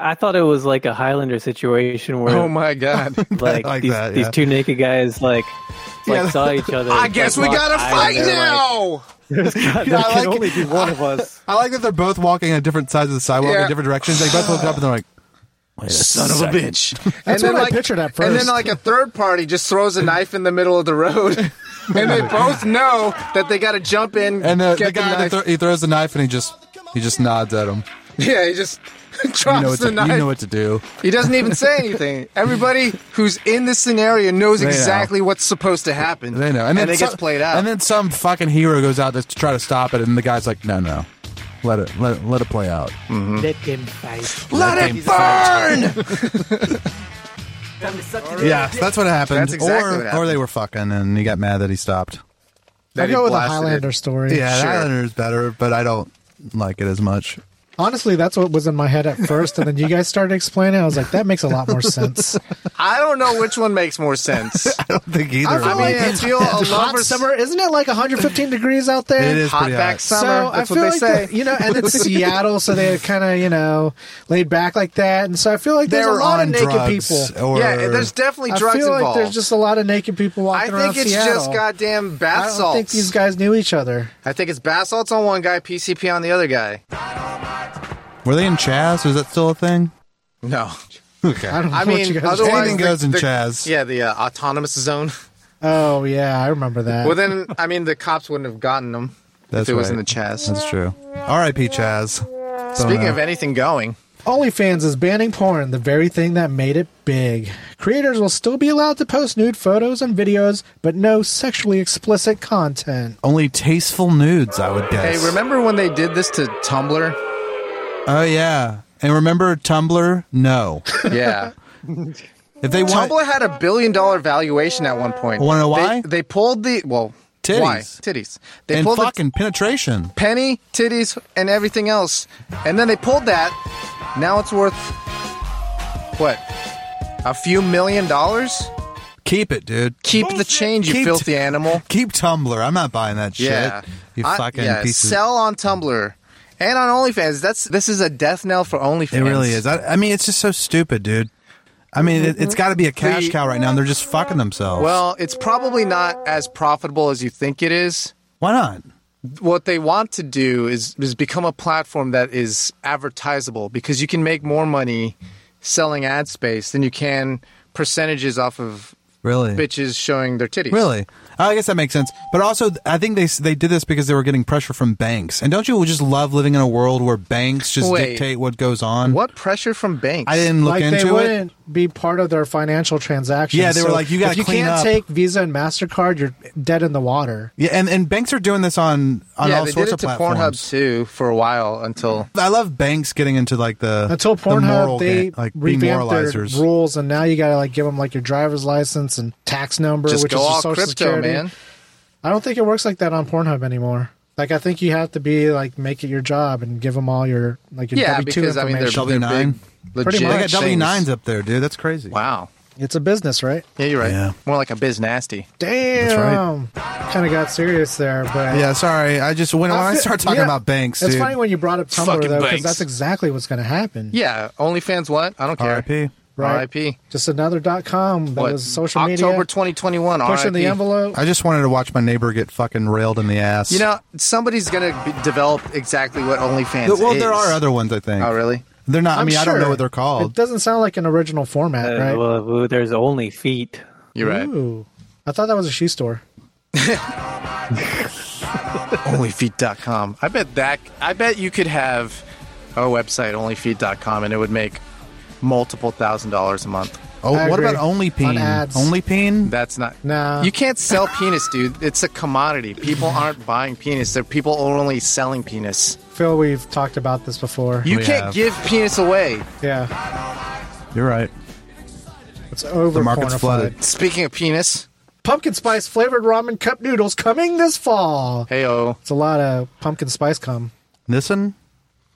S5: I thought it was like a Highlander situation where
S1: oh my god!
S5: like,
S2: Like
S5: these,
S2: that,
S5: these
S2: yeah.
S5: two naked guys like like saw each other.
S1: I guess we gotta fight now.
S5: there
S2: I
S5: can
S2: like-
S5: only be one of us.
S2: I like that they're both walking on different sides of the sidewalk
S1: Yeah.
S2: in different directions. They both look up and they're like,
S1: Son of a bitch. and
S4: what I pictured at
S1: And then
S4: first.
S1: like a third party just throws a knife in the middle of the road, and they both know that they gotta jump in.
S2: and the, the
S1: get
S2: guy that
S1: knife.
S2: thro- he throws the knife and he just he just nods at him.
S1: Yeah, he just drops
S2: You know, what to,
S1: the
S2: you
S1: knife.
S2: know what to do.
S1: He doesn't even say anything. Everybody who's in this scenario knows
S2: They know.
S1: exactly what's supposed to happen.
S2: They know.
S1: And,
S2: then
S1: it
S2: some-
S1: gets played out.
S2: And then some fucking hero goes out to try to stop it, and the guy's like, no, no. Let it let it, let it play out.
S5: Let them fight.
S1: Let
S2: that
S1: it
S2: game
S1: burn!
S2: Yeah, so that's what happened.
S1: That's exactly
S2: or,
S1: what happened.
S2: Or they were fucking, and he got mad that he stopped.
S4: I
S1: That he
S4: go with the
S1: blasted it.
S4: Highlander story.
S2: Yeah,
S1: Sure.
S2: Highlander is better, but I don't like it as much.
S4: Honestly, that's what was in my head at first, and then you guys started explaining. I was like, that makes a lot more sense.
S1: I don't know which one makes more sense.
S2: I don't think either.
S1: I feel
S2: of them.
S1: like I feel a
S4: Hot
S1: lover
S4: summer, isn't it like 115 degrees out there?
S2: it is
S1: hot
S2: pretty
S1: back
S2: hot.
S1: summer. That's
S4: I
S1: what
S4: feel
S1: they
S4: like
S1: say.
S4: that- you know, and it's Seattle, so they kind of you know laid back like that, and so I feel like there's
S2: They're
S4: a lot of
S2: on
S4: naked
S2: drugs,
S4: people.
S2: or
S1: yeah, there's definitely
S4: I
S1: drugs
S4: feel like
S1: involved.
S4: there's just a lot of naked people
S1: I
S4: walking around
S1: think it's
S4: Seattle.
S1: just goddamn bath
S4: I don't
S1: salts.
S4: think these guys knew each other.
S1: I think it's bath salts on one guy, PCP on the other guy.
S2: were they in Chaz? Is that still a thing?
S1: No,
S4: I don't know
S1: I
S4: what
S1: mean
S4: you guys
S1: otherwise
S2: Anything
S1: the-
S2: goes in
S1: the-
S2: Chaz.
S1: Yeah, the uh, autonomous zone.
S4: Oh yeah, I remember that.
S1: Well, then I mean the cops wouldn't have gotten them
S2: That's
S1: if it was in the
S2: right.
S1: Chaz.
S2: That's true. R.I.P. Chaz. Oh, uh,
S1: Speaking of anything going,
S4: OnlyFans is banning porn, the very thing that made it big. Creators will still be allowed to post nude photos and videos, but no sexually explicit content.
S2: only tasteful nudes, I would guess.
S1: hey, remember when they did this to Tumblr?
S2: Oh yeah, and remember Tumblr? No,
S1: Yeah.
S2: if they want
S1: Tumblr had a billion dollar valuation at one point.
S2: Wanna know
S1: They-
S2: why?
S1: They, pulled the well
S2: Titties.
S1: Why? Titties. They
S2: and
S1: pulled the
S2: fucking penetration.
S1: penny, titties, and everything else. And then they pulled that. Now it's worth what? A few million dollars?
S2: Keep it, dude.
S1: Keep the change, you
S2: Keep-
S1: filthy animal.
S2: Keep Tumblr. I'm not buying that shit.
S1: Yeah.
S2: You
S1: I-
S2: fucking
S1: yeah,
S2: piece of.
S1: sell on Tumblr. And on OnlyFans. That's this is a death knell for OnlyFans.
S2: It really is. I, I mean, it's just so stupid, dude. I mean, it, it's got to be a cash
S1: Mm-hmm. The-
S2: cow right now, and they're just fucking themselves.
S1: Well, it's probably not as profitable as you think it is.
S2: why not?
S1: What they want to do is is become a platform that is advertisable because you can make more money selling ad space than you can percentages off of
S2: Really?
S1: bitches showing their titties.
S2: Really? Oh, I guess that makes sense. But also, I think they they did this because they were getting pressure from banks. And don't you just love living in a world where banks just
S1: Wait.
S2: dictate what goes on?
S1: What pressure from banks?
S2: I didn't look
S4: like
S2: into
S4: they
S2: it.
S4: wouldn't be part of their financial transactions.
S2: Yeah, they were
S4: So
S2: like, you gotta
S4: if you
S2: clean
S4: can't
S2: up.
S4: take Visa and Mastercard, you're dead in the water.
S2: Yeah, and, and banks are doing this on on
S1: yeah,
S2: all
S1: they
S2: sorts
S1: did it
S2: of
S1: to
S2: platforms.
S1: Pornhub too for a while until
S2: I love banks getting into like the
S4: Until
S2: the moral
S4: Pornhub, they
S2: ga- like
S4: revamped their
S2: demoralizers.
S4: rules, and now you gotta like give them like your driver's license and tax number,
S1: just
S4: which
S1: go
S4: is your
S1: all
S4: social
S1: crypto,
S4: security.
S1: man.
S4: I don't think it works like that on Pornhub anymore. Like I think you have to be like make it your job and give them all your like your
S1: Yeah,
S4: W two
S1: because I mean
S4: information.
S1: they're, they're big,
S2: W9.
S1: legit.
S2: They got
S4: much.
S2: W nines
S1: things.
S2: up there, dude. That's crazy.
S1: Wow.
S4: it's a business, right?
S1: Yeah, you're right.
S2: Yeah.
S1: More like a biz nasty.
S4: Damn, kind of got serious there, but
S2: Yeah, sorry. I just when, when I
S4: feel-
S2: start talking
S4: yeah.
S2: about banks,
S4: It's
S2: dude.
S4: funny when you brought up Tumblr
S3: Fucking
S4: though, because
S3: banks.
S4: that's exactly what's going to happen.
S1: Yeah, OnlyFans what? I don't care.
S2: R.I.P.
S4: Right.
S1: RIP.
S4: Just another dot com that
S1: What?
S4: was social
S1: October
S4: media
S1: 2021.
S4: pushing
S1: RIP.
S4: the envelope.
S2: I just wanted to watch my neighbor get fucking railed in the ass.
S1: You know, somebody's gonna be, develop exactly what OnlyFans
S2: Th- well,
S1: is.
S2: there are other ones. I think.
S1: Oh, really?
S2: They're not. i
S4: I'm
S2: mean, I don't
S4: sure.
S2: know what they're
S4: It
S2: called.
S4: doesn't sound like an original
S5: Uh,
S4: format, right?
S5: well, well, there's only feet.
S1: You're right.
S4: Ooh, I thought that was a shoe store.
S1: Onlyfeet.com. I bet that. I bet you could have a website onlyfeet.com and it would make multiple thousand dollars a month.
S2: Oh,
S4: I
S2: what
S4: agree.
S2: about only
S4: On
S2: peen?
S4: ads.
S2: Only peen?
S1: That's not.
S4: Nah.
S1: You can't sell penis, dude. It's a commodity. People aren't buying penis. They're people are only selling penis.
S4: Phil, we've talked about this before.
S1: You
S2: We
S1: can't
S2: have.
S1: give penis away.
S4: yeah,
S2: You're right.
S4: it's over.
S2: The market's
S4: pornified.
S2: flooded.
S1: Speaking of penis,
S4: Pumpkin spice flavored ramen cup noodles coming this fall.
S1: heyo,
S4: It's a lot of pumpkin spice cum.
S2: Nissen.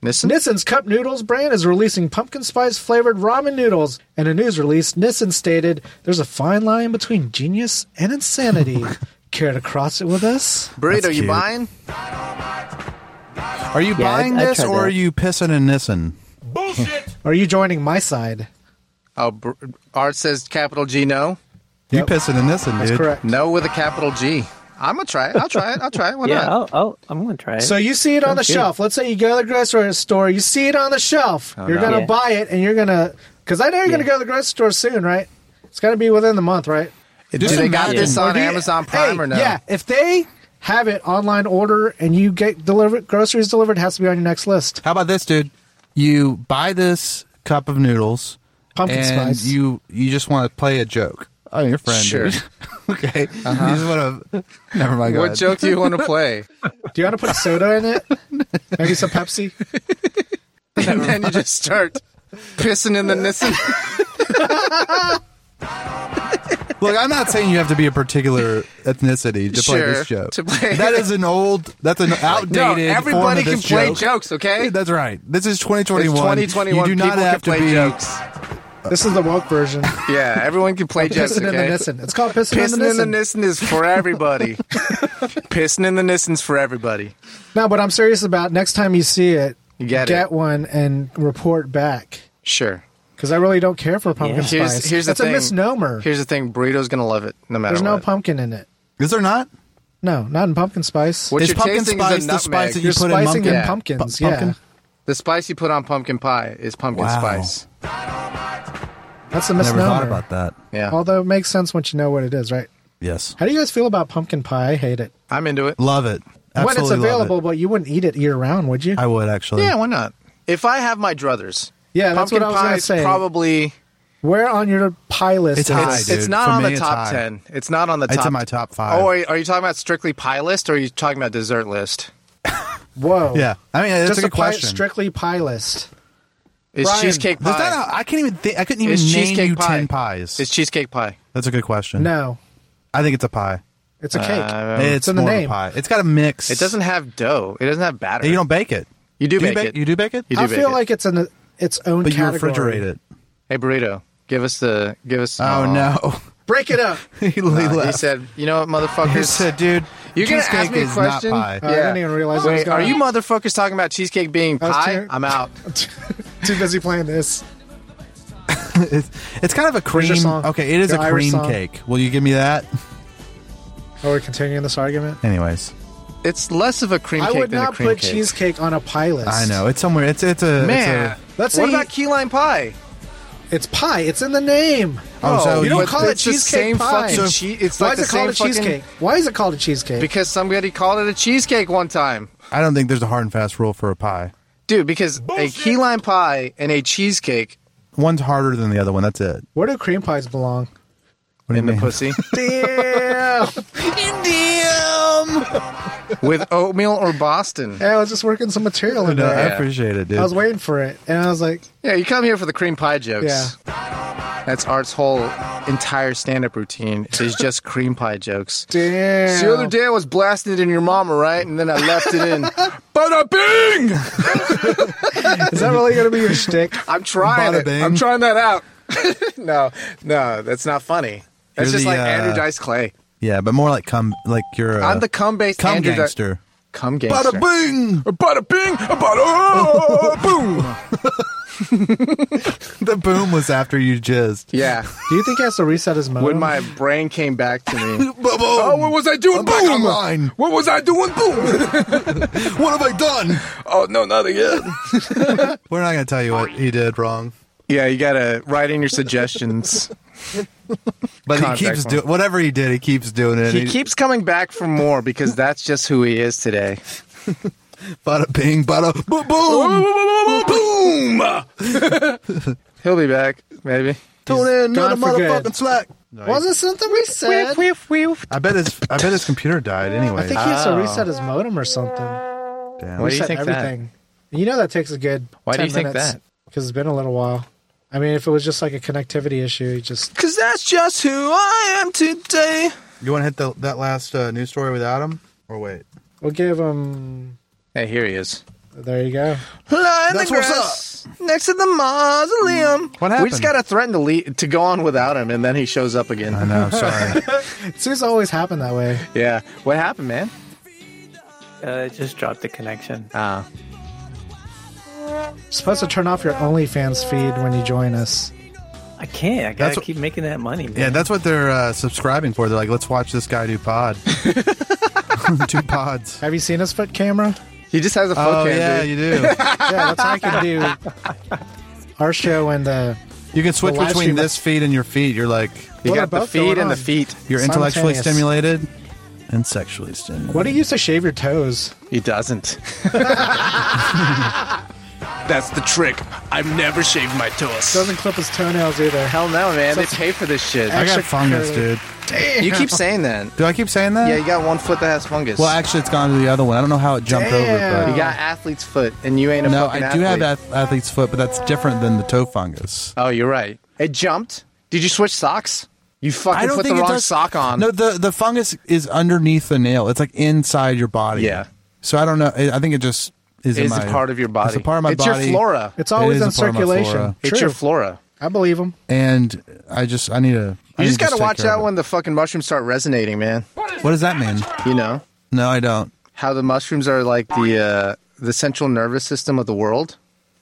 S1: listen.
S4: Nissan's Cup Noodles brand is releasing pumpkin spice flavored ramen noodles. In a news release, Nissan stated, There's a fine line between genius and insanity. Care to cross it with us?
S1: Burrito,
S2: That's
S1: you
S2: cute.
S1: buying?
S2: Are you
S5: Yeah, I-
S2: buying
S5: I
S2: this
S5: tried
S2: or
S5: that.
S2: are you pissing and Nissen?
S9: Bullshit.
S4: Are you joining my side?
S1: Oh, br- Art says capital G no.
S2: You
S4: Yep.
S2: pissing and Nissen, dude.
S4: That's correct.
S1: No with a capital G. I'm gonna try it. I'll try it. I'll try it. Why
S5: yeah,
S1: not?
S5: I'll, I'll, I'm going to try it.
S4: So you see it on the
S5: Okay.
S4: shelf. Let's say you go to the grocery store, you see it on the shelf. you're
S1: Oh, no.
S4: going to
S5: Yeah.
S4: buy it and you're going to, because I know you're going to
S5: Yeah.
S4: go to the grocery store soon, right? It's going to be within the month, right?
S2: It
S1: Do
S2: doesn't
S1: they got
S2: matter.
S1: this
S4: Or
S1: on
S4: do you-
S1: Amazon
S4: Hey,
S1: Prime or no?
S4: Yeah, if they have it online order and you get delivered groceries delivered, it has to be on your next list.
S2: How about this, dude? you buy this cup of noodles
S4: Pumpkin
S2: and
S4: spice.
S2: you you just want to play a joke on your friend.
S1: Sure.
S2: dude. okay.
S4: Uh-huh.
S2: You just want to. Never mind. go
S1: What
S2: ahead.
S1: joke do you want to play?
S4: Do you want to put soda in it? Maybe some Pepsi?
S1: and then you just start pissing in the nissen.
S2: Look, I'm not saying you have to be a particular ethnicity to play
S1: Sure,
S2: this joke.
S1: to play-
S2: That is an old. That's an
S1: No,
S2: outdated. form
S1: everybody
S2: of
S1: can
S2: this
S1: play
S2: joke.
S1: jokes, okay?
S2: That's right. This is 2021.
S1: It's 2021.
S2: You do not
S1: People
S2: have
S1: can
S2: to
S1: play
S2: be.
S1: jokes.
S4: This is the woke version.
S1: Yeah, everyone can play jokes,
S4: Pissing in the
S1: okay?
S4: Nissen. It's called pissing, in the
S1: Pissing in
S4: Nissen.
S1: the nissen is for everybody. Pissing in the nissen's for everybody.
S4: No, but I'm serious about next time you see it,
S1: You get it.
S4: one and report back.
S1: Sure.
S4: Because I really don't care for pumpkin
S5: Yeah.
S1: Here's-
S4: spice.
S1: here's the
S4: That's
S1: thing.
S4: a misnomer.
S1: Here's the thing, burrito's gonna love it no matter
S4: There's no
S1: what.
S4: pumpkin in it.
S2: Is there not?
S4: No, not in pumpkin spice.
S1: what
S2: Is
S1: you're
S2: pumpkin
S1: tasting
S2: spice
S1: is a
S2: the
S1: nutmeg.
S2: spice that you
S4: You're
S2: put in
S4: spicing
S2: pumpkin?
S4: in
S1: Yeah.
S4: pumpkins.
S2: Pu-
S4: Yeah,
S2: pumpkin?
S1: the spice you put on pumpkin pie is pumpkin
S2: Wow.
S1: spice.
S4: that's a
S2: Never
S4: misnomer.
S2: thought about that.
S1: Yeah.
S4: Although it makes sense once you know what it is, right?
S2: Yes.
S4: How do you guys feel about pumpkin pie? I hate it.
S1: I'm into it.
S2: Love it. Absolutely
S4: when it's available,
S2: Love
S4: but you wouldn't eat it year round, would you?
S2: it. I would actually.
S1: Yeah, why not? If I have my druthers,
S4: yeah, that's
S1: pumpkin
S4: what I was
S1: pie
S4: gonna
S1: is
S4: say.
S1: probably
S4: Where on your pie list?
S2: It's
S4: is-
S2: high,
S1: it's,
S2: dude.
S1: it's not
S2: For
S1: on
S2: me,
S1: the
S2: it's
S1: top
S2: high.
S1: ten. It's not on the top.
S2: It's in my top five.
S1: Oh, are, are you talking about strictly pie list, or are you talking about dessert list?
S4: Whoa.
S2: Yeah. I mean, that's
S4: Just
S2: a good
S4: pie,
S2: question.
S4: strictly pie list.
S1: It's
S4: Brian,
S1: cheesecake
S2: There's
S1: pie.
S2: not a- I can't even. Think, I couldn't even
S1: it's
S2: name
S1: cheesecake
S2: you
S1: pie.
S2: ten pies.
S1: It's cheesecake pie.
S2: that's a good question.
S4: No,
S2: I think it's a pie.
S4: it's
S1: Uh,
S4: a cake.
S2: it's
S4: in the
S2: more of a
S4: name.
S2: pie. It's got a mix.
S1: Oh. It doesn't have dough. It doesn't have batter.
S2: You don't bake it.
S1: You do,
S2: Do you
S1: bake,
S2: bake-
S1: it.
S2: you do bake it?
S1: You do
S4: I
S1: bake
S4: feel
S1: it.
S4: like it's in a, its own
S2: But you
S4: category.
S2: refrigerate it.
S1: Hey burrito, give us the give us.
S2: Oh
S1: Aw.
S2: no!
S4: Break it up.
S2: he, he
S1: Uh, he
S2: left.
S1: said, "You know what, motherfuckers?
S2: He said, "Dude,
S1: You're gonna ask
S2: cheesecake
S1: me a
S2: is not
S1: question?
S2: pie.
S4: I didn't even realize I was
S1: Wait,
S4: gone.
S1: are you motherfuckers talking about cheesecake being
S4: I was
S1: pie?
S4: cheering.
S1: I'm out.
S4: too busy playing this?
S2: it's, it's kind of a
S4: your
S2: cream.
S4: song.
S2: Okay, it is
S4: Your
S2: a
S4: Irish
S2: cream
S4: song.
S2: cake. Will you give me that?
S4: Are we continuing this argument?
S2: Anyways,
S1: It's less of a cream
S4: I
S1: cake
S4: would
S1: than
S4: not
S1: a cream
S4: put
S1: cake.
S4: cheesecake on a pie list.
S2: I know it's somewhere. It's it's a
S1: Man,
S2: It's
S4: Let's
S1: what
S4: say-
S1: about key lime pie?
S4: It's pie. It's in the name.
S2: Oh, so
S4: you don't
S2: but
S4: call it
S1: it's the
S4: cheesecake
S1: same
S4: pie.
S1: fucking chee- it's
S4: Why
S1: like
S4: is it
S1: the
S4: called a
S1: same fucking-
S4: cheesecake? Why is it called a cheesecake?
S1: Because somebody called it a cheesecake one time,
S2: a, I don't think there's a hard and fast rule for a pie.
S1: dude. Because a key lime pie and a cheesecake
S2: One's harder than the other one. That's it.
S4: Where do cream pies belong?
S2: What do
S1: in the
S2: you mean?
S1: pussy
S4: Damn.
S1: with oatmeal or Boston.
S4: I was just working some material in
S2: No, I
S4: there.
S2: appreciate it, dude.
S4: I was waiting for it, and I was like,
S1: Yeah, you come here for the cream pie
S4: yeah.
S1: jokes. That's Art's whole entire stand-up routine is just cream pie jokes.
S4: Damn.
S1: The other day I was blasting it in your mama, right? And then I left it in. Bada bing!
S4: Is that really going to be your shtick?
S1: I'm trying
S2: Bada
S1: it.
S2: bing.
S1: I'm trying that out. no, no, that's not funny. That's
S2: You're
S1: just
S2: the,
S1: like
S2: uh,
S1: Andrew Dice Clay.
S2: yeah, but more like cum. Like you're.
S3: Uh,
S1: I'm the cum-based
S2: cum
S1: Andrew Di-
S2: gangster.
S1: Come gangster.
S2: Bada bing!
S3: Bada bing, bada boom.
S2: The boom was after you jizzed.
S1: Yeah.
S4: Do you think he has to reset his modem?
S1: When my brain came back to me.
S3: Oh, what was I doing?
S2: I'm back
S3: boom.
S2: online.
S3: What was I doing? Boom.
S2: What have I done?
S3: oh no, not again.
S2: We're not gonna tell you what he did wrong.
S1: Yeah, you gotta write in your suggestions.
S2: But
S1: Contact
S2: he keeps
S1: one.
S2: doing whatever he did. He keeps doing it.
S1: He keeps coming back for more because that's just who he is today.
S2: bada bing, bada boom, boom.
S3: boom.
S1: He'll be back, maybe.
S2: Tune in, not a
S4: gone for good.
S2: motherfucking slack.
S4: Wasn't something we said?
S2: I bet his I bet his computer died anyway.
S4: I think he has to reset his modem or something.
S1: Why do you
S4: Reset
S1: think that?
S4: everything. You know that takes a good.
S1: Why do
S4: 10
S1: you think
S4: minutes,
S1: that?
S4: Because it's been a little while. I mean, if it was just like a connectivity issue, you just
S3: Cause that's just who I am today.
S2: you want to hit the, that last uh, news story without him, or wait?
S4: we'll give him.
S1: Hey, here he is.
S4: There you go.
S1: Lie in the
S2: That's what's
S1: grass next to the mausoleum.
S2: What
S1: We
S2: happened?
S1: just gotta threaten to le to go on without him, and then he shows up again.
S2: I know. I'm sorry.
S4: It seems to always happen that way.
S1: Yeah. What happened, man?
S5: Uh, it just dropped the connection.
S1: Uh,
S4: You're supposed to turn off your OnlyFans feed when you join us.
S5: I can't. I gotta
S2: That's what-
S5: keep making that money. Man.
S2: yeah, that's what they're uh, subscribing for. They're like, let's watch this guy do pod. do pods.
S4: Have you seen his foot camera?
S1: he just has a foot
S2: Oh
S1: cam,
S2: yeah,
S1: dude.
S2: you do.
S4: Yeah, that's how I can do our show and the.
S2: You can switch
S4: The live
S2: between
S4: stream-
S2: this feed and your feet. You're like
S1: You
S4: What
S1: got the
S4: are both going
S1: feed and the
S4: on?
S1: feet.
S2: you're intellectually
S4: Simultaneous.
S2: stimulated and sexually stimulated.
S4: What do you use to shave your toes?
S1: He doesn't.
S3: That's the trick. I've never shaved my toes.
S4: Doesn't clip his toenails either.
S1: Hell no, man. They pay for this shit.
S2: I got
S4: Actually,
S2: fungus,
S4: uh,
S2: dude.
S1: You keep saying that.
S2: Do I keep saying that?
S1: Yeah, you got one foot that has fungus.
S2: Well, actually, it's gone to the other one. I don't know how it jumped over,
S1: you
S2: but
S1: got athlete's foot, and you ain't a
S2: no, I
S1: fucking
S2: do have
S1: athlete.
S2: ath- athlete's foot, but that's different than the toe fungus.
S1: Oh, you're right. It jumped. Did you switch socks? You fucking put the
S2: it
S1: wrong
S2: does-
S1: sock on.
S2: No, the the fungus is underneath the nail. It's like inside your body.
S1: Yeah.
S2: So I don't know. I I think it just is. in
S1: it's
S2: my,
S1: a part of your body.
S2: It's a part of my
S1: it's
S2: body.
S1: your flora.
S4: It's always
S2: is
S4: in
S2: a part of my
S4: circulation.
S2: flora.
S1: It's
S4: True.
S1: your flora.
S4: I believe him.
S2: And I just I need to. I
S1: You
S2: need
S1: just
S2: to
S1: gotta
S2: take
S1: watch
S2: care of
S1: out
S2: it.
S1: when the fucking mushrooms start resonating, man.
S2: What does that mean?
S1: You know
S2: No, I don't.
S1: how the mushrooms are like the uh, the central nervous system of the world.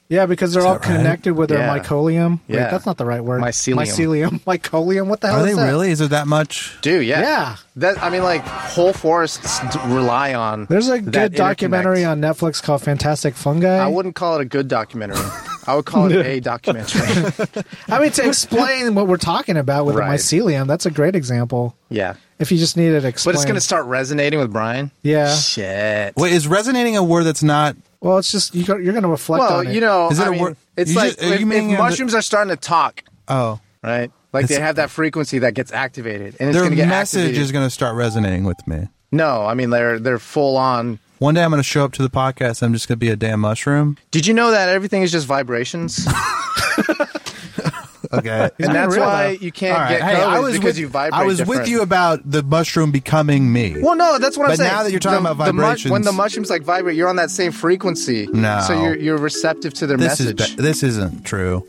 S4: Yeah, because they're all
S2: that right?
S4: connected with their
S1: Yeah.
S4: mycelium. Wait,
S1: Yeah.
S4: that's not the right word.
S1: Mycelium.
S4: Mycelium. Mycolium. What the hell
S2: Are
S4: is
S2: they
S4: that?
S2: really? Is it that much?
S1: Dude, yeah,
S4: Yeah.
S1: That I mean, like whole forests d- rely on.
S4: There's a
S1: that
S4: good documentary
S1: interconnect.
S4: on Netflix called Fantastic Fungi.
S1: I wouldn't call it a good documentary. I would call it a documentary.
S4: I mean, to explain what we're talking about with
S1: Right.
S4: the mycelium, that's a great example.
S1: yeah,
S4: If you just needed
S1: but
S4: explained.
S1: it's gonna start resonating with Brian.
S4: Yeah.
S1: Shit.
S2: Wait, is resonating a word that's not?
S4: Well, it's just you go, you're going to reflect
S1: Well,
S4: on it.
S1: you know,
S2: Is it
S1: I
S2: a
S1: mean,
S2: wor-
S1: it's
S2: you
S1: like
S2: ju- are you
S1: if, if
S2: meaning that-
S1: mushrooms are starting to talk,
S2: Oh,
S1: right? Like they
S2: It's-
S1: have that frequency that gets activated, and it's
S2: their
S1: going to get
S2: message
S1: activated.
S2: is going to start resonating with me.
S1: no, I mean they're they're full on.
S2: One day I'm going to show up to the podcast. I'm just going to be a damn mushroom.
S1: Did you know that everything is just vibrations,
S2: Okay.
S1: and that's
S4: real,
S1: why
S4: though.
S1: you can't
S2: All right.
S1: get
S2: Hey,
S1: COVID
S2: I was
S1: because
S2: with
S1: you vibrate.
S2: I was with
S1: different.
S2: you about the mushroom becoming me.
S1: Well, no, that's what I'm
S2: But
S1: saying.
S2: now that you're talking
S1: The-
S2: about
S1: the mu- when
S2: vibrations-
S1: the mushrooms like vibrate, you're on that same frequency.
S2: No.
S1: so you're you're receptive to their
S2: this is
S1: message.
S2: ba- this isn't true.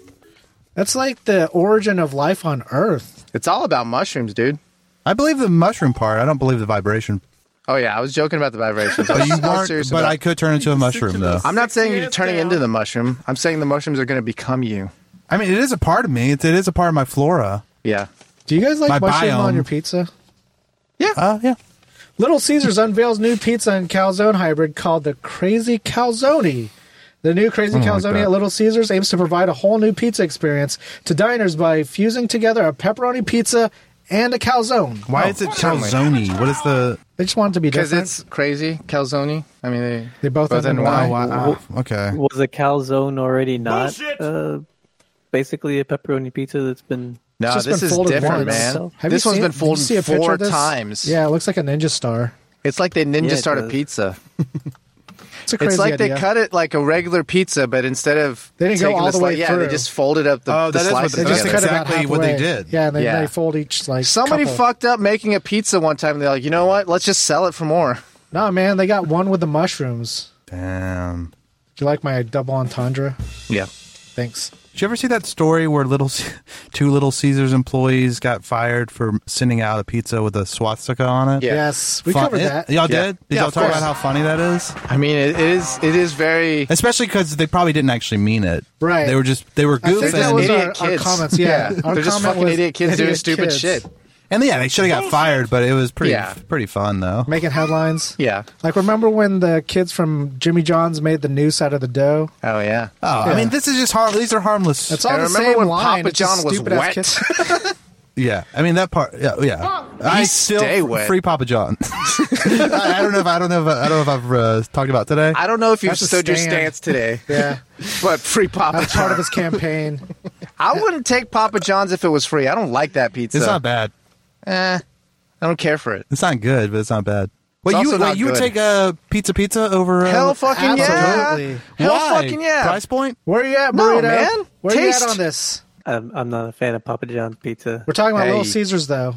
S4: That's like the origin of life on Earth.
S1: it's all about mushrooms, dude.
S2: I believe the mushroom part. I don't believe the vibration.
S1: Oh yeah, I was joking about the vibrations. I
S2: But
S1: was,
S2: you
S1: I was
S2: weren't.
S1: serious
S2: But
S1: about
S2: I could turn into a mushroom though.
S1: I'm not saying you're
S9: Yes,
S1: turning
S9: they
S1: into
S9: are.
S1: the mushroom. I'm saying the mushrooms are going to become you.
S2: I mean, it is a part of me. It's, it is a part of my flora.
S1: Yeah.
S4: Do you guys like
S2: My
S4: mushroom
S2: biome.
S4: on your pizza?
S2: Oh yeah.
S4: Little Caesars unveils new pizza and calzone hybrid called the Crazy Calzone. The new Crazy
S2: like
S4: Calzone
S2: that.
S4: at Little Caesars aims to provide a whole new pizza experience to diners by fusing together a pepperoni pizza and a calzone.
S2: Why is it calzone? Oh. What is the?
S4: They just want it to be
S1: Because
S4: different.
S1: it's crazy, calzone. I mean, they,
S4: They both end in
S1: Y.
S4: Y.
S2: Wow. Okay.
S5: Was a calzone already not
S9: Bullshit.
S5: uh, basically a pepperoni pizza that's been?
S1: No,
S4: It's just
S1: uh, this
S4: been
S1: is
S4: folded
S1: different,
S4: once.
S1: man.
S4: Have
S1: this
S4: you
S1: one's
S4: seen-
S1: been
S4: did you see
S1: folded
S4: a picture
S1: four
S4: of this?
S1: times.
S4: Yeah, it looks like a ninja star.
S1: It's like they ninja
S5: Yeah, it
S1: started
S5: does.
S1: pizza.
S4: It's a crazy
S1: It's like
S4: idea.
S1: they cut it like a regular pizza, but instead of
S4: They didn't go
S1: taking
S4: all the
S1: sli-
S4: way
S1: yeah,
S4: through.
S1: they just folded up the,
S2: Oh,
S1: the
S2: that is what
S1: slices
S2: they
S4: They
S2: That's
S4: just
S1: together.
S4: cut it
S2: exactly
S4: about
S2: what they
S4: halfway.
S2: did.
S4: Yeah, and they,
S1: Yeah.
S4: they fold each like
S1: Somebody
S4: couple.
S1: fucked up making a pizza one time. and They're like, you know what? Let's just sell it for more.
S4: No, man, they got one with the mushrooms.
S2: Damn.
S4: Do you like my double entendre?
S1: Yeah.
S4: Thanks.
S2: Did you ever see that story where little C- two Little Caesars employees got fired for sending out a pizza with a swastika on it?
S1: Yeah.
S4: Yes, we
S2: Fun-
S4: covered
S2: Yeah,
S4: that.
S2: Y'all
S1: Yeah.
S2: did? Did
S1: Yeah,
S2: y'all
S1: of
S2: talk
S1: course.
S2: about how funny that is?
S1: I mean, it is. It is very.
S2: Especially because they probably didn't actually mean it.
S4: Right.
S2: They were just they were
S4: I think that was
S2: goofing,
S1: Idiot
S4: our, our
S1: kids.
S4: comments. Yeah,
S1: They're
S4: our
S1: just
S4: comment
S1: fucking
S4: was
S1: idiot kids doing
S4: idiot
S1: stupid
S4: kids.
S1: shit.
S2: and yeah, they should have got fired, but it was pretty
S1: Yeah.
S2: pretty fun though.
S4: Making headlines.
S1: Yeah.
S4: Like remember when the kids from Jimmy John's made the noose out of the dough?
S1: Oh yeah.
S2: Oh, I
S4: Yeah.
S2: mean, this is just harm. These are harmless.
S4: It's all
S1: I
S4: the
S1: remember
S4: same
S1: when
S4: line.
S1: Papa
S4: it's just
S1: John was
S4: stupid-ass
S1: wet.
S4: kids.
S2: yeah, I mean that part. Yeah, yeah. I still
S1: stay wet.
S2: free Papa John. I, I don't know if I don't know if I don't know if I've uh, talked about today.
S1: I don't know if you
S4: That's a
S1: stood your
S4: stand.
S1: stance today,
S4: yeah,
S1: but free Papa
S4: that's part of
S1: John's.
S4: his campaign.
S1: I wouldn't take Papa John's if it was free. I don't like that pizza.
S2: It's not bad.
S1: Eh, I don't care for it.
S2: It's not good, but it's not bad. Wait,
S1: It's also
S2: you wait,
S1: not
S2: you would
S1: good.
S2: take a pizza pizza over uh,
S1: Hell fucking yeah.
S4: absolutely.
S1: Hell
S2: Why?
S1: fucking yeah.
S2: Price point.
S4: Where are you at,
S1: No,
S4: burrito?
S1: man.
S4: Where are you
S1: Taste.
S4: at on this?
S5: I'm, I'm not a fan of Papa John's pizza.
S4: We're talking about Little
S1: Hey.
S4: Caesars, though.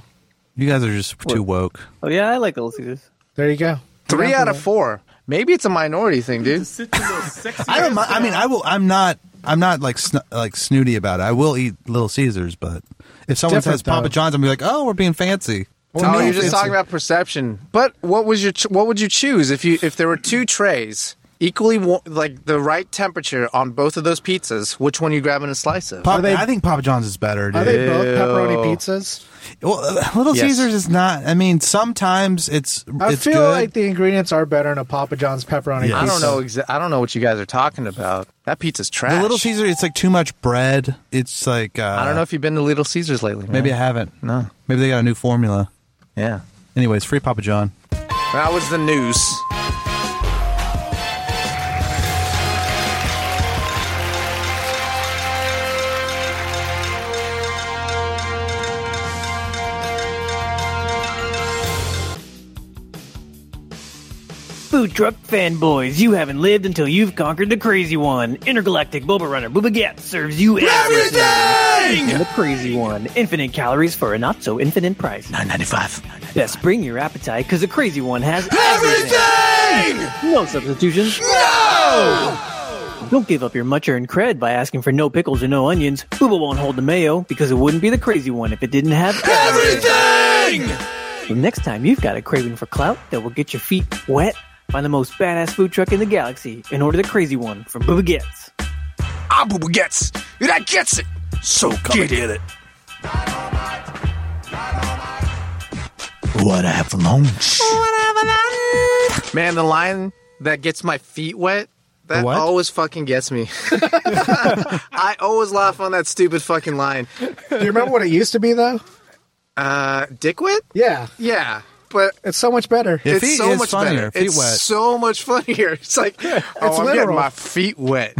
S2: You guys are just too woke.
S5: Oh yeah, I like Little Caesars.
S4: There you go.
S1: Three out of four. Maybe it's a minority thing, dude.
S9: Sit your little sexy
S2: I don't.
S9: ass
S2: mi- I mean, I will. I'm not. I'm not like sn- like snooty about it. I will eat Little Caesars, but if someone
S4: Different,
S2: says Papa
S4: though.
S2: John's, I'm gonna be like, oh, we're being fancy.
S1: Oh,
S4: no,
S1: you're just
S4: it's-
S1: talking about perception. But what was your ch- what would you choose if you if there were two trays equally wa- like the right temperature on both of those pizzas? Which one you grabbing a slice of?
S2: Papa,
S4: they-
S2: I think Papa John's is better.
S4: Are
S2: Dude.
S4: they both pepperoni pizzas?
S2: well, uh, Little
S1: Yes.
S2: Caesars is not. I mean, sometimes it's.
S4: I
S2: it's
S4: feel
S2: good.
S4: like the ingredients are better in a Papa John's pepperoni
S2: Yeah.
S1: I
S4: pizza.
S1: don't know. Exa- I don't know what you guys are talking about. That pizza's trash.
S2: the Little Caesar. It's like too much bread. It's like uh,
S1: I don't know if you've been to Little Caesars lately. man.
S2: maybe I haven't.
S1: No.
S2: Maybe they got a new formula.
S1: Yeah.
S2: Anyways, free Papa John.
S1: That was the news.
S5: food truck fanboys, you haven't lived until you've conquered the crazy one. Intergalactic Boba Runner Booba Gap serves you everything. And the crazy one, infinite calories for a not so infinite price. Nine ninety five. Yes, bring your appetite because the crazy one has everything. No substitutions. Don't give up your much earned cred by asking for no pickles or no onions. Booba won't hold the mayo because it wouldn't be the crazy one if it didn't have everything. The next time you've got a craving for clout that will get your feet wet, find the most badass food truck in the galaxy and order the crazy one from Booba Gets.
S3: Abu gets it. I gets it. So come and get it. What I have for lunch?
S1: Man, the line that gets my feet wet, that
S2: what?
S1: always fucking gets me. I always laugh on that stupid fucking line.
S4: Do you remember what it used to be though?
S1: Uh, dickwit?
S4: Yeah,
S1: Yeah, but
S4: it's so much better.
S2: If
S1: it's
S2: he
S1: so
S2: is
S1: much
S2: funnier,
S1: funnier.
S2: feet
S1: it's
S2: wet.
S1: so much funnier. It's like, oh, I'm getting
S4: literal.
S1: my feet wet.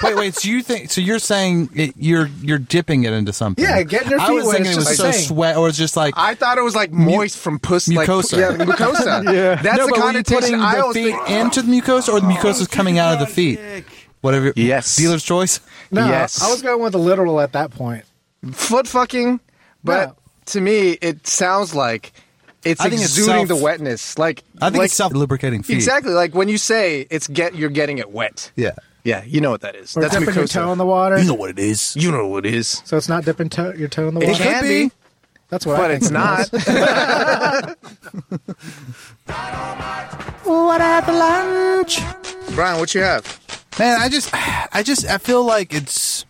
S2: wait, wait. So you think? So you're saying it, you're you're dipping it into something?
S4: Yeah, getting your
S2: I
S4: feet
S2: was
S4: wet
S2: thinking
S4: is
S2: it was
S4: just
S2: so
S4: a saying.
S2: sweat, or it's just like
S1: I thought it was like moist from puss, like
S2: Mucosa.
S1: yeah, mucosa. yeah, that's
S2: no,
S1: the
S2: but were you
S1: connotation
S2: putting
S1: I
S2: the
S1: always
S2: feet
S1: think.
S2: into the mucosa, or the mucosa is coming out of the feet. Whatever.
S1: Yes.
S2: Dealer's choice.
S4: No,
S1: Yes.
S4: I was going with the literal at that point.
S1: foot fucking, but
S4: No.
S1: to me, it sounds like it's
S2: I think it's
S1: exuding
S2: self-
S1: the wetness. Like
S2: I think
S1: like,
S2: it's self-lubricating feet.
S1: Exactly, like when you say it's get, you're getting it wet.
S2: Yeah.
S1: yeah, you know what that is.
S4: Or
S1: That's
S4: dipping your
S1: mucosa.
S4: toe in the water.
S7: You know what it is.
S1: You know what it is.
S4: So it's not dipping toe, your toe in the
S1: It
S4: water.
S1: can be,
S4: That's what. I
S1: but
S4: think
S1: it's
S4: it was.
S1: not.
S2: What happened lunch?
S1: Brian, what you have?
S2: Man, I just, I just, I feel like it's.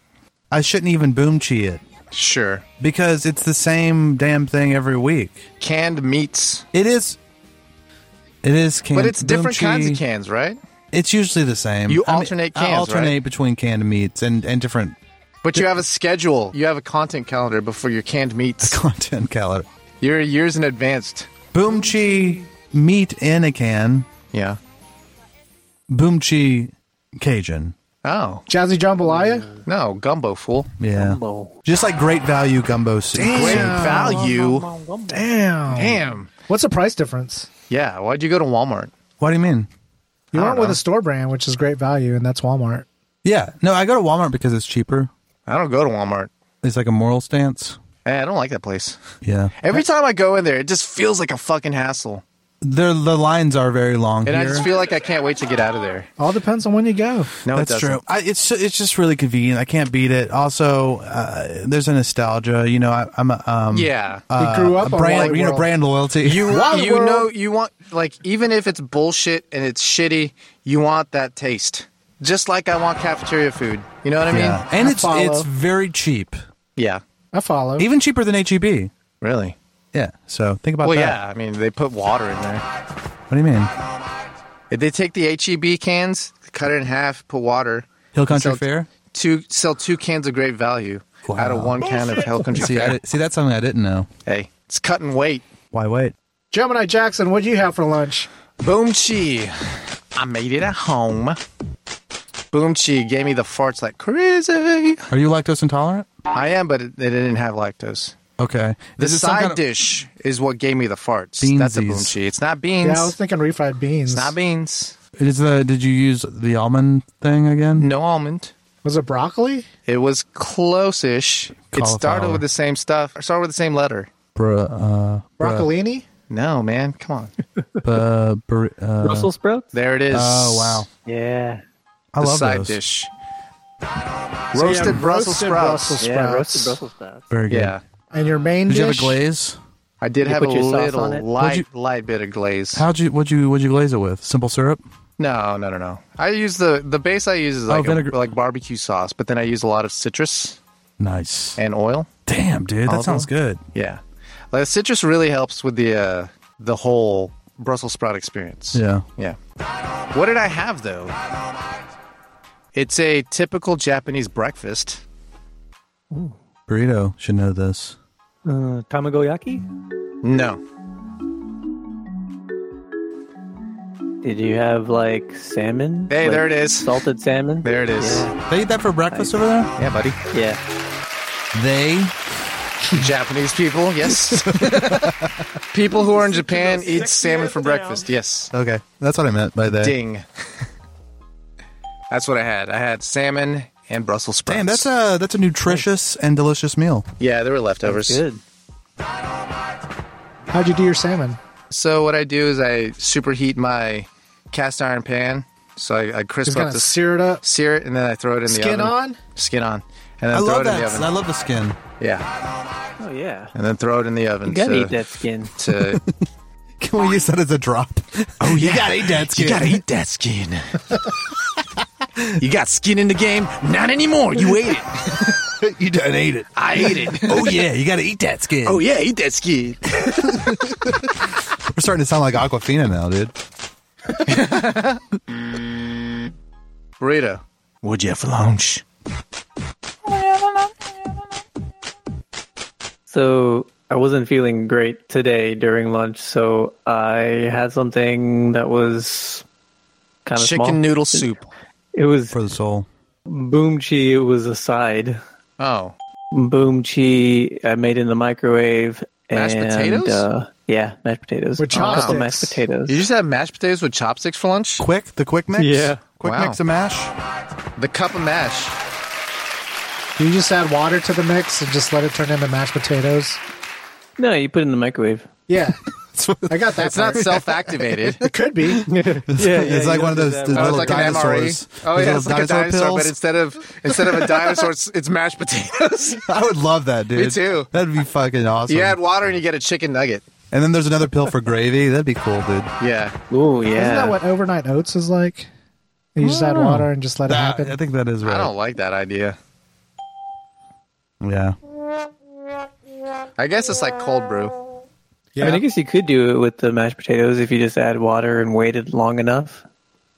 S2: I shouldn't even boom chi it
S1: Sure,
S2: because it's the same damn thing every week.
S1: canned meats,
S2: It is. It is canned.
S1: but it's different
S2: boom
S1: kinds
S2: chi.
S1: of cans, right?
S2: It's usually the same.
S1: You
S2: I mean,
S1: alternate
S2: I
S1: cans,
S2: alternate
S1: right?
S2: between canned meats and and different
S1: But you have a schedule. You have a content calendar before your canned meats.
S2: content calorie.
S1: You're years in advanced.
S2: Boom chi meat in a can.
S1: Yeah.
S2: Boom chi Cajun.
S1: Oh
S4: Jazzy
S2: Mm.
S4: jambalaya.
S1: no, gumbo fool.
S2: Yeah.
S5: Gumbo.
S2: Just like great value gumbo soup.
S1: Great value.
S4: Damn.
S1: Damn.
S4: What's the price difference?
S1: Yeah. Why'd you go to Walmart?
S2: What do you mean?
S4: You
S1: I
S4: went
S1: don't
S4: with
S1: know.
S4: a store brand, which is great value, and that's Walmart.
S2: Yeah. No, I go to Walmart because it's cheaper.
S1: I don't go to Walmart.
S2: It's like a moral stance.
S1: Eh, I don't like that place.
S2: Yeah.
S1: Every time I go in there, it just feels like a fucking hassle,
S2: They're, the lines are very long
S1: and I
S2: here.
S1: just feel like I can't wait to get out of there.
S4: All depends on when you go.
S1: No, it
S2: That's
S1: doesn't.
S2: true. I, it's it's just really convenient. I can't beat it. Also, uh, there's a nostalgia. You know, I, I'm a um,
S1: Yeah.
S2: uh,
S4: We grew up
S2: a
S4: on
S2: brand.
S4: Wally
S2: you know,
S4: World.
S2: brand loyalty.
S1: you
S4: Wild
S1: you
S4: World.
S1: know you want like even if it's bullshit and it's shitty, you want that taste. Just like I want cafeteria food. You know what I mean?
S2: yeah. and
S4: I
S2: it's
S4: follow.
S2: it's very cheap,
S1: Yeah.
S4: I follow.
S2: even cheaper than HEB.
S1: Really.
S2: Yeah. So think about
S1: Well,
S2: that.
S1: yeah. I mean, they put water in there.
S2: What do you mean?
S1: They take the HEB cans, cut it in half, put water.
S2: Hill Country
S1: So-
S2: Fair.
S1: Two sell two cans of great value out of
S2: Wow.
S1: one can of Hell Country
S2: See, I,
S1: Fair.
S2: di- see, that's something I didn't know.
S1: Hey, it's cutting weight.
S2: Why wait?
S4: Gemini Jackson, what do you have for lunch?
S1: Boom Chi. I made it at home. Boom Chi gave me the farts like crazy.
S2: Are you lactose intolerant?
S1: I am, but it, they didn't have lactose.
S2: Okay.
S1: The
S2: Is it some
S1: side
S2: kind of-
S1: dish is what gave me the farts. That's a Boom
S2: Beansies.
S1: Chi. It's not beans.
S4: Yeah, I was thinking refried beans.
S1: it's not beans.
S2: Is the did you use the almond thing again?
S1: No almond.
S4: was it broccoli?
S1: It was close-ish. It started
S2: Cauliflower.
S1: with the same stuff. It started with the same letter.
S2: Bruh, uh,
S4: Broccolini?
S1: No, man. Come on.
S2: bu- bur- uh,
S5: Brussels sprouts?
S1: There it is.
S2: Oh wow,
S5: Yeah.
S2: I
S1: the
S2: love
S1: side
S2: those.
S1: dish.
S4: So you
S1: Roasted
S4: have
S1: Brussels
S4: roasted
S1: sprouts.
S4: Brussels
S5: Yeah,
S4: sprouts.
S5: roasted Brussels sprouts.
S2: Very good.
S1: Yeah.
S4: And your main
S2: Did you have
S4: dish?
S2: a glaze?
S1: I did
S5: You
S1: have a
S5: put your sauce
S1: little
S5: on it?
S1: light,
S2: What'd
S1: light bit of glaze.
S2: How'd you what'd you what'd you glaze it with? Simple syrup.
S1: No, no, no, no. I use the the base I use is
S2: Oh,
S1: like a-
S2: vinegar-
S1: like barbecue sauce, but then I use a lot of citrus
S2: Nice.
S1: and oil.
S2: Damn, dude, that
S1: Olive
S2: sounds good.
S1: Yeah, like the citrus really helps with the uh, the whole Brussels sprout experience.
S2: Yeah.
S1: yeah. What did I have though? It's a typical Japanese breakfast.
S2: Burrito should know this.
S5: Uh, tamagoyaki?
S1: No,
S5: Did you have like salmon?
S1: Hey,
S5: Like,
S1: there it is.
S5: Salted salmon?
S1: there it is.
S5: Yeah.
S2: They eat that for breakfast over there.
S1: Yeah, buddy.
S5: Yeah.
S2: They
S1: Japanese people, yes. people who are in Japan eat salmon for breakfast, yes.
S2: Okay, that's what I meant by that.
S1: Ding. That's what I had. I had salmon and Brussels sprouts.
S2: Damn, that's a that's a nutritious and delicious meal.
S1: yeah, they were leftovers.
S5: Good.
S4: How'd you do your salmon?
S1: So what I do is I superheat my cast iron pan. So I, I crisp
S4: Just
S1: up
S4: kind
S1: the
S4: of sear it up.
S1: sear it, and then I throw it in
S4: Skin
S1: the oven.
S4: on?
S1: Skin on, and then
S2: I
S1: throw
S2: love
S1: it in
S2: that.
S1: the oven.
S2: I love the skin.
S1: yeah,
S5: Oh yeah.
S1: and then throw it in the oven.
S5: You gotta
S1: to,
S5: eat that skin.
S1: to-
S2: Can we use that as a drop?
S1: oh yeah, you
S2: gotta eat that skin.
S1: You gotta eat that skin. you got skin in the game? Not anymore. You ate it.
S2: you done ate it.
S1: I ate it.
S2: Oh yeah, you got to eat that skin.
S1: Oh yeah, eat that skin.
S2: We're starting to sound like Aquafina now, dude.
S1: Burrito. What'd you have for lunch?
S5: So I wasn't feeling great today during lunch, so I had something that was kind of
S1: Chicken
S5: small.
S1: noodle soup.
S5: It was
S2: For the soul.
S5: boom chi. It was a side.
S1: Oh,
S5: Boom chi. I made in the microwave.
S1: Mashed
S5: and,
S1: potatoes?
S5: Uh, yeah, mashed potatoes.
S4: With
S5: A couple
S4: chopsticks.
S5: mashed potatoes.
S1: you just had mashed potatoes with chopsticks for lunch?
S2: Quick, the quick mix.
S5: Yeah.
S2: Quick
S1: Wow.
S2: mix of mash.
S1: The cup of mash.
S4: Do you just add water to the mix and just let it turn into mashed potatoes?
S5: No, you put it in the microwave.
S4: Yeah, I got that.
S1: It's not
S4: part.
S1: self-activated.
S4: It could be.
S5: Yeah,
S2: it's like one of those the
S1: Oh,
S2: little
S1: it's like an
S2: dinosaurs.
S1: MRE. Oh
S2: those
S1: yeah,
S2: little
S1: it's like a
S2: dinosaur
S1: dinosaur,
S2: pills.
S1: but instead of instead of a dinosaur, it's, it's mashed potatoes.
S2: I would love that, dude.
S1: Me too.
S2: That'd be fucking awesome.
S1: you add water and you get a chicken nugget.
S2: And then there's another pill for gravy. That'd be cool, dude.
S1: Yeah, Mm.
S5: Oh
S4: Isn't
S5: yeah.
S4: that what overnight oats is like? You just add water and just let it
S2: That-
S4: happen.
S2: I think that is right.
S1: I don't like that idea.
S2: yeah.
S1: I guess it's like cold brew.
S4: Yeah.
S5: I mean, I guess you could do it with the mashed potatoes if you just add water and waited long enough.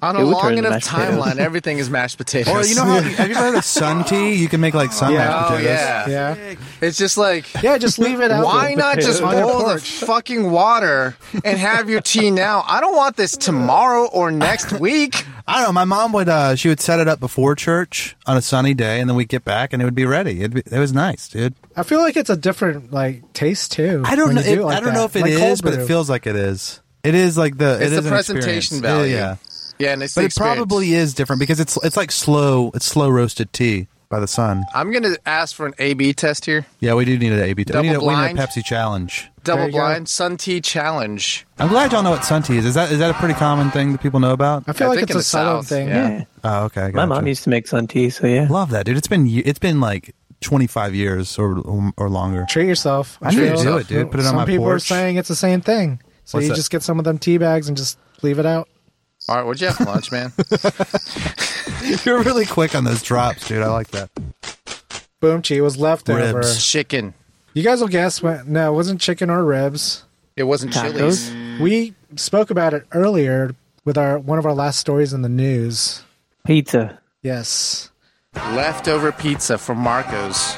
S1: On a
S5: It would
S1: long
S5: turn into
S1: enough
S5: mashed potatoes.
S1: timeline, everything is mashed potatoes.
S2: Or you know how have you ever heard of sun tea? You can make like sun
S4: Yeah.
S2: mashed
S1: Oh
S2: potatoes.
S1: yeah.
S4: yeah,
S1: it's just like
S4: yeah. Just leave it out.
S1: why not just
S4: on your
S1: boil the
S4: porch?
S1: fucking water and have your tea now? I don't want this tomorrow or next week.
S2: I don't know. My mom would uh, she would set it up before church on a sunny day, and then we'd get back, and it would be ready. It'd be, it was nice, dude.
S4: I feel like it's a different like taste too.
S2: I don't
S4: when
S2: know.
S4: you do
S2: It,
S4: it like
S2: I don't
S4: that.
S2: know if it
S4: Like
S2: is,
S4: cold
S2: but
S4: brew.
S2: it feels like it is. It is like the it
S1: It's
S2: is
S1: the
S2: an
S1: presentation
S2: experience.
S1: value.
S2: Yeah, yeah.
S1: Yeah, and it's
S2: but
S1: the
S2: it probably is different because it's it's like slow it's slow roasted tea by the sun.
S1: I'm gonna ask for an A/B test here.
S2: Yeah, we do need an AB. We
S1: Double
S2: need a, we need a
S1: blind.
S2: Pepsi challenge.
S4: There
S1: Double
S4: you go.
S1: blind sun tea challenge.
S2: I'm glad y'all know what sun tea is. Is that is that a pretty common thing that people know about?
S4: I feel
S1: I
S4: like
S1: think
S4: it's
S1: in
S4: a
S1: the
S4: southern
S1: South,
S4: thing.
S1: yeah.
S2: Oh, okay.
S5: Eh, My mom
S2: gotcha.
S5: used to make sun tea, so yeah.
S2: Love that, dude. It's been ye- it's been like 25 years or or longer.
S4: Treat yourself.
S2: I need to
S4: feel-
S2: do it, dude. Put it on
S4: Some
S2: my
S4: people are
S2: porch.
S4: saying it's the same thing. So
S2: What's
S4: you
S2: that?
S4: just get some of them tea bags and just leave it out.
S1: All right, what'd you have for lunch, man?
S2: You're really quick on those drops, dude. I like that.
S4: Boom chi was left over.
S2: Ribs.
S1: Chicken.
S4: You guys will guess what no, it wasn't chicken or ribs.
S1: It wasn't chilies.
S4: We spoke about it earlier with our one of our last stories in the news.
S5: Pizza.
S4: Yes.
S1: Leftover pizza from Marco's.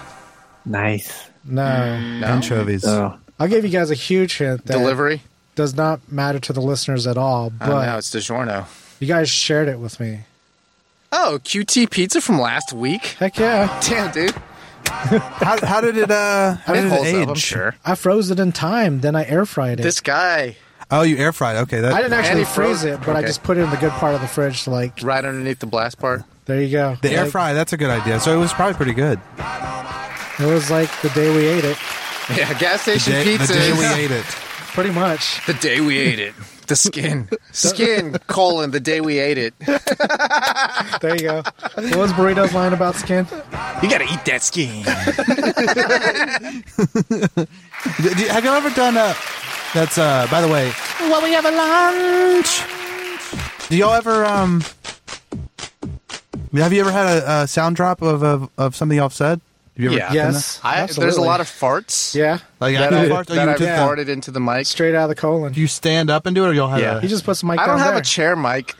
S5: Nice.
S4: No.
S2: Anchovies.
S1: Uh,
S5: Oh.
S4: I'll give you guys a huge hint that
S1: Delivery.
S4: does not matter to the listeners at all,
S1: I don't know.
S4: but
S1: It's DiGiorno.
S4: you guys shared it with me.
S1: Oh, QT pizza from last week.
S4: Heck yeah.
S1: Damn, dude.
S2: How, how did it uh how
S1: It
S2: did it
S1: holds
S2: age?
S1: up, I'm sure.
S4: I froze it in time, then I air fried it.
S1: This guy
S2: Oh, you air fried. Okay, that
S4: I didn't actually
S1: And he froze-
S4: freeze it, but I
S1: okay.
S4: just put it in the good part of the fridge to like
S1: right underneath the blast part.
S4: there you go.
S2: the air
S4: Like,
S2: fry. That's a good idea. So it was probably pretty good.
S4: It was like the day we ate it,
S1: Yeah, gas station
S2: Day-
S1: pizza.
S2: the day
S1: is-
S2: we ate it.
S4: pretty much.
S1: The day we ate it. The skin. Skin, colon, the day we ate it.
S4: There you go. What was Burrito's line about skin?
S1: You gotta eat that skin.
S2: D- do- have y'all ever done a? That's uh. By the way, what we have a lunch. Do y'all ever um? Have you ever had a, a sound drop of, of of something y'all have said? Have you ever
S1: Yeah.
S2: done that?
S4: Yes.
S1: I, there's a
S4: absolutely.
S1: lot of farts.
S4: Yeah.
S2: Like
S1: That,
S2: I
S1: I,
S2: fart, or
S1: that
S2: you
S1: I've
S2: just-
S4: Yeah.
S1: farted into the mic.
S4: Straight out of the colon.
S2: Do you stand up and do it, or y'all have
S1: Yeah.
S2: a?
S4: He just puts the mic
S1: I
S4: down
S1: don't have
S4: there.
S1: a chair mic,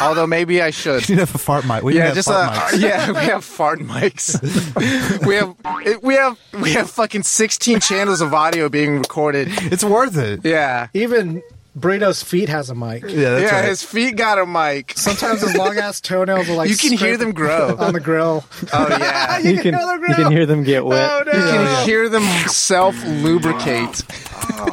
S1: although maybe I should.
S2: you have a fart mic. We
S1: Yeah,
S2: have
S1: just
S2: fart
S1: uh,
S2: mics.
S1: yeah. We have fart mics. we have it- we have we have fucking sixteen channels of audio being recorded.
S2: It's worth it.
S1: Yeah,
S4: Even Burrito's feet has a mic.
S2: Yeah, that's
S1: yeah,
S2: right.
S1: his feet got a mic.
S4: Sometimes his long ass toenails will like
S1: you can hear
S4: scrape
S1: them grow.
S4: on the grill.
S1: oh yeah.
S4: Ah,
S5: You can, you can hear them get wet.
S1: Oh, no. You can hear them self lubricate.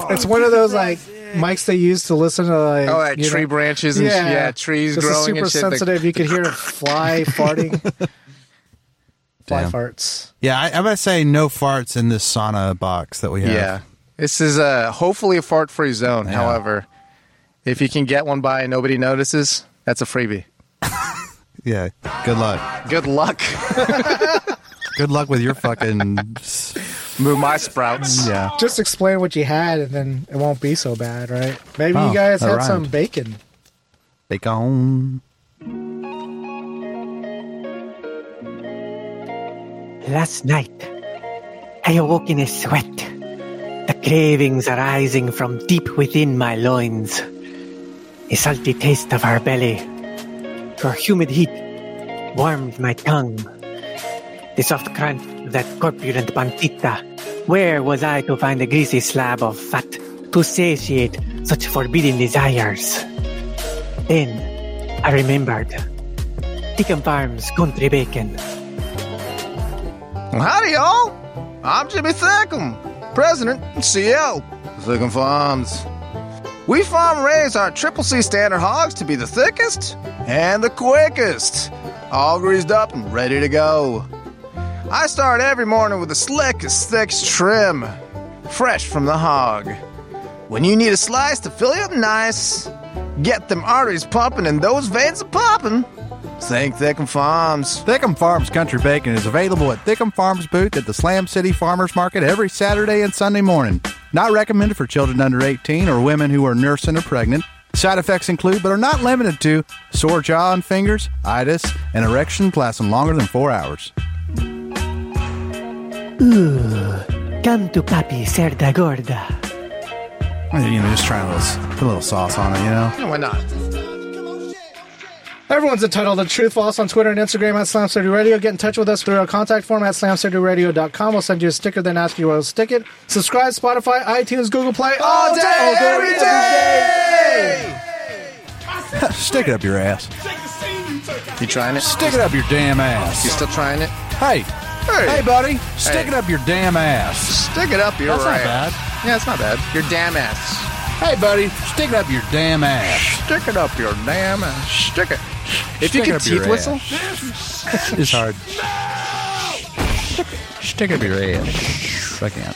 S4: It's one of those like mics they use to listen to like
S1: Oh, like
S4: you know-
S1: tree branches and yeah, yeah trees
S4: This is
S1: growing
S4: super
S1: and shit. that-
S4: sensitive. You could hear it fly farting. Fly
S2: Damn.
S4: farts.
S2: Yeah, I, I'm gonna say no farts in this sauna box that we have.
S1: Yeah. This is uh, hopefully a fart free zone. However, if you can get one by and nobody notices, that's a freebie.
S2: yeah. Good luck.
S1: Good luck.
S2: Good luck with your fucking. s-
S1: Move my sprouts.
S2: yeah.
S4: Just explain what you had, and then it won't be so bad, right? Maybe
S2: Oh,
S4: you guys
S2: that
S4: had
S2: rhymed.
S4: some bacon.
S2: Bacon. on.
S5: Last night, I awoke in a sweat. The cravings arising from deep within my loins. A salty taste of our belly, her humid heat, warmed my tongue. The soft crunch of that corpulent pancita. Where was I to find a greasy slab of fat to satiate such forbidden desires? Then I remembered Deacon Farms country bacon.
S1: Howdy, y'all. I'm Jimmy Thickum, President and CEO of Thickum Farms. We farm and raise our Triple C standard hogs to be the thickest and the quickest, all greased up and ready to go. I start every morning with the slickest, thickest trim, fresh from the hog. When you need a slice to fill you up nice, get them arteries pumping and those veins a popping, think Thickum Farms.
S2: Thickum Farms Country Bacon is available at Thickum Farms booth at the Slam City Farmers Market every Saturday and Sunday morning. Not recommended for children under 18 or women who are nursing or pregnant. Side effects include, but are not limited to, sore jaw and fingers, itis, and erections lasting longer than four hours.
S5: Come to Papi Cerda Gorda.
S2: You know, just try a little, put a little sauce on it, you know?
S1: Why not?
S4: Everyone's entitled to truth. Follow us on Twitter and Instagram at Slam City Radio. Get in touch with us through our contact form at slamcityradio.com. We'll send you a sticker, then ask you where to stick it. Subscribe, Spotify, iTunes, Google Play, all, day, every day.
S2: Stick it up your ass.
S1: You trying it?
S2: Stick it up your damn
S1: You
S2: ass.
S1: still trying it?
S2: Hey, hey, buddy, stick
S1: Hey.
S2: it up your damn ass.
S1: Stick it up, you're
S2: That's
S1: right.
S2: not bad.
S1: Yeah, it's not bad. Your damn ass.
S2: Hey, buddy, stick it up your damn ass.
S1: Stick it up, your damn ass. Stick it. If
S2: Stick
S1: you
S2: it
S1: could
S2: up your
S1: teeth whistle,
S2: It's hard. Stick it up your ass. I can't.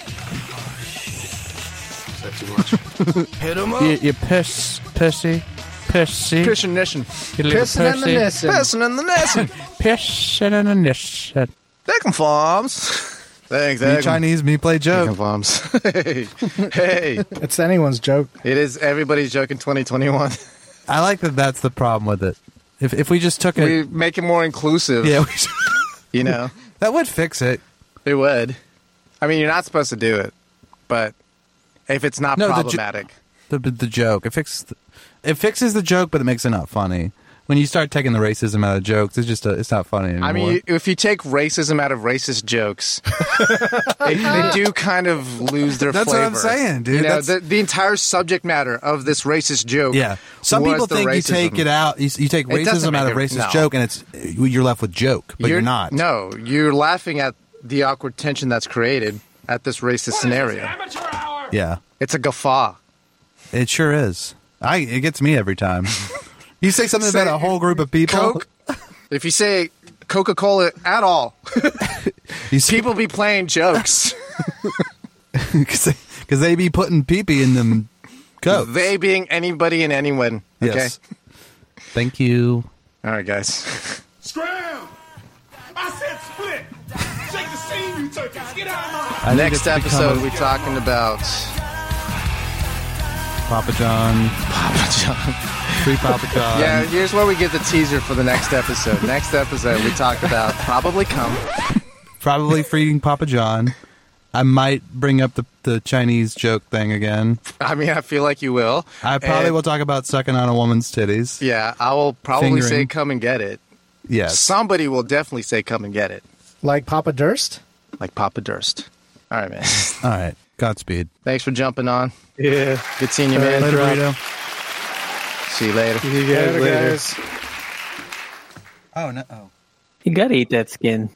S1: hit him up.
S7: You, you piss, pissy, pissy,
S1: Piss and nissing.
S7: you little
S4: Pissing in the
S7: pissy.
S4: missing.
S1: Pissing and the nissing.
S7: Pissin' and a nissin'.
S1: Thickum farms. Thanks,
S2: Me
S1: Thickum.
S2: Chinese, me play
S1: Thickum
S2: joke.
S1: farms. hey. hey.
S4: It's anyone's joke.
S1: It is everybody's joke in 2021.
S2: I like that. That's the problem with it. If if we just took
S1: We
S2: it,
S1: make it more inclusive,
S2: yeah,
S1: you know?
S2: that would fix it.
S1: It would. I mean, you're not supposed to do it, but if it's not
S2: No, the ju-
S1: problematic.
S2: The the joke it fixes the, it fixes the joke, but it makes it not funny. When you start taking the racism out of jokes, it's just a, it's not funny anymore.
S1: I mean, you- if you take racism out of racist jokes, they, they do kind of lose their
S2: That's what
S1: flavor.
S2: I'm saying, dude.
S1: You know,
S2: That's-
S1: the, the entire subject matter of this racist joke.
S2: yeah. Some
S1: was
S2: people
S1: the
S2: think you
S1: racism.
S2: take it out, you, you take
S1: It doesn't
S2: racism out
S1: make
S2: of
S1: it-
S2: racist
S1: no.
S2: joke, and it's you're left with joke, but you're, not.
S1: No, you're laughing at the awkward tension that's created at this racist scenario.
S2: Yeah,
S1: It's a guffaw.
S2: it sure is. I it gets me every time. you say something about a whole group of people.
S1: Coke. If you say Coca Cola at all,
S2: You say,
S1: people be playing jokes.
S2: because they, 'cause they be putting pee pee in them coats.
S1: they being anybody and anyone. Okay.
S2: Yes. Thank you.
S1: All right, guys.
S9: Scram! I said split! Shake the scene, you turkeys! Get out of my house!
S2: I think
S1: Next
S2: it's become
S1: episode,
S2: a-
S1: we're talking about
S2: Papa John,
S1: Papa John.
S2: free Papa John.
S1: Yeah, here's where we get the teaser for the next episode. next episode, we talk about probably come.
S2: Probably freeing Papa John. I might bring up the, the Chinese joke thing again.
S1: I mean, I feel like you will.
S2: I probably
S1: And,
S2: will talk about sucking on a woman's titties.
S1: Yeah, I will probably
S2: Fingering.
S1: say come and get it.
S2: Yes.
S1: Somebody will definitely say come and get it,
S4: Like Papa Durst?
S1: like Papa Durst. All right, man.
S2: All right. Godspeed.
S1: Thanks for jumping on.
S5: Yeah.
S1: Good seeing you, man.
S2: Later, Rito.
S1: See you later.
S5: You guys later.
S4: guys.
S2: Oh no! Oh.
S5: You gotta eat that skin.